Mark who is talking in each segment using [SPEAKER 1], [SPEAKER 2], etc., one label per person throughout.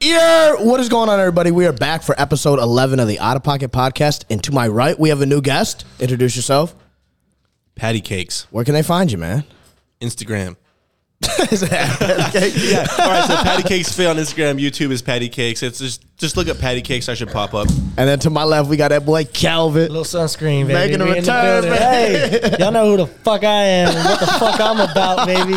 [SPEAKER 1] ear. What is going on, everybody? We are back for episode 11 of the Out of Pocket Podcast. And to my right, we have a new guest. Introduce yourself.
[SPEAKER 2] Patty cakes.
[SPEAKER 1] Where can they find you, man?
[SPEAKER 2] Instagram.
[SPEAKER 1] Is that- okay.
[SPEAKER 2] Yeah. All right. So Patty Cakes fit on Instagram. YouTube is Patty Cakes. It's just just look up Patty Cakes. I should pop up.
[SPEAKER 1] And then to my left, we got that boy Calvin.
[SPEAKER 3] Little sunscreen, baby.
[SPEAKER 1] Making a
[SPEAKER 3] We in the
[SPEAKER 1] return,
[SPEAKER 3] building. Hey, y'all know who the fuck I am and what the fuck I'm about, baby.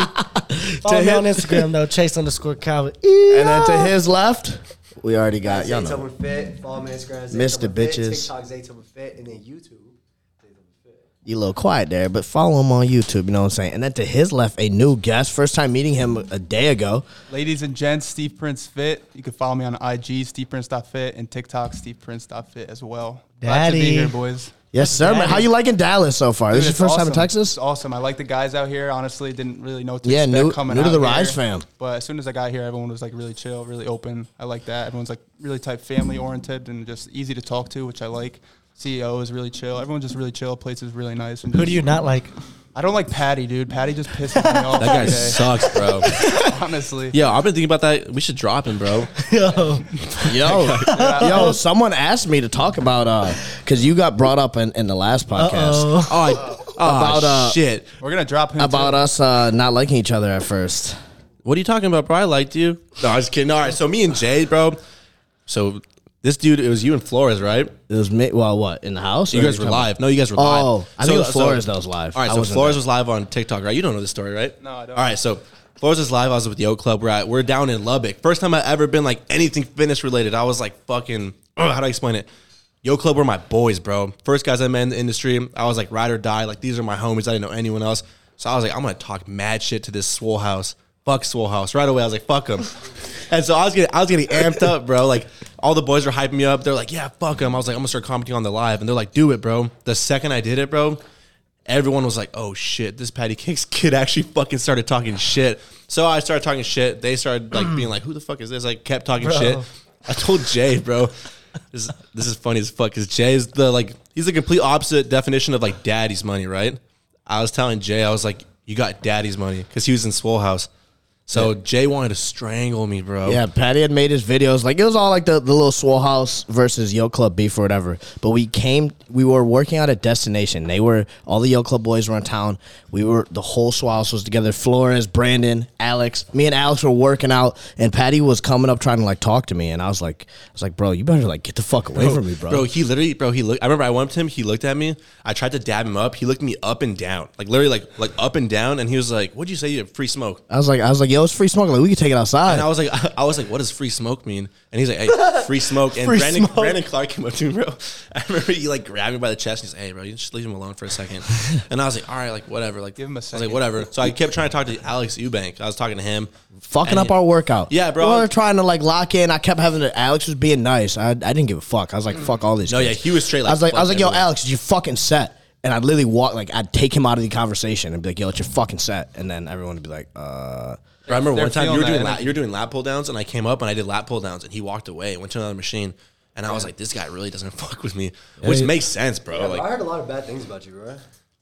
[SPEAKER 3] Follow me
[SPEAKER 1] him.
[SPEAKER 3] on Instagram though, Chase underscore Calvin.
[SPEAKER 1] And then to his left, we already got y'all know.
[SPEAKER 4] Zaytoven Fit. Follow me on Instagram.
[SPEAKER 1] Mr.
[SPEAKER 4] Zaytoven Fit,
[SPEAKER 1] Bitches.
[SPEAKER 4] TikTok Zaytoven Fit, and then YouTube. Zaytoven Fit.
[SPEAKER 1] You a little quiet there, but follow him on YouTube. You know what I'm saying? And then to his left, a new guest. First time meeting him a day ago.
[SPEAKER 5] Ladies and gents, Steve Prince Fit. You can follow me on IG, steveprince.fit, and TikTok, steveprince.fit as well. Glad to be
[SPEAKER 3] Daddy.
[SPEAKER 5] here, boys.
[SPEAKER 1] Yes, sir. Man, how you liking Dallas so far?
[SPEAKER 5] Dude,
[SPEAKER 1] this is
[SPEAKER 5] it's
[SPEAKER 1] your first time
[SPEAKER 5] awesome.
[SPEAKER 1] in Texas?
[SPEAKER 5] It's awesome. I like the guys out here. Honestly, didn't really know what to
[SPEAKER 1] Yeah,
[SPEAKER 5] expect
[SPEAKER 1] new-
[SPEAKER 5] coming
[SPEAKER 1] new to
[SPEAKER 5] out
[SPEAKER 1] the
[SPEAKER 5] here.
[SPEAKER 1] Rise fam.
[SPEAKER 5] But as soon as I got here, everyone was like really chill, really open. I like that. Everyone's like really type family oriented and just easy to talk to, which I like. CEO is really chill. Everyone's just really chill. Place is really nice. And
[SPEAKER 3] Who
[SPEAKER 5] just-
[SPEAKER 3] do you not like?
[SPEAKER 5] I don't like Patty, dude. Patty just pisses me off.
[SPEAKER 2] That guy
[SPEAKER 5] every day,
[SPEAKER 2] sucks, bro.
[SPEAKER 5] honestly.
[SPEAKER 2] Yo, I've been thinking about that. We should drop him, bro. Oh,
[SPEAKER 3] Yo,
[SPEAKER 1] Yo, yo, someone asked me to talk about uh because you got brought up in, in the last podcast
[SPEAKER 3] oh,
[SPEAKER 2] Oh, I, oh
[SPEAKER 1] About, uh,
[SPEAKER 2] shit.
[SPEAKER 5] We're gonna drop him.
[SPEAKER 1] about
[SPEAKER 5] too.
[SPEAKER 1] us uh not liking each other at first.
[SPEAKER 2] What are you talking about, bro? I liked you. No, I was kidding. All right. So me and Jay, bro. So this dude, it was you and Flores, right?
[SPEAKER 1] It was me. Well, what in the house?
[SPEAKER 2] You
[SPEAKER 1] Or
[SPEAKER 2] guys
[SPEAKER 1] you're
[SPEAKER 2] were
[SPEAKER 1] talking-
[SPEAKER 2] live. No, you guys were live.
[SPEAKER 1] Oh, I think it was Flores that was live.
[SPEAKER 2] All right,
[SPEAKER 1] I
[SPEAKER 2] so
[SPEAKER 1] wasn't
[SPEAKER 2] Flores was live on TikTok, right? You don't know this story, right?
[SPEAKER 5] No, I don't.
[SPEAKER 2] All right, so Flores is live. I was with the Oak Club. We're at, we're down in Lubbock. First time I ever been like anything fitness related. I was like fucking. ugh, how do I explain it? Yo Club were my boys, bro. First guys I met in the industry. I was like ride or die. Like these are my homies. I didn't know anyone else. So I was like, I'm gonna talk mad shit to this swole house. Fuck swole house. Right away, I was like, fuck them. and so I was getting I was getting amped up, bro. Like all the boys were hyping me up. They're like, yeah, fuck them. I was like, I'm gonna start commenting on the live. And they're like, do it, bro. The second I did it, bro, everyone was like, "Oh shit, this Patty Cakes kid actually fucking started talking shit." So I started talking shit. They started like being like, "Who the fuck is this?" I kept talking shit. I told Jay, bro, this this is funny as fuck. Cause Jay is the like he's the complete opposite definition of like daddy's money, right? I was telling Jay, I was like, "You got daddy's money," because he was in Swole House. So Jay wanted to strangle me, bro.
[SPEAKER 1] Yeah, Patty had made his videos. Like it was all like the, the little Swole House versus Yo Club beef or whatever. But we came, we were working out a destination. They were all the Yo Club boys were in town. We were the whole Swole House was together. Flores, Brandon, Alex, me and Alex were working out, and Patty was coming up trying to like talk to me, and I was like, I was like, bro, you better like get the fuck away from me, bro.
[SPEAKER 2] Bro, he literally, bro, he looked. I remember I went up to him. He looked at me. I tried to dab him up. He looked me up and down, like literally, like like up and down. And he was like, "What'd you say? You have free smoke?"
[SPEAKER 1] I was like, I was like, yo, it's free smoking. Like we can take it outside.
[SPEAKER 2] And I was like, I was like, "What does free smoke mean?" And he's like, "Hey, free smoke." And
[SPEAKER 1] Free
[SPEAKER 2] Brandon,
[SPEAKER 1] smoke.
[SPEAKER 2] Brandon Clark came up to me, bro. I remember he like grabbed me by the chest. And he's like, "Hey, bro, you just leave him alone for a second. And I was like, "All right, like whatever." Like
[SPEAKER 5] Give him
[SPEAKER 2] I
[SPEAKER 5] a
[SPEAKER 2] was
[SPEAKER 5] second.
[SPEAKER 2] like, "Whatever." So I kept trying to talk to Alex Eubank. I was talking to him.
[SPEAKER 1] fucking
[SPEAKER 2] And
[SPEAKER 1] up
[SPEAKER 2] he-
[SPEAKER 1] our workout.
[SPEAKER 2] Yeah, bro.
[SPEAKER 1] We were trying to like lock in. I kept having to. Alex was being nice. I, I didn't give a fuck. I was like, fuck all these.
[SPEAKER 2] No,
[SPEAKER 1] kids.
[SPEAKER 2] yeah, he was straight, like,
[SPEAKER 1] I was like, I was
[SPEAKER 2] fuck
[SPEAKER 1] like, yo,
[SPEAKER 2] everyone.
[SPEAKER 1] Alex, you fucking set. And I'd literally walk, like, I'd take him out of the conversation and be like, yo, it's your fucking set. And then everyone would be like, uh,
[SPEAKER 2] Bro, I remember
[SPEAKER 5] They're
[SPEAKER 2] one time you
[SPEAKER 5] feeling
[SPEAKER 2] were
[SPEAKER 5] that
[SPEAKER 2] doing la-
[SPEAKER 5] energy.
[SPEAKER 2] you were doing lap pull downs, and I came up and I did lap pull downs, and he walked away and went to another machine, and I was like, "This guy really doesn't fuck with me," which makes sense, bro.
[SPEAKER 4] I
[SPEAKER 2] Like,
[SPEAKER 4] heard a lot of bad things about you, bro.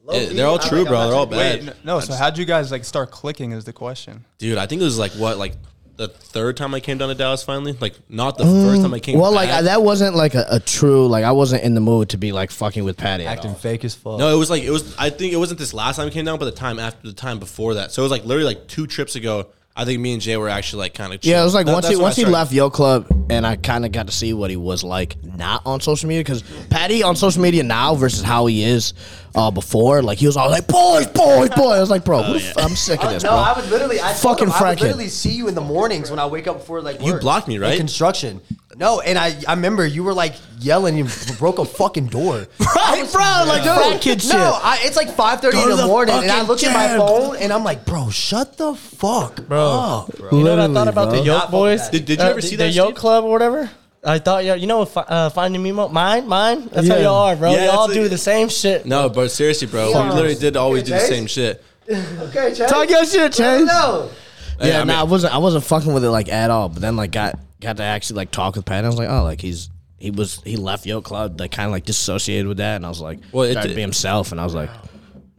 [SPEAKER 4] Low
[SPEAKER 2] Yeah,
[SPEAKER 4] key,
[SPEAKER 2] they're all
[SPEAKER 4] I'm
[SPEAKER 2] true,
[SPEAKER 4] like, I'm
[SPEAKER 2] bro.
[SPEAKER 4] not
[SPEAKER 2] They're all
[SPEAKER 4] trying to
[SPEAKER 2] bad.
[SPEAKER 5] Wait, n- no. So how'd you guys like start clicking? Is the question.
[SPEAKER 2] dude, I think it was like what, like the third time I came down to Dallas finally, like not the first time I came.
[SPEAKER 1] Mm, well, like,
[SPEAKER 2] back.
[SPEAKER 1] I, that wasn't like a, a true, like, I wasn't in the mood to be like fucking with Patty. at
[SPEAKER 4] Acting
[SPEAKER 1] all.
[SPEAKER 4] fake as fuck.
[SPEAKER 2] No, it was like it was. I think it wasn't this last time we came down, but the time after the time before that. So it was like literally like two trips ago. I think me and Jay were actually like kind of.
[SPEAKER 1] Yeah, it was like once he once he left Yo Club, and I kind of got to see what he was like not on social media because Patty on social media now versus how he is uh, before. Like he was all like boys, boys, boys. I was like, bro, who the f- I'm sick of
[SPEAKER 4] I,
[SPEAKER 1] this,
[SPEAKER 4] no,
[SPEAKER 1] bro.
[SPEAKER 4] I would literally, I told
[SPEAKER 1] Fucking
[SPEAKER 4] him, I would
[SPEAKER 1] frackhead.
[SPEAKER 4] literally see you in the mornings when I wake up before like
[SPEAKER 2] You
[SPEAKER 4] work.
[SPEAKER 2] blocked me,
[SPEAKER 4] In
[SPEAKER 2] right?
[SPEAKER 4] construction. No, and I, I remember you were like yelling and broke a fucking door. I was-
[SPEAKER 1] bro, like frat kid shit.
[SPEAKER 4] No, I, it's like five thirty
[SPEAKER 1] Go
[SPEAKER 4] in
[SPEAKER 1] to
[SPEAKER 4] the
[SPEAKER 1] the
[SPEAKER 4] morning, and I
[SPEAKER 1] fucking
[SPEAKER 4] look at my
[SPEAKER 1] gym.
[SPEAKER 4] phone and I'm like, bro, shut the fuck,
[SPEAKER 3] Bro.
[SPEAKER 4] up, bro.
[SPEAKER 3] you know what I thought
[SPEAKER 1] Literally,
[SPEAKER 3] about
[SPEAKER 1] bro.
[SPEAKER 3] the Yoke Boys?
[SPEAKER 2] Did, did you
[SPEAKER 3] Uh,
[SPEAKER 2] ever
[SPEAKER 3] the,
[SPEAKER 2] see
[SPEAKER 3] the
[SPEAKER 2] that?
[SPEAKER 3] Yoke
[SPEAKER 2] Steve?
[SPEAKER 3] Club or whatever? I thought y'all, you know, fi- uh, Finding Nemo. Mine, mine. That's how
[SPEAKER 1] Yeah.
[SPEAKER 3] y'all are, bro.
[SPEAKER 2] Yeah,
[SPEAKER 3] y'all
[SPEAKER 2] it's
[SPEAKER 3] do
[SPEAKER 2] like-
[SPEAKER 3] the same shit.
[SPEAKER 2] No, but seriously, bro,
[SPEAKER 4] Yeah.
[SPEAKER 2] we literally did always do the
[SPEAKER 4] Jay?
[SPEAKER 2] same shit.
[SPEAKER 4] Okay, Chase.
[SPEAKER 1] Talk your shit, Chase.
[SPEAKER 4] No.
[SPEAKER 1] Yeah,
[SPEAKER 2] I mean-
[SPEAKER 1] no, I wasn't. I wasn't fucking with it like at all. But then like got got to actually like talk with Pat. And I was like, oh, like he's he was he left Yo Club like kind of like dissociated with that, and I was like,
[SPEAKER 2] Well,
[SPEAKER 1] well,
[SPEAKER 2] it
[SPEAKER 1] it tried to
[SPEAKER 2] did-
[SPEAKER 1] be himself, and I was like,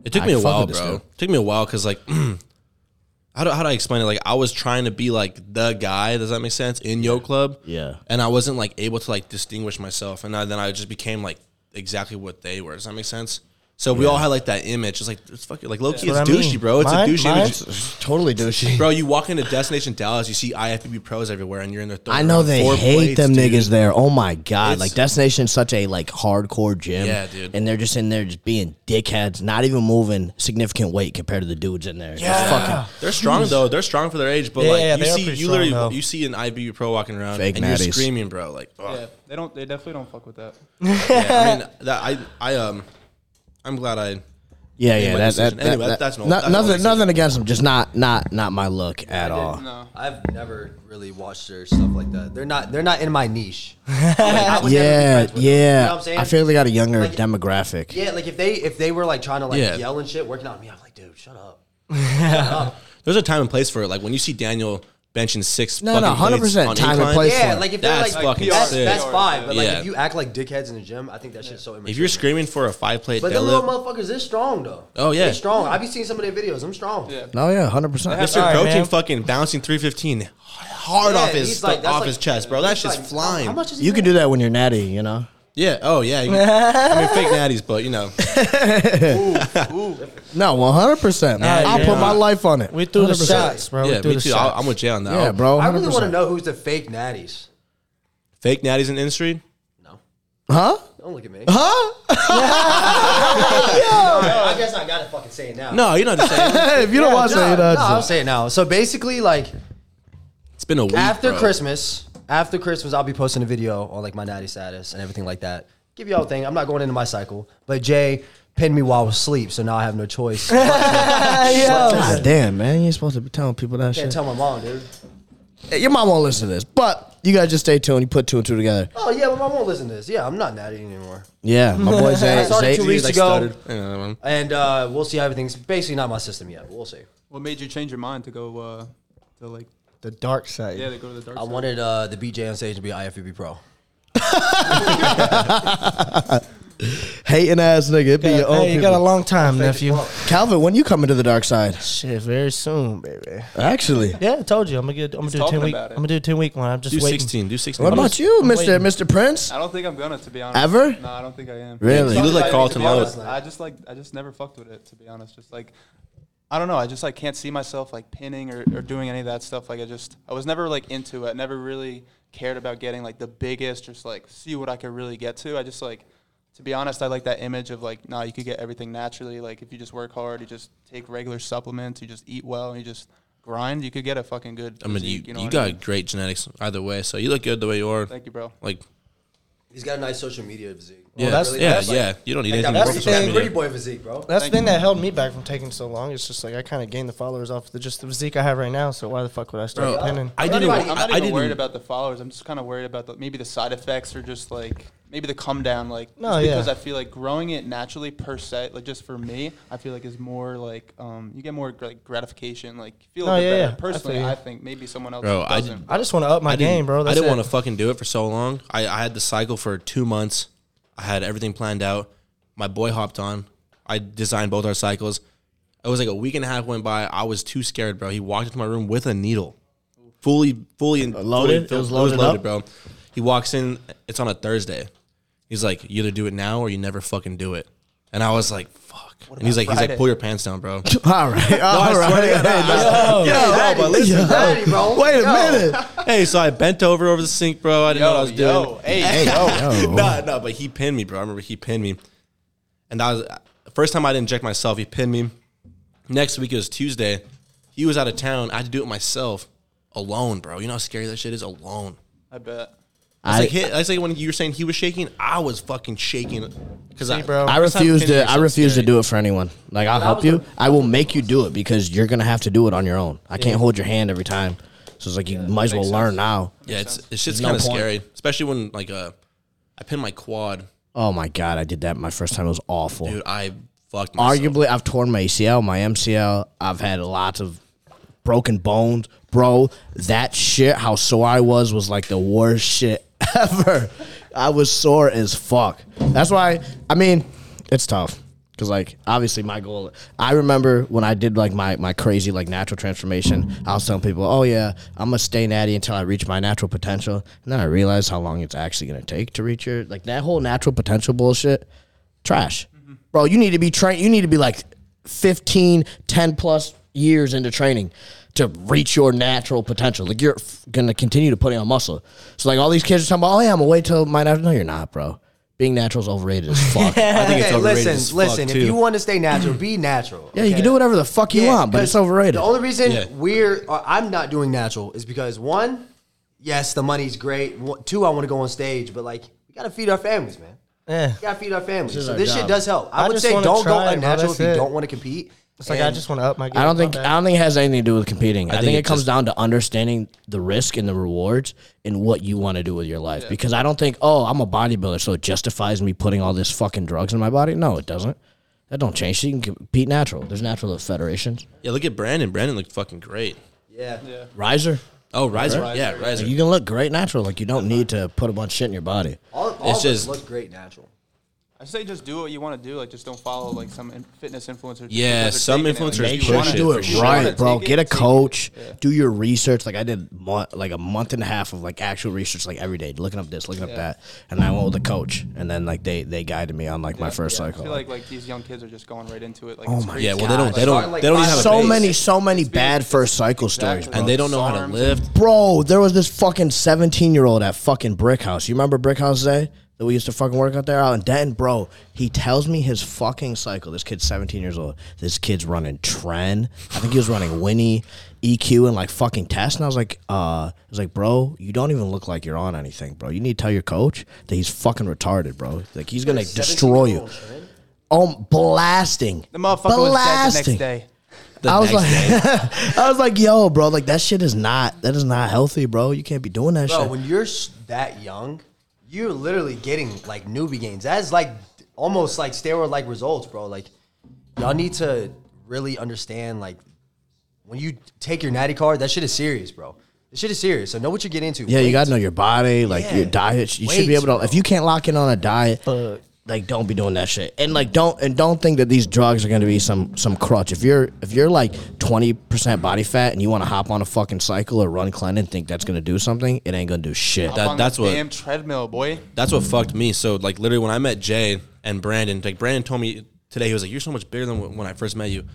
[SPEAKER 2] It took
[SPEAKER 1] I
[SPEAKER 2] me a
[SPEAKER 1] fuck
[SPEAKER 2] while,
[SPEAKER 1] with this
[SPEAKER 2] bro.
[SPEAKER 1] dude.
[SPEAKER 2] It took me a while because like I how do, how do I explain it? Like I was trying to be like the guy. Does that make sense in Yo Club?
[SPEAKER 1] Yeah.
[SPEAKER 2] And I wasn't like able to like distinguish myself, and I, then I just became like exactly what they were. Does that make sense? So we all had like that image. It's like it's fucking like low key.
[SPEAKER 3] what
[SPEAKER 2] It's
[SPEAKER 3] I
[SPEAKER 2] douchey,
[SPEAKER 3] mean.
[SPEAKER 2] bro. It's
[SPEAKER 3] Mine-
[SPEAKER 2] a douchey
[SPEAKER 3] mine's-
[SPEAKER 2] image.
[SPEAKER 1] Totally douchey.
[SPEAKER 2] Bro, you walk into Destination Dallas, you see IFBB pros everywhere, and you're in their third.
[SPEAKER 1] I know
[SPEAKER 2] round,
[SPEAKER 1] they
[SPEAKER 2] four
[SPEAKER 1] hate
[SPEAKER 2] plates,
[SPEAKER 1] them
[SPEAKER 2] dude.
[SPEAKER 1] niggas there. Oh my god!
[SPEAKER 2] It's-
[SPEAKER 1] like Destination's such a like hardcore gym.
[SPEAKER 2] Yeah, dude.
[SPEAKER 1] And they're just in there just being dickheads, not even moving significant weight compared to the dudes in there. Yeah. Fucking
[SPEAKER 2] They're strong though. They're strong for their age, but
[SPEAKER 3] Yeah,
[SPEAKER 2] like
[SPEAKER 3] yeah,
[SPEAKER 2] you
[SPEAKER 3] they are
[SPEAKER 2] see, you
[SPEAKER 3] pretty
[SPEAKER 2] literally
[SPEAKER 3] strong, though.
[SPEAKER 2] you see an IBU pro walking around
[SPEAKER 1] Fake
[SPEAKER 2] and
[SPEAKER 1] natties.
[SPEAKER 2] you're screaming, bro. Like, oh.
[SPEAKER 5] Yeah, they don't. They definitely don't fuck with that.
[SPEAKER 2] yeah. I mean, that I I um, I'm glad I.
[SPEAKER 1] yeah, yeah.
[SPEAKER 2] Anyway,
[SPEAKER 1] That, that,
[SPEAKER 2] decision.
[SPEAKER 1] that,
[SPEAKER 2] Anyway,
[SPEAKER 1] that-
[SPEAKER 2] that's no-
[SPEAKER 1] no-
[SPEAKER 2] that's no
[SPEAKER 1] nothing.
[SPEAKER 2] decision.
[SPEAKER 1] Nothing against them. Just not not not my look at
[SPEAKER 4] Oh.
[SPEAKER 1] all.
[SPEAKER 5] No,
[SPEAKER 4] I've never really watched their stuff like that. They're not. They're not in my niche.
[SPEAKER 1] Yeah, yeah.
[SPEAKER 4] what I'm saying?
[SPEAKER 1] I feel they got a younger
[SPEAKER 4] Like-
[SPEAKER 1] demographic.
[SPEAKER 4] Yeah, like if they if they were like trying to like
[SPEAKER 2] Yeah.
[SPEAKER 4] yell and shit, working on me, I'm like, dude, shut up.
[SPEAKER 2] There's a time and place for it. Like when you see Daniel benching six.
[SPEAKER 1] No,
[SPEAKER 2] fucking
[SPEAKER 1] no, 100%
[SPEAKER 2] plates on
[SPEAKER 1] time and
[SPEAKER 2] incline,
[SPEAKER 1] place.
[SPEAKER 4] Yeah,
[SPEAKER 1] for
[SPEAKER 4] like
[SPEAKER 2] it.
[SPEAKER 4] if they're
[SPEAKER 2] That's
[SPEAKER 4] like,
[SPEAKER 2] fucking
[SPEAKER 4] that's,
[SPEAKER 2] sick.
[SPEAKER 4] that's fine. But like
[SPEAKER 2] Yeah.
[SPEAKER 4] if you act like dickheads in the gym, I think that shit's so immature.
[SPEAKER 2] If you're screaming for a five plate,
[SPEAKER 4] but the little motherfuckers, they're strong though.
[SPEAKER 2] Oh, yeah.
[SPEAKER 4] they're strong. I be seeing some of their videos. I'm strong.
[SPEAKER 5] Yeah.
[SPEAKER 1] No, Oh, yeah, hundred percent.
[SPEAKER 2] Mr.
[SPEAKER 3] All right,
[SPEAKER 2] Protein
[SPEAKER 3] man.
[SPEAKER 2] fucking bouncing 315 hard
[SPEAKER 4] Yeah,
[SPEAKER 2] off his
[SPEAKER 4] he's like- that's
[SPEAKER 2] off
[SPEAKER 4] like-
[SPEAKER 2] his chest, bro. That
[SPEAKER 4] he's
[SPEAKER 2] shit's
[SPEAKER 4] like, how-
[SPEAKER 2] flying.
[SPEAKER 4] How much is he
[SPEAKER 1] You can do that when you're natty, you know.
[SPEAKER 2] Yeah. Oh yeah. you- I mean, fake natties, but you know.
[SPEAKER 1] No, one hundred percent. man.
[SPEAKER 3] Nah,
[SPEAKER 1] I'll
[SPEAKER 3] yeah.
[SPEAKER 1] put my life on it.
[SPEAKER 3] We threw the
[SPEAKER 1] 100%.
[SPEAKER 3] shots, bro.
[SPEAKER 2] yeah,
[SPEAKER 3] we threw
[SPEAKER 2] me
[SPEAKER 3] the
[SPEAKER 2] too. I,
[SPEAKER 3] shots.
[SPEAKER 2] I'm with Jay on that.
[SPEAKER 1] Yeah,
[SPEAKER 2] one.
[SPEAKER 1] bro. 100%.
[SPEAKER 4] I really want to know who's the fake natties.
[SPEAKER 2] Fake natties in the industry.
[SPEAKER 4] No,
[SPEAKER 1] Huh?
[SPEAKER 4] don't look at me.
[SPEAKER 1] Huh?
[SPEAKER 4] I guess I gotta fucking say it now.
[SPEAKER 2] No, you know what I'm saying.
[SPEAKER 1] if you don't watch
[SPEAKER 4] no,
[SPEAKER 1] that, you
[SPEAKER 4] no,
[SPEAKER 1] don't
[SPEAKER 4] I'll say it now. So basically, like
[SPEAKER 2] It's been a week
[SPEAKER 4] after
[SPEAKER 2] bro.
[SPEAKER 4] Christmas, after Christmas, I'll be posting a video on like my natty status and everything like that. Give y'all a thing. I'm not going into my cycle, but Jay pinned me while I was asleep, so now I have no choice.
[SPEAKER 1] God damn, man. You ain't supposed to be telling people that
[SPEAKER 4] Can't
[SPEAKER 1] shit.
[SPEAKER 4] tell my mom, dude.
[SPEAKER 1] Your mom won't listen to this, but you guys just stay tuned. You put two and two together.
[SPEAKER 4] Oh yeah, my mom won't listen to this. Yeah, I'm not natty anymore.
[SPEAKER 1] Yeah, my boy Zay.
[SPEAKER 4] I started
[SPEAKER 1] Zay-
[SPEAKER 4] two weeks
[SPEAKER 2] Like,
[SPEAKER 4] ago,
[SPEAKER 2] started- Yeah, man.
[SPEAKER 4] and uh, we'll see how everything's basically not my system yet. We'll see.
[SPEAKER 5] What made you change your mind to go uh, to like?
[SPEAKER 3] the dark side.
[SPEAKER 5] Yeah, to go to the dark
[SPEAKER 4] I
[SPEAKER 5] side.
[SPEAKER 4] wanted uh, the BJ on stage to be IFBB pro.
[SPEAKER 1] hating ass nigga. It be your own
[SPEAKER 3] hey, you got a
[SPEAKER 1] people.
[SPEAKER 3] long time, nephew.
[SPEAKER 1] Calvin, when you coming to the dark side?
[SPEAKER 3] Shit, very soon, baby.
[SPEAKER 1] Actually.
[SPEAKER 3] Yeah, I told you. I'm gonna get. I'm gonna do a
[SPEAKER 5] talking
[SPEAKER 3] ten week. I'm
[SPEAKER 5] about it.
[SPEAKER 3] gonna do a ten week one. I'm just
[SPEAKER 2] Do
[SPEAKER 3] waiting.
[SPEAKER 2] 16. Do 16.
[SPEAKER 1] What about you,
[SPEAKER 3] I'm
[SPEAKER 1] Mister
[SPEAKER 3] waiting.
[SPEAKER 1] Mister Prince?
[SPEAKER 5] I don't think I'm gonna, to be honest.
[SPEAKER 1] Ever?
[SPEAKER 5] No, I don't think I am.
[SPEAKER 1] Really?
[SPEAKER 2] You look like
[SPEAKER 5] I-
[SPEAKER 2] Carlton
[SPEAKER 5] to be honest,
[SPEAKER 2] Lowe.
[SPEAKER 5] I just like, I just never fucked with it, to be honest. Just like, I don't know. I just like can't see myself like pinning or, or doing any of that stuff. Like I just, I was never like into it. Never really cared about getting like the biggest. Just like see what I could really get to. I just like, to be honest, I like that image of like, nah, you could get everything naturally. Like if you just work hard, you just take regular supplements, you just eat well, and you just grind, you could get a fucking good.
[SPEAKER 2] I mean, you,
[SPEAKER 5] physique,
[SPEAKER 2] you,
[SPEAKER 5] know what I
[SPEAKER 2] got
[SPEAKER 5] mean?
[SPEAKER 2] great genetics either way, so you look good the way you are.
[SPEAKER 5] Thank you, bro.
[SPEAKER 2] Like,
[SPEAKER 4] He's got a nice social media physique.
[SPEAKER 2] yeah,
[SPEAKER 3] that's-
[SPEAKER 2] yeah,
[SPEAKER 3] that's like-
[SPEAKER 2] yeah. You don't need anything
[SPEAKER 4] that's
[SPEAKER 2] more
[SPEAKER 4] the
[SPEAKER 2] for social
[SPEAKER 4] thing. Pretty
[SPEAKER 2] media.
[SPEAKER 4] boy physique, bro.
[SPEAKER 3] That's the thing that held me back from taking so long. It's just like I kind of gained the followers off the just the physique I have right now. So why the fuck would I start
[SPEAKER 2] Bro,
[SPEAKER 3] pinning?
[SPEAKER 2] I
[SPEAKER 5] I'm
[SPEAKER 2] didn't.
[SPEAKER 5] not
[SPEAKER 2] I,
[SPEAKER 5] even, I'm not
[SPEAKER 2] I
[SPEAKER 5] even
[SPEAKER 2] didn't.
[SPEAKER 5] worried about the followers. I'm just kind of worried about the, maybe the side effects or just like maybe the come down. Like
[SPEAKER 3] No,
[SPEAKER 5] just
[SPEAKER 3] yeah.
[SPEAKER 5] because I feel like growing it naturally per se, like just for me, I feel like is more like um, you get more gr- like gratification. Like you feel
[SPEAKER 3] No,
[SPEAKER 5] a bit
[SPEAKER 3] yeah,
[SPEAKER 5] better.
[SPEAKER 3] yeah. I
[SPEAKER 5] Personally,
[SPEAKER 3] feel you.
[SPEAKER 5] I, think maybe someone else
[SPEAKER 2] Bro, I
[SPEAKER 5] doesn't.
[SPEAKER 3] I just want to up my
[SPEAKER 2] I didn't-
[SPEAKER 3] game, bro.
[SPEAKER 2] I
[SPEAKER 3] That's
[SPEAKER 2] didn't
[SPEAKER 3] it.
[SPEAKER 2] want to fucking do it for so long. I, I had the cycle for two months. I had everything planned out. My boy hopped on. I designed both our cycles. It was like a week and a half went by. I was too scared, bro. He walked into my room with a needle, fully, fully and
[SPEAKER 1] Uh, Loaded? It
[SPEAKER 2] Fully,
[SPEAKER 1] was
[SPEAKER 2] filled-
[SPEAKER 1] loaded up?
[SPEAKER 2] bro. He walks in. It's on a Thursday. He's like, you either do it now or you never fucking do it. And I was like, fuck. And he's like, he's like,
[SPEAKER 5] Friday?
[SPEAKER 2] pull your pants down, bro.
[SPEAKER 1] All right, all
[SPEAKER 2] I swear to
[SPEAKER 1] right.
[SPEAKER 2] God, I-
[SPEAKER 1] Yo,
[SPEAKER 2] no, but listen,
[SPEAKER 1] yo.
[SPEAKER 4] Natty, bro.
[SPEAKER 1] Wait a
[SPEAKER 4] Yo.
[SPEAKER 1] minute.
[SPEAKER 2] hey, so I bent over over the sink, bro. I didn't know what I
[SPEAKER 5] Yo,
[SPEAKER 2] was doing.
[SPEAKER 5] yo, hey,
[SPEAKER 1] Oh.
[SPEAKER 2] No, no, but he pinned me, bro. I remember he pinned me. And that was the first time I didn't check myself. He pinned me. Next week, it was Tuesday. He was out of town. I had to do it myself alone, bro. You know how scary that shit is alone.
[SPEAKER 5] I bet.
[SPEAKER 2] It's
[SPEAKER 1] I-
[SPEAKER 2] like, hit, it's like when you were saying he was shaking, I was fucking shaking. Cause I,
[SPEAKER 3] bro.
[SPEAKER 1] I
[SPEAKER 2] first time
[SPEAKER 1] refuse
[SPEAKER 2] pinning
[SPEAKER 1] to.
[SPEAKER 2] yourself
[SPEAKER 1] I
[SPEAKER 2] is
[SPEAKER 1] refuse
[SPEAKER 2] scary.
[SPEAKER 1] to do it for anyone. Like I'll help you. I will make you do it because you're gonna have to do it on your own. I can't hold your hand every time. So it's like you might as well learn now.
[SPEAKER 2] Yeah, it's it's just
[SPEAKER 1] no
[SPEAKER 2] kind of
[SPEAKER 1] point.
[SPEAKER 2] scary, especially when like uh, I pinned my quad,
[SPEAKER 1] Oh my god, I did that my first time. It was awful.
[SPEAKER 2] dude. I fucked myself.
[SPEAKER 1] Arguably, I've torn my ACL, my MCL. I've had lots of broken bones, bro. That shit, how sore I was, was like the worst shit ever. I was sore as fuck. That's why. I mean, it's tough. Cause like obviously my goal, I remember when I did like my my crazy like natural transformation. I was telling people, oh yeah, I'm gonna stay natty until I reach my natural potential, and then I realized how long it's actually gonna take to reach your like that whole natural potential bullshit, trash, bro. You need to be trained. You need to be like 15, 10 plus years into training to reach your natural potential. Like you're f- gonna continue to put on muscle. So like all these kids are talking about, oh yeah, I'm gonna wait till my natural. No, you're not, bro. Being natural is overrated as fuck.
[SPEAKER 2] I think it's
[SPEAKER 4] Hey,
[SPEAKER 2] overrated
[SPEAKER 4] listen,
[SPEAKER 2] as fuck,
[SPEAKER 4] listen. If
[SPEAKER 2] too.
[SPEAKER 4] you want to stay natural, be natural.
[SPEAKER 1] Yeah, you can do whatever the fuck you want, but it's overrated.
[SPEAKER 4] The only reason
[SPEAKER 2] Yeah.
[SPEAKER 4] we're uh, I'm not doing natural is because one, yes, the money's great. One- Two, I want to go on stage, but like we gotta feed our families, man.
[SPEAKER 3] Yeah.
[SPEAKER 4] We gotta feed our families.
[SPEAKER 1] is
[SPEAKER 4] so
[SPEAKER 1] our
[SPEAKER 4] this shit
[SPEAKER 1] job.
[SPEAKER 4] does help. I,
[SPEAKER 3] I
[SPEAKER 4] would
[SPEAKER 3] just
[SPEAKER 4] say
[SPEAKER 3] wanna
[SPEAKER 4] don't go
[SPEAKER 3] try, bro,
[SPEAKER 4] unnatural if
[SPEAKER 3] that's
[SPEAKER 4] you
[SPEAKER 3] it.
[SPEAKER 4] don't want to compete.
[SPEAKER 3] It's like I just want to up my game.
[SPEAKER 1] I don't think
[SPEAKER 3] My
[SPEAKER 1] I
[SPEAKER 3] bad.
[SPEAKER 1] don't think it has anything to do with competing. I, think,
[SPEAKER 2] think
[SPEAKER 1] it
[SPEAKER 2] it
[SPEAKER 1] comes
[SPEAKER 2] just-
[SPEAKER 1] down to understanding the risk and the rewards and what you want to do with your life. Because I don't think, oh, I'm a bodybuilder, so it justifies me putting all this fucking drugs in my body. No, it doesn't. That don't change. You can compete natural. There's natural federations.
[SPEAKER 2] Yeah, look at Brandon. Brandon looked fucking great.
[SPEAKER 4] Yeah.
[SPEAKER 1] Riser.
[SPEAKER 2] Oh, Riser. Yeah, Riser.
[SPEAKER 1] You can look great natural. Like you don't need to put a bunch of shit in your body.
[SPEAKER 4] All, all
[SPEAKER 2] It's
[SPEAKER 4] of us
[SPEAKER 2] just-
[SPEAKER 4] look great natural.
[SPEAKER 5] I say just do what you want to do. Like just don't follow like some in- fitness influencer. just
[SPEAKER 2] Yeah,
[SPEAKER 5] because they're
[SPEAKER 2] some
[SPEAKER 5] taking it. Like,
[SPEAKER 2] influencers
[SPEAKER 5] if
[SPEAKER 1] Make
[SPEAKER 5] you
[SPEAKER 1] sure
[SPEAKER 5] wanna
[SPEAKER 1] you
[SPEAKER 2] it
[SPEAKER 1] do
[SPEAKER 2] for
[SPEAKER 1] it
[SPEAKER 2] sure.
[SPEAKER 5] Wanna
[SPEAKER 1] right, bro.
[SPEAKER 5] take it,
[SPEAKER 1] Get a
[SPEAKER 5] take it.
[SPEAKER 1] coach. Do your research. Like I did, mo- like a month and a half of like actual research, like every day, looking up this, looking up that, and I went with a coach, and then like they they guided me on like my first
[SPEAKER 5] I
[SPEAKER 1] cycle.
[SPEAKER 5] feel like like these young kids are just going right into it. Like
[SPEAKER 1] Oh
[SPEAKER 5] it's
[SPEAKER 1] my
[SPEAKER 5] crazy.
[SPEAKER 2] yeah, well, they don't. They
[SPEAKER 4] Starting
[SPEAKER 2] don't.
[SPEAKER 4] like
[SPEAKER 2] They don't even
[SPEAKER 4] five,
[SPEAKER 2] have a
[SPEAKER 1] so
[SPEAKER 2] base.
[SPEAKER 1] many, so many
[SPEAKER 5] being-
[SPEAKER 1] bad first cycle
[SPEAKER 5] Exactly.
[SPEAKER 1] stories, bro.
[SPEAKER 2] and they don't know how to
[SPEAKER 5] Arms
[SPEAKER 2] lift.
[SPEAKER 1] Bro, there was this fucking 17 year old at fucking Brick House. You remember Brick House Day that we used to fucking work out there out in Denton? Bro, he tells me his fucking cycle. This kid's 17 years old. This kid's running Tren. I think he was running Winnie, EQ, and like fucking Test. And I was like, uh, I was like, bro, you don't even look like you're on anything, bro. You need to tell your coach that he's fucking retarded, bro. Like, he's gonna destroy you. Oh, blasting.
[SPEAKER 5] The motherfucker was dead the next day.
[SPEAKER 2] The
[SPEAKER 1] I was
[SPEAKER 2] next day.
[SPEAKER 1] like, I was like, yo, bro, like that shit is not that is not healthy, bro. You can't be doing that
[SPEAKER 4] Bro,
[SPEAKER 1] shit.
[SPEAKER 4] when you're s- that young, you're literally getting like newbie gains. That is like almost like steroid like results, bro. Like y'all need to really understand like when you take your natty card, that shit is serious, bro. This shit is serious. So know what you get into.
[SPEAKER 1] yeah, you gotta know your body, like
[SPEAKER 4] Yeah.
[SPEAKER 1] your diet. You should be
[SPEAKER 4] Weights,
[SPEAKER 1] able to.
[SPEAKER 4] bro.
[SPEAKER 1] If you can't lock in on a diet, like don't be doing that shit. And like don't and don't think that these drugs are gonna be some some crutch. If you're if you're like twenty percent body fat and you want to hop on a fucking cycle or run clean and think that's gonna do something, it ain't gonna do shit.
[SPEAKER 2] That-
[SPEAKER 5] on
[SPEAKER 2] that's
[SPEAKER 5] the
[SPEAKER 2] what-
[SPEAKER 5] damn treadmill, boy.
[SPEAKER 2] that's what fucked me. So like literally when I met Jay and Brandon, like Brandon told me today, he was like, "You're so much bigger than wh- when I first met you."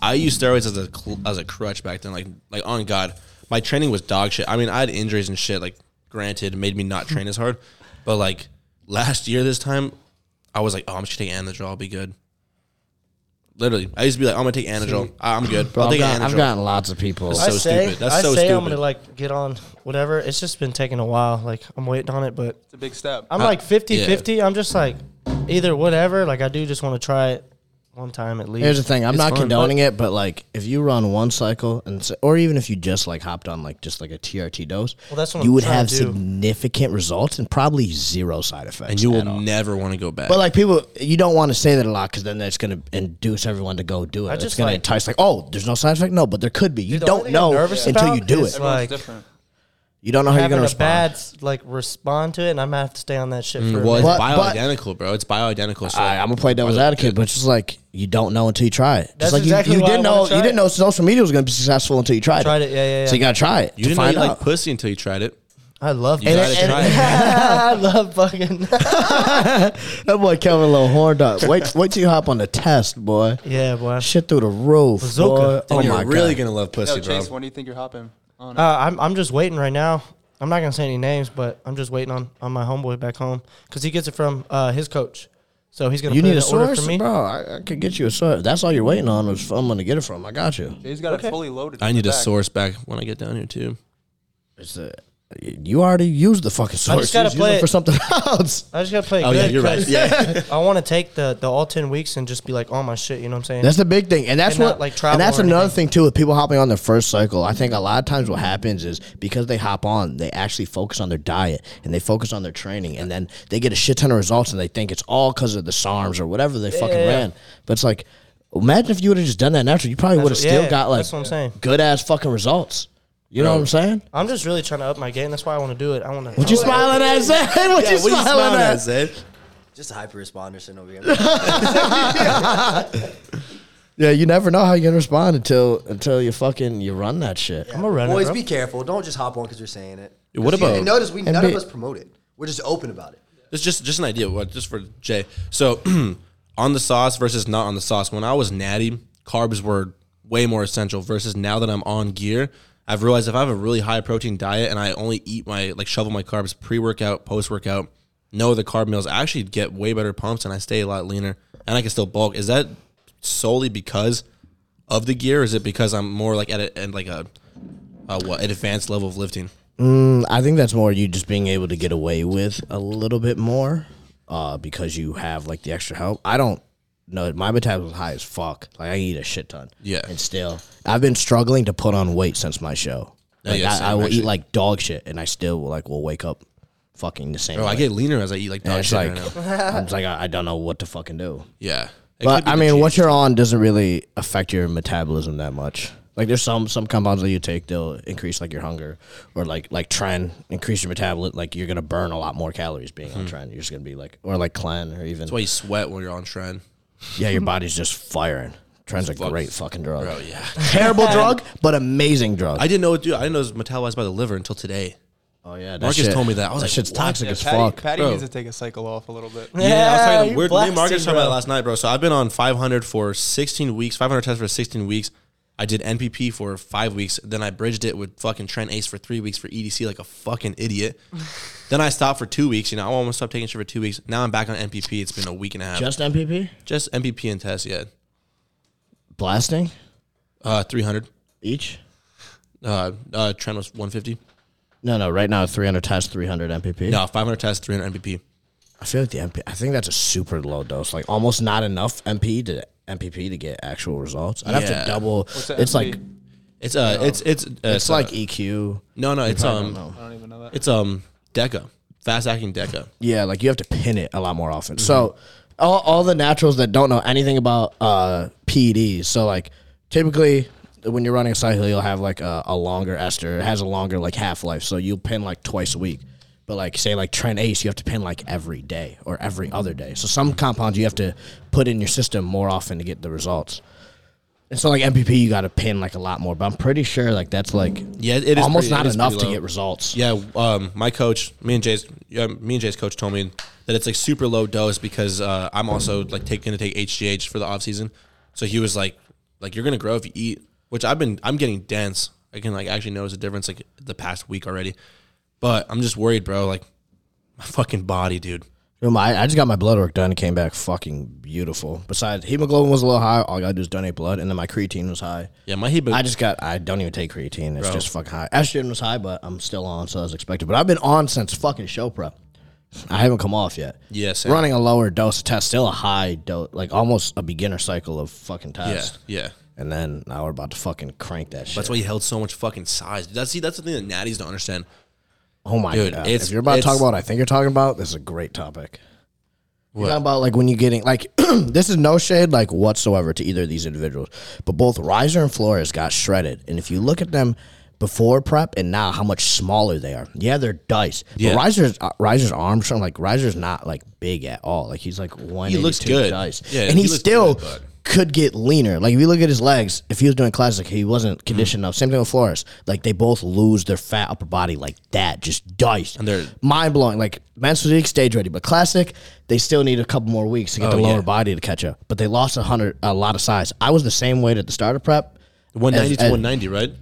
[SPEAKER 2] I used steroids as a cl- as a crutch back then. Like like on God, my training was dog shit. I mean, I had injuries and shit. Like granted, it made me not train as hard, but like last year this time, I was like, "Oh, I'm just gonna take Anadrol, I'll be good." Literally, I used to be like, "I'm gonna take Anadrol, I- I'm good."
[SPEAKER 1] Bro,
[SPEAKER 2] I'll
[SPEAKER 1] I've,
[SPEAKER 2] take
[SPEAKER 1] got,
[SPEAKER 2] Anadrol.
[SPEAKER 1] I've gotten lots of people.
[SPEAKER 2] So
[SPEAKER 3] I say,
[SPEAKER 2] stupid. That's
[SPEAKER 3] I
[SPEAKER 2] so
[SPEAKER 3] say I'm
[SPEAKER 2] stupid.
[SPEAKER 3] gonna like get on whatever. It's just been taking a while. Like I'm waiting on it, but
[SPEAKER 5] It's a big step.
[SPEAKER 3] I'm like 50
[SPEAKER 2] yeah.
[SPEAKER 3] 50. I'm just like either whatever. Like I do just want to try it one time at least.
[SPEAKER 1] Here's the thing. I'm
[SPEAKER 2] It's
[SPEAKER 1] not
[SPEAKER 2] fun,
[SPEAKER 1] condoning it, but like if you run one cycle and s- or even if you just like hopped on like just like a TRT dose,
[SPEAKER 3] Well, that's what
[SPEAKER 1] you
[SPEAKER 3] I'm
[SPEAKER 1] would
[SPEAKER 3] trying
[SPEAKER 1] have
[SPEAKER 3] to do.
[SPEAKER 1] significant results and probably zero side effects.
[SPEAKER 2] and you
[SPEAKER 1] at all.
[SPEAKER 2] will never want to go back.
[SPEAKER 1] But like people, you don't want to say that a lot because then that's going to induce everyone to go do it. it's
[SPEAKER 3] just,
[SPEAKER 1] going
[SPEAKER 3] like-
[SPEAKER 1] to entice like, oh, there's no side effect. No, but there could be. You
[SPEAKER 3] Dude, the
[SPEAKER 1] don't
[SPEAKER 3] only thing I'm
[SPEAKER 1] know
[SPEAKER 3] nervous
[SPEAKER 1] until you
[SPEAKER 3] about
[SPEAKER 1] do
[SPEAKER 3] is,
[SPEAKER 1] it.
[SPEAKER 3] like,
[SPEAKER 5] Everyone's different.
[SPEAKER 1] You don't know how you're going
[SPEAKER 3] having
[SPEAKER 1] to
[SPEAKER 3] a
[SPEAKER 1] respond.
[SPEAKER 3] bad like respond to it, and I'm gonna have to stay on that
[SPEAKER 1] Mm,
[SPEAKER 3] shit for a
[SPEAKER 2] well,
[SPEAKER 3] minute.
[SPEAKER 2] it's
[SPEAKER 1] But- but-
[SPEAKER 2] bioidentical, bro. It's bioidentical. So
[SPEAKER 1] I, I'm gonna play devil's advocate, but it's just like you don't know until you try it. Just
[SPEAKER 3] That's
[SPEAKER 1] like
[SPEAKER 3] exactly
[SPEAKER 1] you, you
[SPEAKER 3] why I
[SPEAKER 1] didn't
[SPEAKER 3] wanna
[SPEAKER 1] know you
[SPEAKER 3] try
[SPEAKER 1] didn't
[SPEAKER 3] it.
[SPEAKER 1] know social media was gonna be successful until you tried,
[SPEAKER 3] Tried it, yeah, yeah,
[SPEAKER 1] So
[SPEAKER 3] yeah.
[SPEAKER 1] you gotta try it
[SPEAKER 2] you
[SPEAKER 1] to
[SPEAKER 2] didn't know
[SPEAKER 1] find
[SPEAKER 2] you
[SPEAKER 1] out.
[SPEAKER 2] like pussy until you tried it.
[SPEAKER 3] I love
[SPEAKER 2] You
[SPEAKER 3] that.
[SPEAKER 2] gotta try it.
[SPEAKER 3] I love fucking.
[SPEAKER 1] That boy Kevin a little horned up. Wait, wait till you hop on the test, boy.
[SPEAKER 3] yeah, boy.
[SPEAKER 1] Shit through the roof,
[SPEAKER 3] Bazooka.
[SPEAKER 1] boy.
[SPEAKER 2] Then
[SPEAKER 1] Oh
[SPEAKER 2] you're
[SPEAKER 1] my
[SPEAKER 2] really
[SPEAKER 1] god.
[SPEAKER 2] gonna love
[SPEAKER 5] Yo,
[SPEAKER 2] pussy,
[SPEAKER 5] Chase,
[SPEAKER 2] bro.
[SPEAKER 5] when do you think you're hopping? On it?
[SPEAKER 3] Uh, I'm I'm just waiting right now. I'm not gonna say any names, but I'm just waiting on, on my homeboy back home because he gets it from uh, his coach. So he's gonna
[SPEAKER 1] You
[SPEAKER 3] put
[SPEAKER 1] need a
[SPEAKER 3] it in order
[SPEAKER 1] source,
[SPEAKER 3] for me.
[SPEAKER 1] bro. I, I could get you a source. That's all you're waiting on. Is I'm gonna get it from. I got you.
[SPEAKER 5] Jay's got it fully loaded.
[SPEAKER 2] I
[SPEAKER 5] in
[SPEAKER 2] need
[SPEAKER 5] the
[SPEAKER 2] a
[SPEAKER 5] back.
[SPEAKER 2] source back when I get down here too.
[SPEAKER 1] It's a, you already used the fucking source.
[SPEAKER 3] gotta
[SPEAKER 1] Use it
[SPEAKER 3] play it.
[SPEAKER 1] for something else.
[SPEAKER 3] I just gotta play.
[SPEAKER 2] Oh,
[SPEAKER 3] good
[SPEAKER 2] yeah, you're right.
[SPEAKER 3] 'cause I want to take the the all ten weeks and just be like on my shit. You know what I'm saying?
[SPEAKER 1] That's the big thing, and that's
[SPEAKER 3] And
[SPEAKER 1] what,
[SPEAKER 3] not, like, travel
[SPEAKER 1] and that's
[SPEAKER 3] or
[SPEAKER 1] another
[SPEAKER 3] anything.
[SPEAKER 1] thing too. With people hopping on their first cycle, I think a lot of times what happens is because they hop on, they actually focus on their diet and they focus on their training, and then they get a shit ton of results, and they think it's all because of the SARMs or whatever they fucking
[SPEAKER 3] yeah, yeah.
[SPEAKER 1] ran. But it's like, imagine if you would have just done that natural, you probably would have
[SPEAKER 3] what-
[SPEAKER 1] still
[SPEAKER 3] yeah,
[SPEAKER 1] got like
[SPEAKER 3] that's what I'm saying.
[SPEAKER 1] good ass fucking results. You know what I'm saying?
[SPEAKER 3] I'm just really trying to up my game. That's why I want to do it. I want to.
[SPEAKER 1] What you smiling at, Zay? What you smiling at?
[SPEAKER 2] Zed?
[SPEAKER 4] Just a hyper responder sitting over here.
[SPEAKER 1] Yeah, you never know how you're gonna respond until until you fucking you run that shit.
[SPEAKER 3] I'm a runner,
[SPEAKER 4] Boys,
[SPEAKER 3] bro.
[SPEAKER 4] be careful. Don't just hop on because you're saying it.
[SPEAKER 2] Yeah, what
[SPEAKER 4] 'Cause you-
[SPEAKER 2] about-
[SPEAKER 4] and notice we
[SPEAKER 1] and
[SPEAKER 4] none
[SPEAKER 1] be-
[SPEAKER 4] of us promote it. We're just open about it.
[SPEAKER 2] It's just just an idea, what just for Jay. So on the sauce versus not on the sauce. When I was natty, carbs were way more essential versus now that I'm on gear, I've realized if I have a really high protein diet and I only eat my like shovel my carbs pre workout, post workout, no other carb meals, I actually get way better pumps and I stay a lot leaner and I can still bulk. Is that solely because of the gear? Or is it because I'm more like at a and like a uh, what an advanced level of lifting?
[SPEAKER 1] I think that's more you just being able to get away with a little bit more uh, because you have like the extra help. I don't know. My metabolism high as fuck. Like I eat a shit ton.
[SPEAKER 2] Yeah.
[SPEAKER 1] And still, I've been struggling to put on weight since my show.
[SPEAKER 2] Oh,
[SPEAKER 1] Like
[SPEAKER 2] yeah,
[SPEAKER 1] I,
[SPEAKER 2] same,
[SPEAKER 1] I will
[SPEAKER 2] actually.
[SPEAKER 1] eat like dog shit, and I still will, like will wake up fucking the same.
[SPEAKER 2] Bro, Oh, I
[SPEAKER 1] way.
[SPEAKER 2] get leaner as I eat like
[SPEAKER 1] And
[SPEAKER 2] dog
[SPEAKER 1] it's
[SPEAKER 2] shit
[SPEAKER 1] like
[SPEAKER 2] right now.
[SPEAKER 1] I'm just like I, I don't know what to fucking do.
[SPEAKER 2] Yeah. It could
[SPEAKER 1] But
[SPEAKER 2] be
[SPEAKER 1] I
[SPEAKER 2] the
[SPEAKER 1] mean,
[SPEAKER 2] genes.
[SPEAKER 1] what you're on doesn't really affect your metabolism that much. Like there's some some compounds that you take they'll increase like your hunger or like like try and increase your metabolism. Like you're gonna burn a lot more calories being on trend. You're just gonna be like or like clan or even
[SPEAKER 2] Hmm. That's why you sweat when you're on trend.
[SPEAKER 1] yeah, your body's just firing. Trend's a great fucking drug.
[SPEAKER 2] Bro, Oh, yeah.
[SPEAKER 1] Terrible drug, but amazing drug.
[SPEAKER 2] I didn't know it, dude. I didn't know it was metabolized by the liver until today.
[SPEAKER 1] oh yeah, that
[SPEAKER 2] Marcus
[SPEAKER 1] shit-
[SPEAKER 2] told me that. I was like,
[SPEAKER 1] shit's
[SPEAKER 2] what?
[SPEAKER 1] toxic
[SPEAKER 5] Yeah,
[SPEAKER 1] as
[SPEAKER 5] Patty,
[SPEAKER 1] fuck.
[SPEAKER 5] Patty
[SPEAKER 2] Bro.
[SPEAKER 5] needs to take a cycle off a little bit.
[SPEAKER 2] Yeah, I was talking.
[SPEAKER 3] you're
[SPEAKER 2] To, we're, me and Marcus
[SPEAKER 3] blasting,
[SPEAKER 2] talking about it
[SPEAKER 3] bro.
[SPEAKER 2] last night, bro. So I've been on 500 for 16 weeks, 500 tests for 16 weeks. I did NPP for five weeks. Then I bridged it with fucking Trent Ace for three weeks for EDC like a fucking idiot. then I stopped for two weeks. You know, I almost stopped taking shit for two weeks. Now I'm back on NPP. It's been a week and a half. Just,
[SPEAKER 1] Just MPP
[SPEAKER 2] NPP and tests, yeah.
[SPEAKER 1] blasting
[SPEAKER 2] Uh, 300.
[SPEAKER 1] each.
[SPEAKER 2] Uh, uh, Trent was 150.
[SPEAKER 1] No, no. Right now, 300 tests, 300 MPP.
[SPEAKER 2] No, 500 tests, 300 NPP.
[SPEAKER 1] I feel like the MP. I think that's a super low dose, like almost not enough MP to MPP to get actual results. I'd have
[SPEAKER 2] Yeah.
[SPEAKER 1] to double.
[SPEAKER 5] What's the
[SPEAKER 1] It's
[SPEAKER 5] MP?
[SPEAKER 1] like
[SPEAKER 2] It's uh, it's it's uh,
[SPEAKER 1] it's,
[SPEAKER 2] uh,
[SPEAKER 1] like E EQ.
[SPEAKER 2] No, no, it's
[SPEAKER 1] I don't
[SPEAKER 2] um,
[SPEAKER 1] know.
[SPEAKER 5] I don't even know that.
[SPEAKER 2] it's um, Deca, fast acting Deca.
[SPEAKER 1] Yeah, like you have to pin it a lot more often. So
[SPEAKER 2] Mm-hmm.
[SPEAKER 1] all, all the naturals that don't know anything about uh, PEDs, so like typically when you're running a cycle, you'll have like a, a longer ester. It has a longer like half life, so you'll pin like twice a week. But like say like Trent Ace, you have to pin like every day or every other day. So some compounds you have to put in your system more often to get the results. And so like MPP, you got to pin like a lot more. But I'm pretty sure like that's like
[SPEAKER 2] Yeah, it is
[SPEAKER 1] almost
[SPEAKER 2] pretty-
[SPEAKER 1] not
[SPEAKER 2] it is
[SPEAKER 1] enough
[SPEAKER 2] pretty
[SPEAKER 1] to
[SPEAKER 2] low.
[SPEAKER 1] get results.
[SPEAKER 2] Yeah, um, my coach, me and Jay's, yeah, me and Jay's coach told me that it's like super low dose because uh, I'm also like taking to take HGH for the off season. So he was like, like you're gonna grow if you eat, which I've been, I'm getting dense. I can like actually notice a difference like the past week already, but I'm just worried, bro. Like my fucking body, dude.
[SPEAKER 1] Yo, my- I just got my blood work done. It came back fucking beautiful. Besides, hemoglobin was a little high. All I gotta do is donate blood, and then my creatine was high.
[SPEAKER 2] Yeah, my heat.
[SPEAKER 1] I just got. I don't even take creatine. It's just fucking high. Estrogen was high, but I'm still on, so as expected. But I've been on since fucking show prep. I haven't come off yet.
[SPEAKER 2] Yeah, same.
[SPEAKER 1] running a lower dose of test, still a high dose, like almost a beginner cycle of fucking
[SPEAKER 2] yeah,
[SPEAKER 1] test.
[SPEAKER 2] yeah.
[SPEAKER 1] And then now we're about to fucking crank that shit.
[SPEAKER 2] That's why you held so much fucking size. Dude, That's see, that's the thing that natties don't understand.
[SPEAKER 1] Oh my
[SPEAKER 2] Dude,
[SPEAKER 1] god!
[SPEAKER 2] it's-
[SPEAKER 1] if you're about to talk
[SPEAKER 2] it's-
[SPEAKER 1] about, what I think you're talking about. This is a great topic. You're talking about like when you're getting like this is no shade like whatsoever to either of these individuals, but both Riser and Flores got shredded, and if you look at them before prep and now, how much smaller they are. Yeah, they're dice.
[SPEAKER 2] Yeah.
[SPEAKER 1] But Riser's uh, Riser's arm strength like Riser's not like big at all. Like he's like one.
[SPEAKER 2] looks good.
[SPEAKER 1] Dice.
[SPEAKER 2] Yeah,
[SPEAKER 1] and
[SPEAKER 2] he
[SPEAKER 1] he,
[SPEAKER 2] looks
[SPEAKER 1] still
[SPEAKER 2] good, but-
[SPEAKER 1] could get leaner. Like if you look at his legs, if he was doing classic, he
[SPEAKER 2] Mm-hmm.
[SPEAKER 1] wasn't conditioned enough. Same thing with Flores. Like they both lose their fat upper body like that, just diced. And
[SPEAKER 2] they're-
[SPEAKER 1] mind blowing. Like men's physique stage ready, but classic, they still need a couple more weeks to get
[SPEAKER 2] Oh,
[SPEAKER 1] the lower
[SPEAKER 2] yeah.
[SPEAKER 1] body to catch up. But they lost a hundred, a lot of size. I was the same weight at the start of prep.
[SPEAKER 2] 190
[SPEAKER 1] As-
[SPEAKER 2] to
[SPEAKER 1] as-
[SPEAKER 2] 190, right?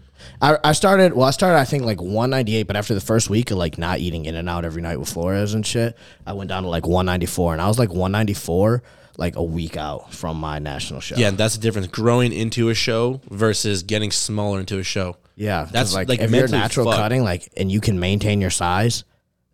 [SPEAKER 1] I, I started well I started I think like 198 but after the first week of like not eating in and out every night with Flores and shit I went down to like 194 and I was like 194 like a week out from my national show
[SPEAKER 2] Yeah, and that's the difference. Growing into a show versus getting smaller into a show.
[SPEAKER 1] yeah 'cause,
[SPEAKER 2] That's like,
[SPEAKER 1] if you're
[SPEAKER 2] mentally
[SPEAKER 1] natural
[SPEAKER 2] fucked.
[SPEAKER 1] cutting like and you can maintain your size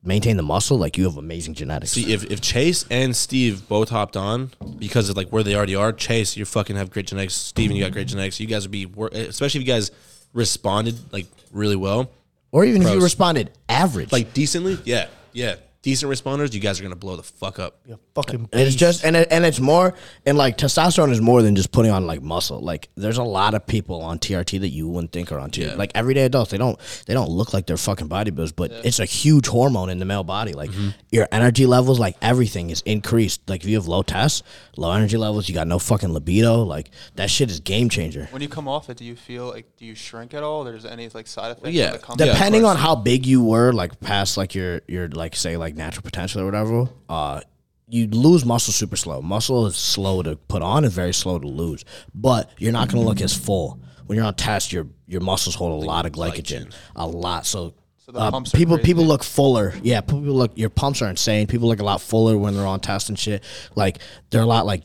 [SPEAKER 1] maintain the muscle like you have amazing genetics
[SPEAKER 2] See, if, if Chase and Steve both hopped on because of like where they already are, Chase, you fucking have great genetics. Steven, you got great genetics. You guys would be, wor- especially if you guys responded like really well,
[SPEAKER 1] or even if you
[SPEAKER 2] Gross.
[SPEAKER 1] responded average
[SPEAKER 2] like decently. Yeah, yeah. decent responders, you guys are gonna blow the fuck up.
[SPEAKER 3] You're a fucking
[SPEAKER 1] And it's
[SPEAKER 3] beast.
[SPEAKER 1] just and it, and it's more and like testosterone is more than just putting on like muscle. Like there's a lot of people on TRT that you wouldn't think are on TRT.
[SPEAKER 2] Yeah.
[SPEAKER 1] Like everyday adults, they don't they don't look like they're fucking bodybuilders, but it's a huge hormone in the male body. Like
[SPEAKER 2] Mm-hmm.
[SPEAKER 1] your energy levels, like everything is increased. Like if you have low test, low energy levels, you got no fucking libido. Like that shit is game changer.
[SPEAKER 5] When you come off it, do you feel like do you shrink at all? There's any like side effects?
[SPEAKER 2] Yeah,
[SPEAKER 5] that come
[SPEAKER 2] of
[SPEAKER 1] Depending
[SPEAKER 2] course.
[SPEAKER 1] on how big you were, like past like your your like say like natural potential or whatever, uh, you lose muscle super slow. Muscle is slow to put on and very slow to lose, but you're not gonna look as full when you're on test. Your your muscles hold a lot of glycogen, a lot. So.
[SPEAKER 5] the
[SPEAKER 1] uh,
[SPEAKER 5] pumps are
[SPEAKER 1] people
[SPEAKER 5] crazy.
[SPEAKER 1] people look fuller. Yeah, people look your pumps are insane. People look a lot fuller when they're on test and shit. Like they're a lot like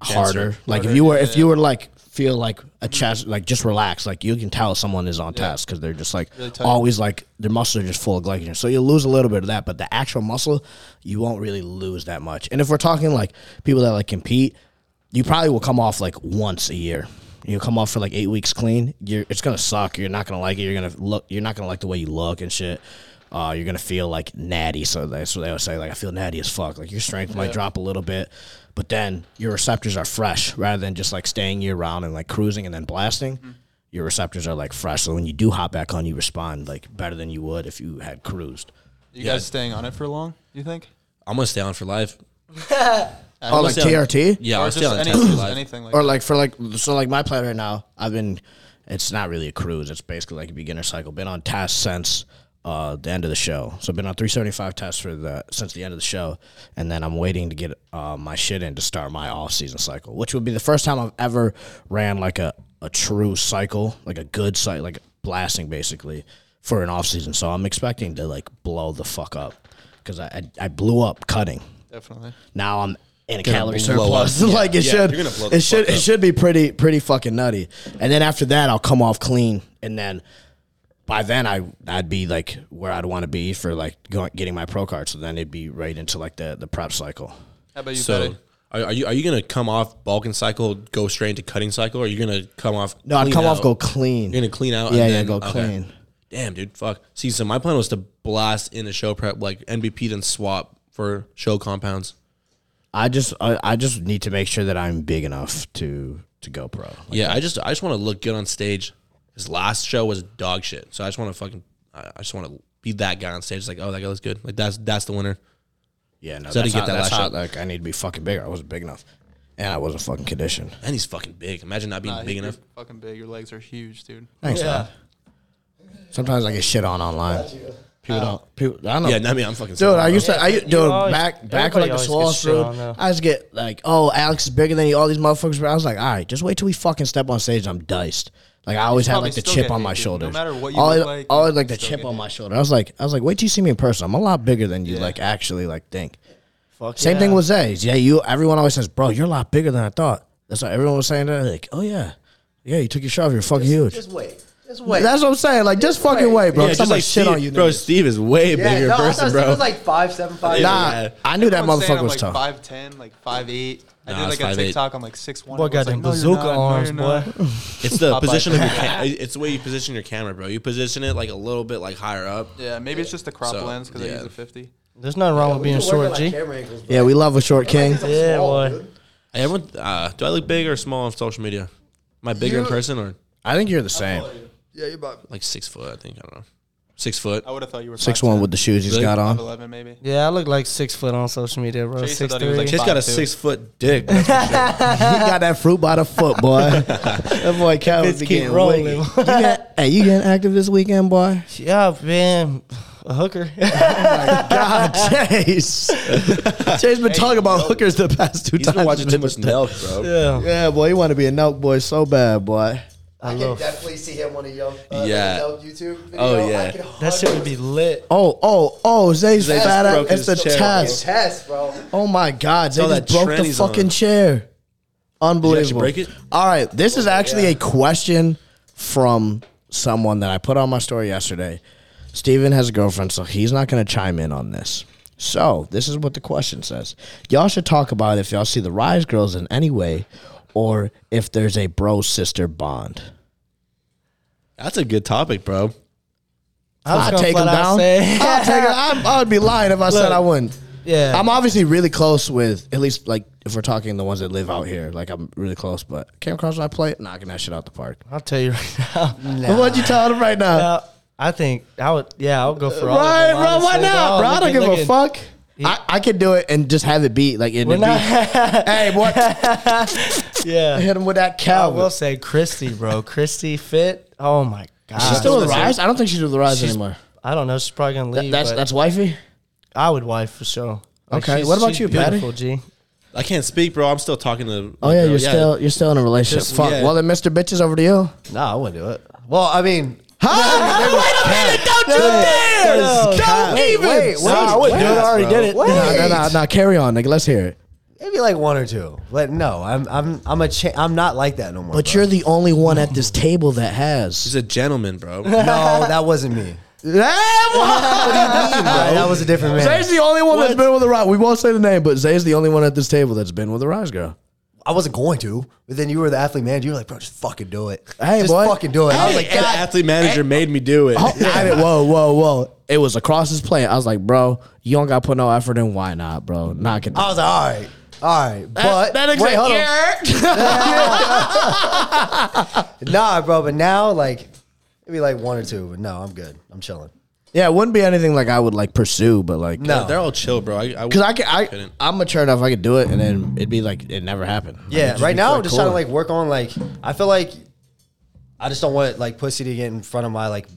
[SPEAKER 1] harder. Like if you were if you were like feel like a chest like just relax. Like you can tell someone is on test because they're just like always like their muscles are just full of glycogen. So you'll lose a little bit of that, but the actual muscle you won't really lose that much. And if we're talking like people that like compete, you probably will come off like once a year. You come off for like eight weeks clean. You're it's gonna suck. You're not gonna like it. You're gonna look. You're not gonna like the way you look and shit. Uh, you're gonna feel like natty. So that's what they would say. Like I feel natty as fuck. Like your strength might drop a little bit, but then your receptors are fresh rather than just like staying year round and like cruising and then blasting. Your receptors are like fresh. So when you do hop back on, you respond like better than you would if you had cruised.
[SPEAKER 5] You guys staying on it for long? You think?
[SPEAKER 2] I'm gonna stay on for life.
[SPEAKER 1] Oh, like TRT.
[SPEAKER 2] Yeah,
[SPEAKER 5] or
[SPEAKER 2] I'll
[SPEAKER 5] just
[SPEAKER 2] stay on
[SPEAKER 5] any-
[SPEAKER 2] test for life.
[SPEAKER 5] anything like
[SPEAKER 1] or like for like so like my plan right now i've been it's not really a cruise it's basically like a beginner cycle been on task since uh the end of the show so i've been on 375 tests for the since the end of the show and then i'm waiting to get uh, my shit in to start my off season cycle which would be the first time i've ever ran like a a true cycle like a good cycle like blasting basically for an off season so i'm expecting to like blow the fuck up because I, I i blew up cutting
[SPEAKER 5] definitely.
[SPEAKER 1] now I'm in a
[SPEAKER 2] Gonna
[SPEAKER 1] calorie
[SPEAKER 2] blow
[SPEAKER 1] surplus.
[SPEAKER 2] up. Yeah,
[SPEAKER 1] like it
[SPEAKER 2] yeah,
[SPEAKER 1] should,
[SPEAKER 2] you're gonna blow the
[SPEAKER 1] it should,
[SPEAKER 2] fuck
[SPEAKER 1] it
[SPEAKER 2] up.
[SPEAKER 1] should be pretty, pretty fucking nutty. And then after that, I'll come off clean, and then by then I, I'd be like where I'd want to be for like going, getting my pro card. So then it'd be right into like the the prep cycle.
[SPEAKER 5] How about you,
[SPEAKER 2] So,
[SPEAKER 5] Betty?
[SPEAKER 2] are, are you are you gonna come off Balkan cycle, go straight into cutting cycle, or are you gonna come off?
[SPEAKER 1] No, I'd
[SPEAKER 2] clean
[SPEAKER 1] come off
[SPEAKER 2] out?
[SPEAKER 1] go clean.
[SPEAKER 2] You're gonna clean out.
[SPEAKER 1] Yeah,
[SPEAKER 2] and
[SPEAKER 1] yeah,
[SPEAKER 2] then,
[SPEAKER 1] go
[SPEAKER 2] okay.
[SPEAKER 1] clean.
[SPEAKER 2] Damn, dude, fuck. See, so my plan was to blast in the show prep like NBP then swap for show compounds.
[SPEAKER 1] I just, I, I just need to make sure that I'm big enough to to go pro. Like,
[SPEAKER 2] yeah, I just I just want to look good on stage. His last show was dog shit, so I just want to fucking I I just want to be that guy on stage. It's like, oh, that guy looks good. Like that's that's the winner.
[SPEAKER 1] yeah, no,
[SPEAKER 2] So to
[SPEAKER 1] that's,
[SPEAKER 2] get
[SPEAKER 1] how,
[SPEAKER 2] that
[SPEAKER 1] that's
[SPEAKER 2] last
[SPEAKER 1] how,
[SPEAKER 2] shot.
[SPEAKER 1] like I need to be fucking bigger. I wasn't big enough, and I wasn't fucking conditioned.
[SPEAKER 2] And he's fucking big. Imagine not being
[SPEAKER 5] Nah,
[SPEAKER 2] big
[SPEAKER 5] you're
[SPEAKER 2] enough.
[SPEAKER 5] Fucking big. Your legs are huge, dude.
[SPEAKER 1] Thanks,
[SPEAKER 3] Yeah.
[SPEAKER 1] man. Sometimes I get shit on online. People don't. People, I don't know.
[SPEAKER 2] Yeah, not me. I'm fucking.
[SPEAKER 1] Dude,
[SPEAKER 2] small.
[SPEAKER 1] I used to, I used,
[SPEAKER 3] you
[SPEAKER 1] dude,
[SPEAKER 3] always-
[SPEAKER 1] back back when, like
[SPEAKER 3] everybody
[SPEAKER 1] the
[SPEAKER 3] always
[SPEAKER 1] swallow
[SPEAKER 3] gets shit
[SPEAKER 1] food,
[SPEAKER 3] on, though.
[SPEAKER 1] I just get like, oh, Alex is bigger than you, all these motherfuckers. But I was like, all right, just wait till we fucking step on stage. I'm diced. Like I always had
[SPEAKER 5] probably
[SPEAKER 1] like the
[SPEAKER 5] still
[SPEAKER 1] chip
[SPEAKER 5] get
[SPEAKER 1] on
[SPEAKER 5] hate,
[SPEAKER 1] my
[SPEAKER 5] dude. No
[SPEAKER 1] shoulders.
[SPEAKER 5] matter what you
[SPEAKER 1] always,
[SPEAKER 5] look like,
[SPEAKER 1] always
[SPEAKER 5] you
[SPEAKER 1] like the
[SPEAKER 5] still
[SPEAKER 1] chip
[SPEAKER 5] get
[SPEAKER 1] on
[SPEAKER 5] hate.
[SPEAKER 1] my shoulder. I was like, I was like, wait till you see me in person. I'm a lot bigger than you like actually like think.
[SPEAKER 3] Fuck
[SPEAKER 1] Same
[SPEAKER 3] yeah.
[SPEAKER 1] thing with Zay. Yeah, you. Everyone always says, bro, you're a lot bigger than I thought. That's what everyone was saying. That like, oh yeah, yeah, you took your shot off. You're fucking huge.
[SPEAKER 4] Just wait. Just wait.
[SPEAKER 1] That's what I'm saying. Like, just fucking wait, bro.
[SPEAKER 2] Yeah,
[SPEAKER 1] Cause I'm like shit
[SPEAKER 2] Steve-
[SPEAKER 1] on you,
[SPEAKER 2] bro.
[SPEAKER 1] niggas.
[SPEAKER 2] Steve is way bigger
[SPEAKER 4] no, I thought
[SPEAKER 2] person,
[SPEAKER 4] Steve
[SPEAKER 2] bro.
[SPEAKER 4] was like five, seven, five.
[SPEAKER 1] Nah,
[SPEAKER 2] Yeah.
[SPEAKER 1] I knew that
[SPEAKER 5] Everyone's saying
[SPEAKER 1] motherfucker
[SPEAKER 5] I'm
[SPEAKER 1] was
[SPEAKER 5] like
[SPEAKER 1] tough.
[SPEAKER 5] Five ten, like five eight. I
[SPEAKER 2] Nah,
[SPEAKER 5] did
[SPEAKER 2] it's
[SPEAKER 5] like a
[SPEAKER 2] 5'8".
[SPEAKER 5] TikTok. I'm like six one.
[SPEAKER 3] Boy got them bazooka arms, boy.
[SPEAKER 2] It's the
[SPEAKER 5] Popeye.
[SPEAKER 2] position of your ca- it's the way you position your camera, bro. You position it like a little bit like higher up.
[SPEAKER 5] Yeah, maybe it's just the crop
[SPEAKER 2] So,
[SPEAKER 5] lens because
[SPEAKER 2] yeah.
[SPEAKER 5] I use a fifty.
[SPEAKER 3] There's nothing wrong with being short, G.
[SPEAKER 1] Yeah, we love a short king.
[SPEAKER 3] Yeah, boy.
[SPEAKER 2] Hey, everyone, uh, do I look big or small on social media? Am I bigger in person or
[SPEAKER 1] I think you're the same.
[SPEAKER 4] Yeah, you're about.
[SPEAKER 2] like six foot? I think I don't know. Six foot.
[SPEAKER 5] I would have thought you were
[SPEAKER 1] Six one with the shoes he's
[SPEAKER 2] Really?
[SPEAKER 1] got on.
[SPEAKER 5] eleven maybe.
[SPEAKER 3] Yeah, I look like six foot on social media, bro.
[SPEAKER 5] Jason
[SPEAKER 3] Six
[SPEAKER 5] thought he was
[SPEAKER 3] three.
[SPEAKER 5] like
[SPEAKER 2] Kid's got a
[SPEAKER 5] 5'2".
[SPEAKER 2] six foot dick. That's for sure.
[SPEAKER 1] he got that fruit by the foot, boy. that boy Calvin
[SPEAKER 3] Fits
[SPEAKER 1] be
[SPEAKER 3] keep
[SPEAKER 1] getting
[SPEAKER 3] rolling.
[SPEAKER 1] wicked. You got- hey, you getting active this weekend, boy?
[SPEAKER 3] yeah, man, a hooker.
[SPEAKER 1] God, Chase. Chase been talking about hookers the past two
[SPEAKER 2] He's
[SPEAKER 1] times.
[SPEAKER 2] been watching too much Nelk, bro.
[SPEAKER 3] yeah,
[SPEAKER 1] Yeah, boy, you want to be a milk boy so bad, boy.
[SPEAKER 3] I
[SPEAKER 4] I can
[SPEAKER 3] love
[SPEAKER 4] definitely see him on a Yelp, uh,
[SPEAKER 2] Yeah.
[SPEAKER 4] yeah. Yelp YouTube video.
[SPEAKER 2] Oh,
[SPEAKER 4] I
[SPEAKER 2] yeah.
[SPEAKER 4] can
[SPEAKER 3] that shit would be lit.
[SPEAKER 1] Oh, oh, oh, Zay's
[SPEAKER 2] Zay just
[SPEAKER 1] fat ass.
[SPEAKER 2] broke
[SPEAKER 1] It's
[SPEAKER 2] his
[SPEAKER 1] the
[SPEAKER 2] chair.
[SPEAKER 1] test.
[SPEAKER 4] Test, bro.
[SPEAKER 1] Oh my God! They
[SPEAKER 2] all
[SPEAKER 1] just
[SPEAKER 2] that
[SPEAKER 1] broke the
[SPEAKER 2] tranny's on.
[SPEAKER 1] fucking chair. Unbelievable.
[SPEAKER 2] break it? Oh,
[SPEAKER 1] All right, this is actually a question from someone that I put on my story yesterday. Steven has a girlfriend, so he's not going to chime in on this. So this is what the question says: Y'all should talk about if y'all see the Rise Girls in any way, or if there's a bro sister bond.
[SPEAKER 2] That's a good topic, bro.
[SPEAKER 3] I was
[SPEAKER 1] I'd
[SPEAKER 3] gonna
[SPEAKER 1] take him
[SPEAKER 3] flat out
[SPEAKER 1] down.
[SPEAKER 3] say-
[SPEAKER 1] I'll take him. I, I would be lying if I said
[SPEAKER 3] Look,
[SPEAKER 1] I wouldn't.
[SPEAKER 3] yeah.
[SPEAKER 1] I'm obviously really close with at least like if we're talking the ones that live out here. Like I'm really close, but Cam Cross, when I play knocking that shit out the park.
[SPEAKER 3] I'll tell you right now.
[SPEAKER 1] What you telling him right now?
[SPEAKER 3] Uh, I think I would. Yeah, I would go for all.
[SPEAKER 1] Right,
[SPEAKER 3] of them,
[SPEAKER 1] bro. Why
[SPEAKER 3] honestly,
[SPEAKER 1] not, bro? I
[SPEAKER 3] Look
[SPEAKER 1] don't
[SPEAKER 3] at-
[SPEAKER 1] give
[SPEAKER 3] look
[SPEAKER 1] a
[SPEAKER 3] at-
[SPEAKER 1] fuck. I, I could do it and just have it beat like it.
[SPEAKER 3] We're
[SPEAKER 1] it
[SPEAKER 3] not-
[SPEAKER 1] beat. hey, what?
[SPEAKER 3] Yeah,
[SPEAKER 1] Hit him with that
[SPEAKER 3] I
[SPEAKER 1] cow.
[SPEAKER 3] will say Christy, bro. Christy fit. Oh my god.
[SPEAKER 1] she's still with Rise. I don't think she's with Rise
[SPEAKER 3] She's-
[SPEAKER 1] anymore.
[SPEAKER 3] I don't know. She's probably gonna
[SPEAKER 1] That-
[SPEAKER 3] leave.
[SPEAKER 1] that's
[SPEAKER 3] but
[SPEAKER 1] that's wifey.
[SPEAKER 3] I would wife for sure.
[SPEAKER 1] Okay,
[SPEAKER 3] she's-
[SPEAKER 1] what about
[SPEAKER 3] she's
[SPEAKER 1] you, Patty?
[SPEAKER 3] beautiful, G.
[SPEAKER 2] I can't speak, bro. I'm still talking to.
[SPEAKER 1] Oh yeah,
[SPEAKER 2] girl.
[SPEAKER 1] you're still you're still in a relationship.
[SPEAKER 2] Just-
[SPEAKER 1] Fuck.
[SPEAKER 2] yeah.
[SPEAKER 1] Well, then, Mister Bitches, over to you.
[SPEAKER 4] Nah, I wouldn't do it. Well, I mean,
[SPEAKER 1] Don't you dare! Don't even.
[SPEAKER 4] wait, wait,
[SPEAKER 3] I wouldn't do it. I already
[SPEAKER 2] bro.
[SPEAKER 3] did it.
[SPEAKER 4] What?
[SPEAKER 1] No, no, no, no. Carry on, nigga. Let's hear it.
[SPEAKER 4] maybe like one or two, but no, I'm I'm I'm a cha- I'm not like that no more.
[SPEAKER 1] But
[SPEAKER 4] bro.
[SPEAKER 1] you're the only one at this table that has.
[SPEAKER 2] He's a gentleman, bro.
[SPEAKER 4] no, that wasn't me. Nah, that was a different man.
[SPEAKER 1] Eh, Zay's the only one that's been with a rise. We won't say the name, but Zay's the only one at this table that's been with a rise girl.
[SPEAKER 4] I wasn't going to, but then you were the athlete manager. You were like, bro, just fucking do it.
[SPEAKER 1] Hey,
[SPEAKER 4] just
[SPEAKER 1] boy.
[SPEAKER 4] fucking do it. I was like,
[SPEAKER 2] An athlete manager made me do it.
[SPEAKER 1] Oh, I didn't- whoa, whoa, whoa. It was across his plate. I was like, bro, you don't got to put no effort in. Why not, bro? Knock it
[SPEAKER 4] I
[SPEAKER 1] down.
[SPEAKER 4] was like, all right, all right, but wait, hold on. Nah, bro, but now like maybe like one or two, but no, I'm good. I'm chilling.
[SPEAKER 1] Yeah, it wouldn't be anything like I would like pursue, but like.
[SPEAKER 4] No.
[SPEAKER 2] They're all chill, bro. I, I,
[SPEAKER 1] Because I, can, I,
[SPEAKER 2] couldn't.
[SPEAKER 1] I'm mature enough. I could do it, and then it'd be like it never happened. Like, it'd
[SPEAKER 4] Yeah,
[SPEAKER 1] just
[SPEAKER 4] right
[SPEAKER 1] be
[SPEAKER 4] now
[SPEAKER 1] like
[SPEAKER 4] I'm just
[SPEAKER 1] cool.
[SPEAKER 4] trying to like work on like I feel like I just don't want like pussy to get in front of my like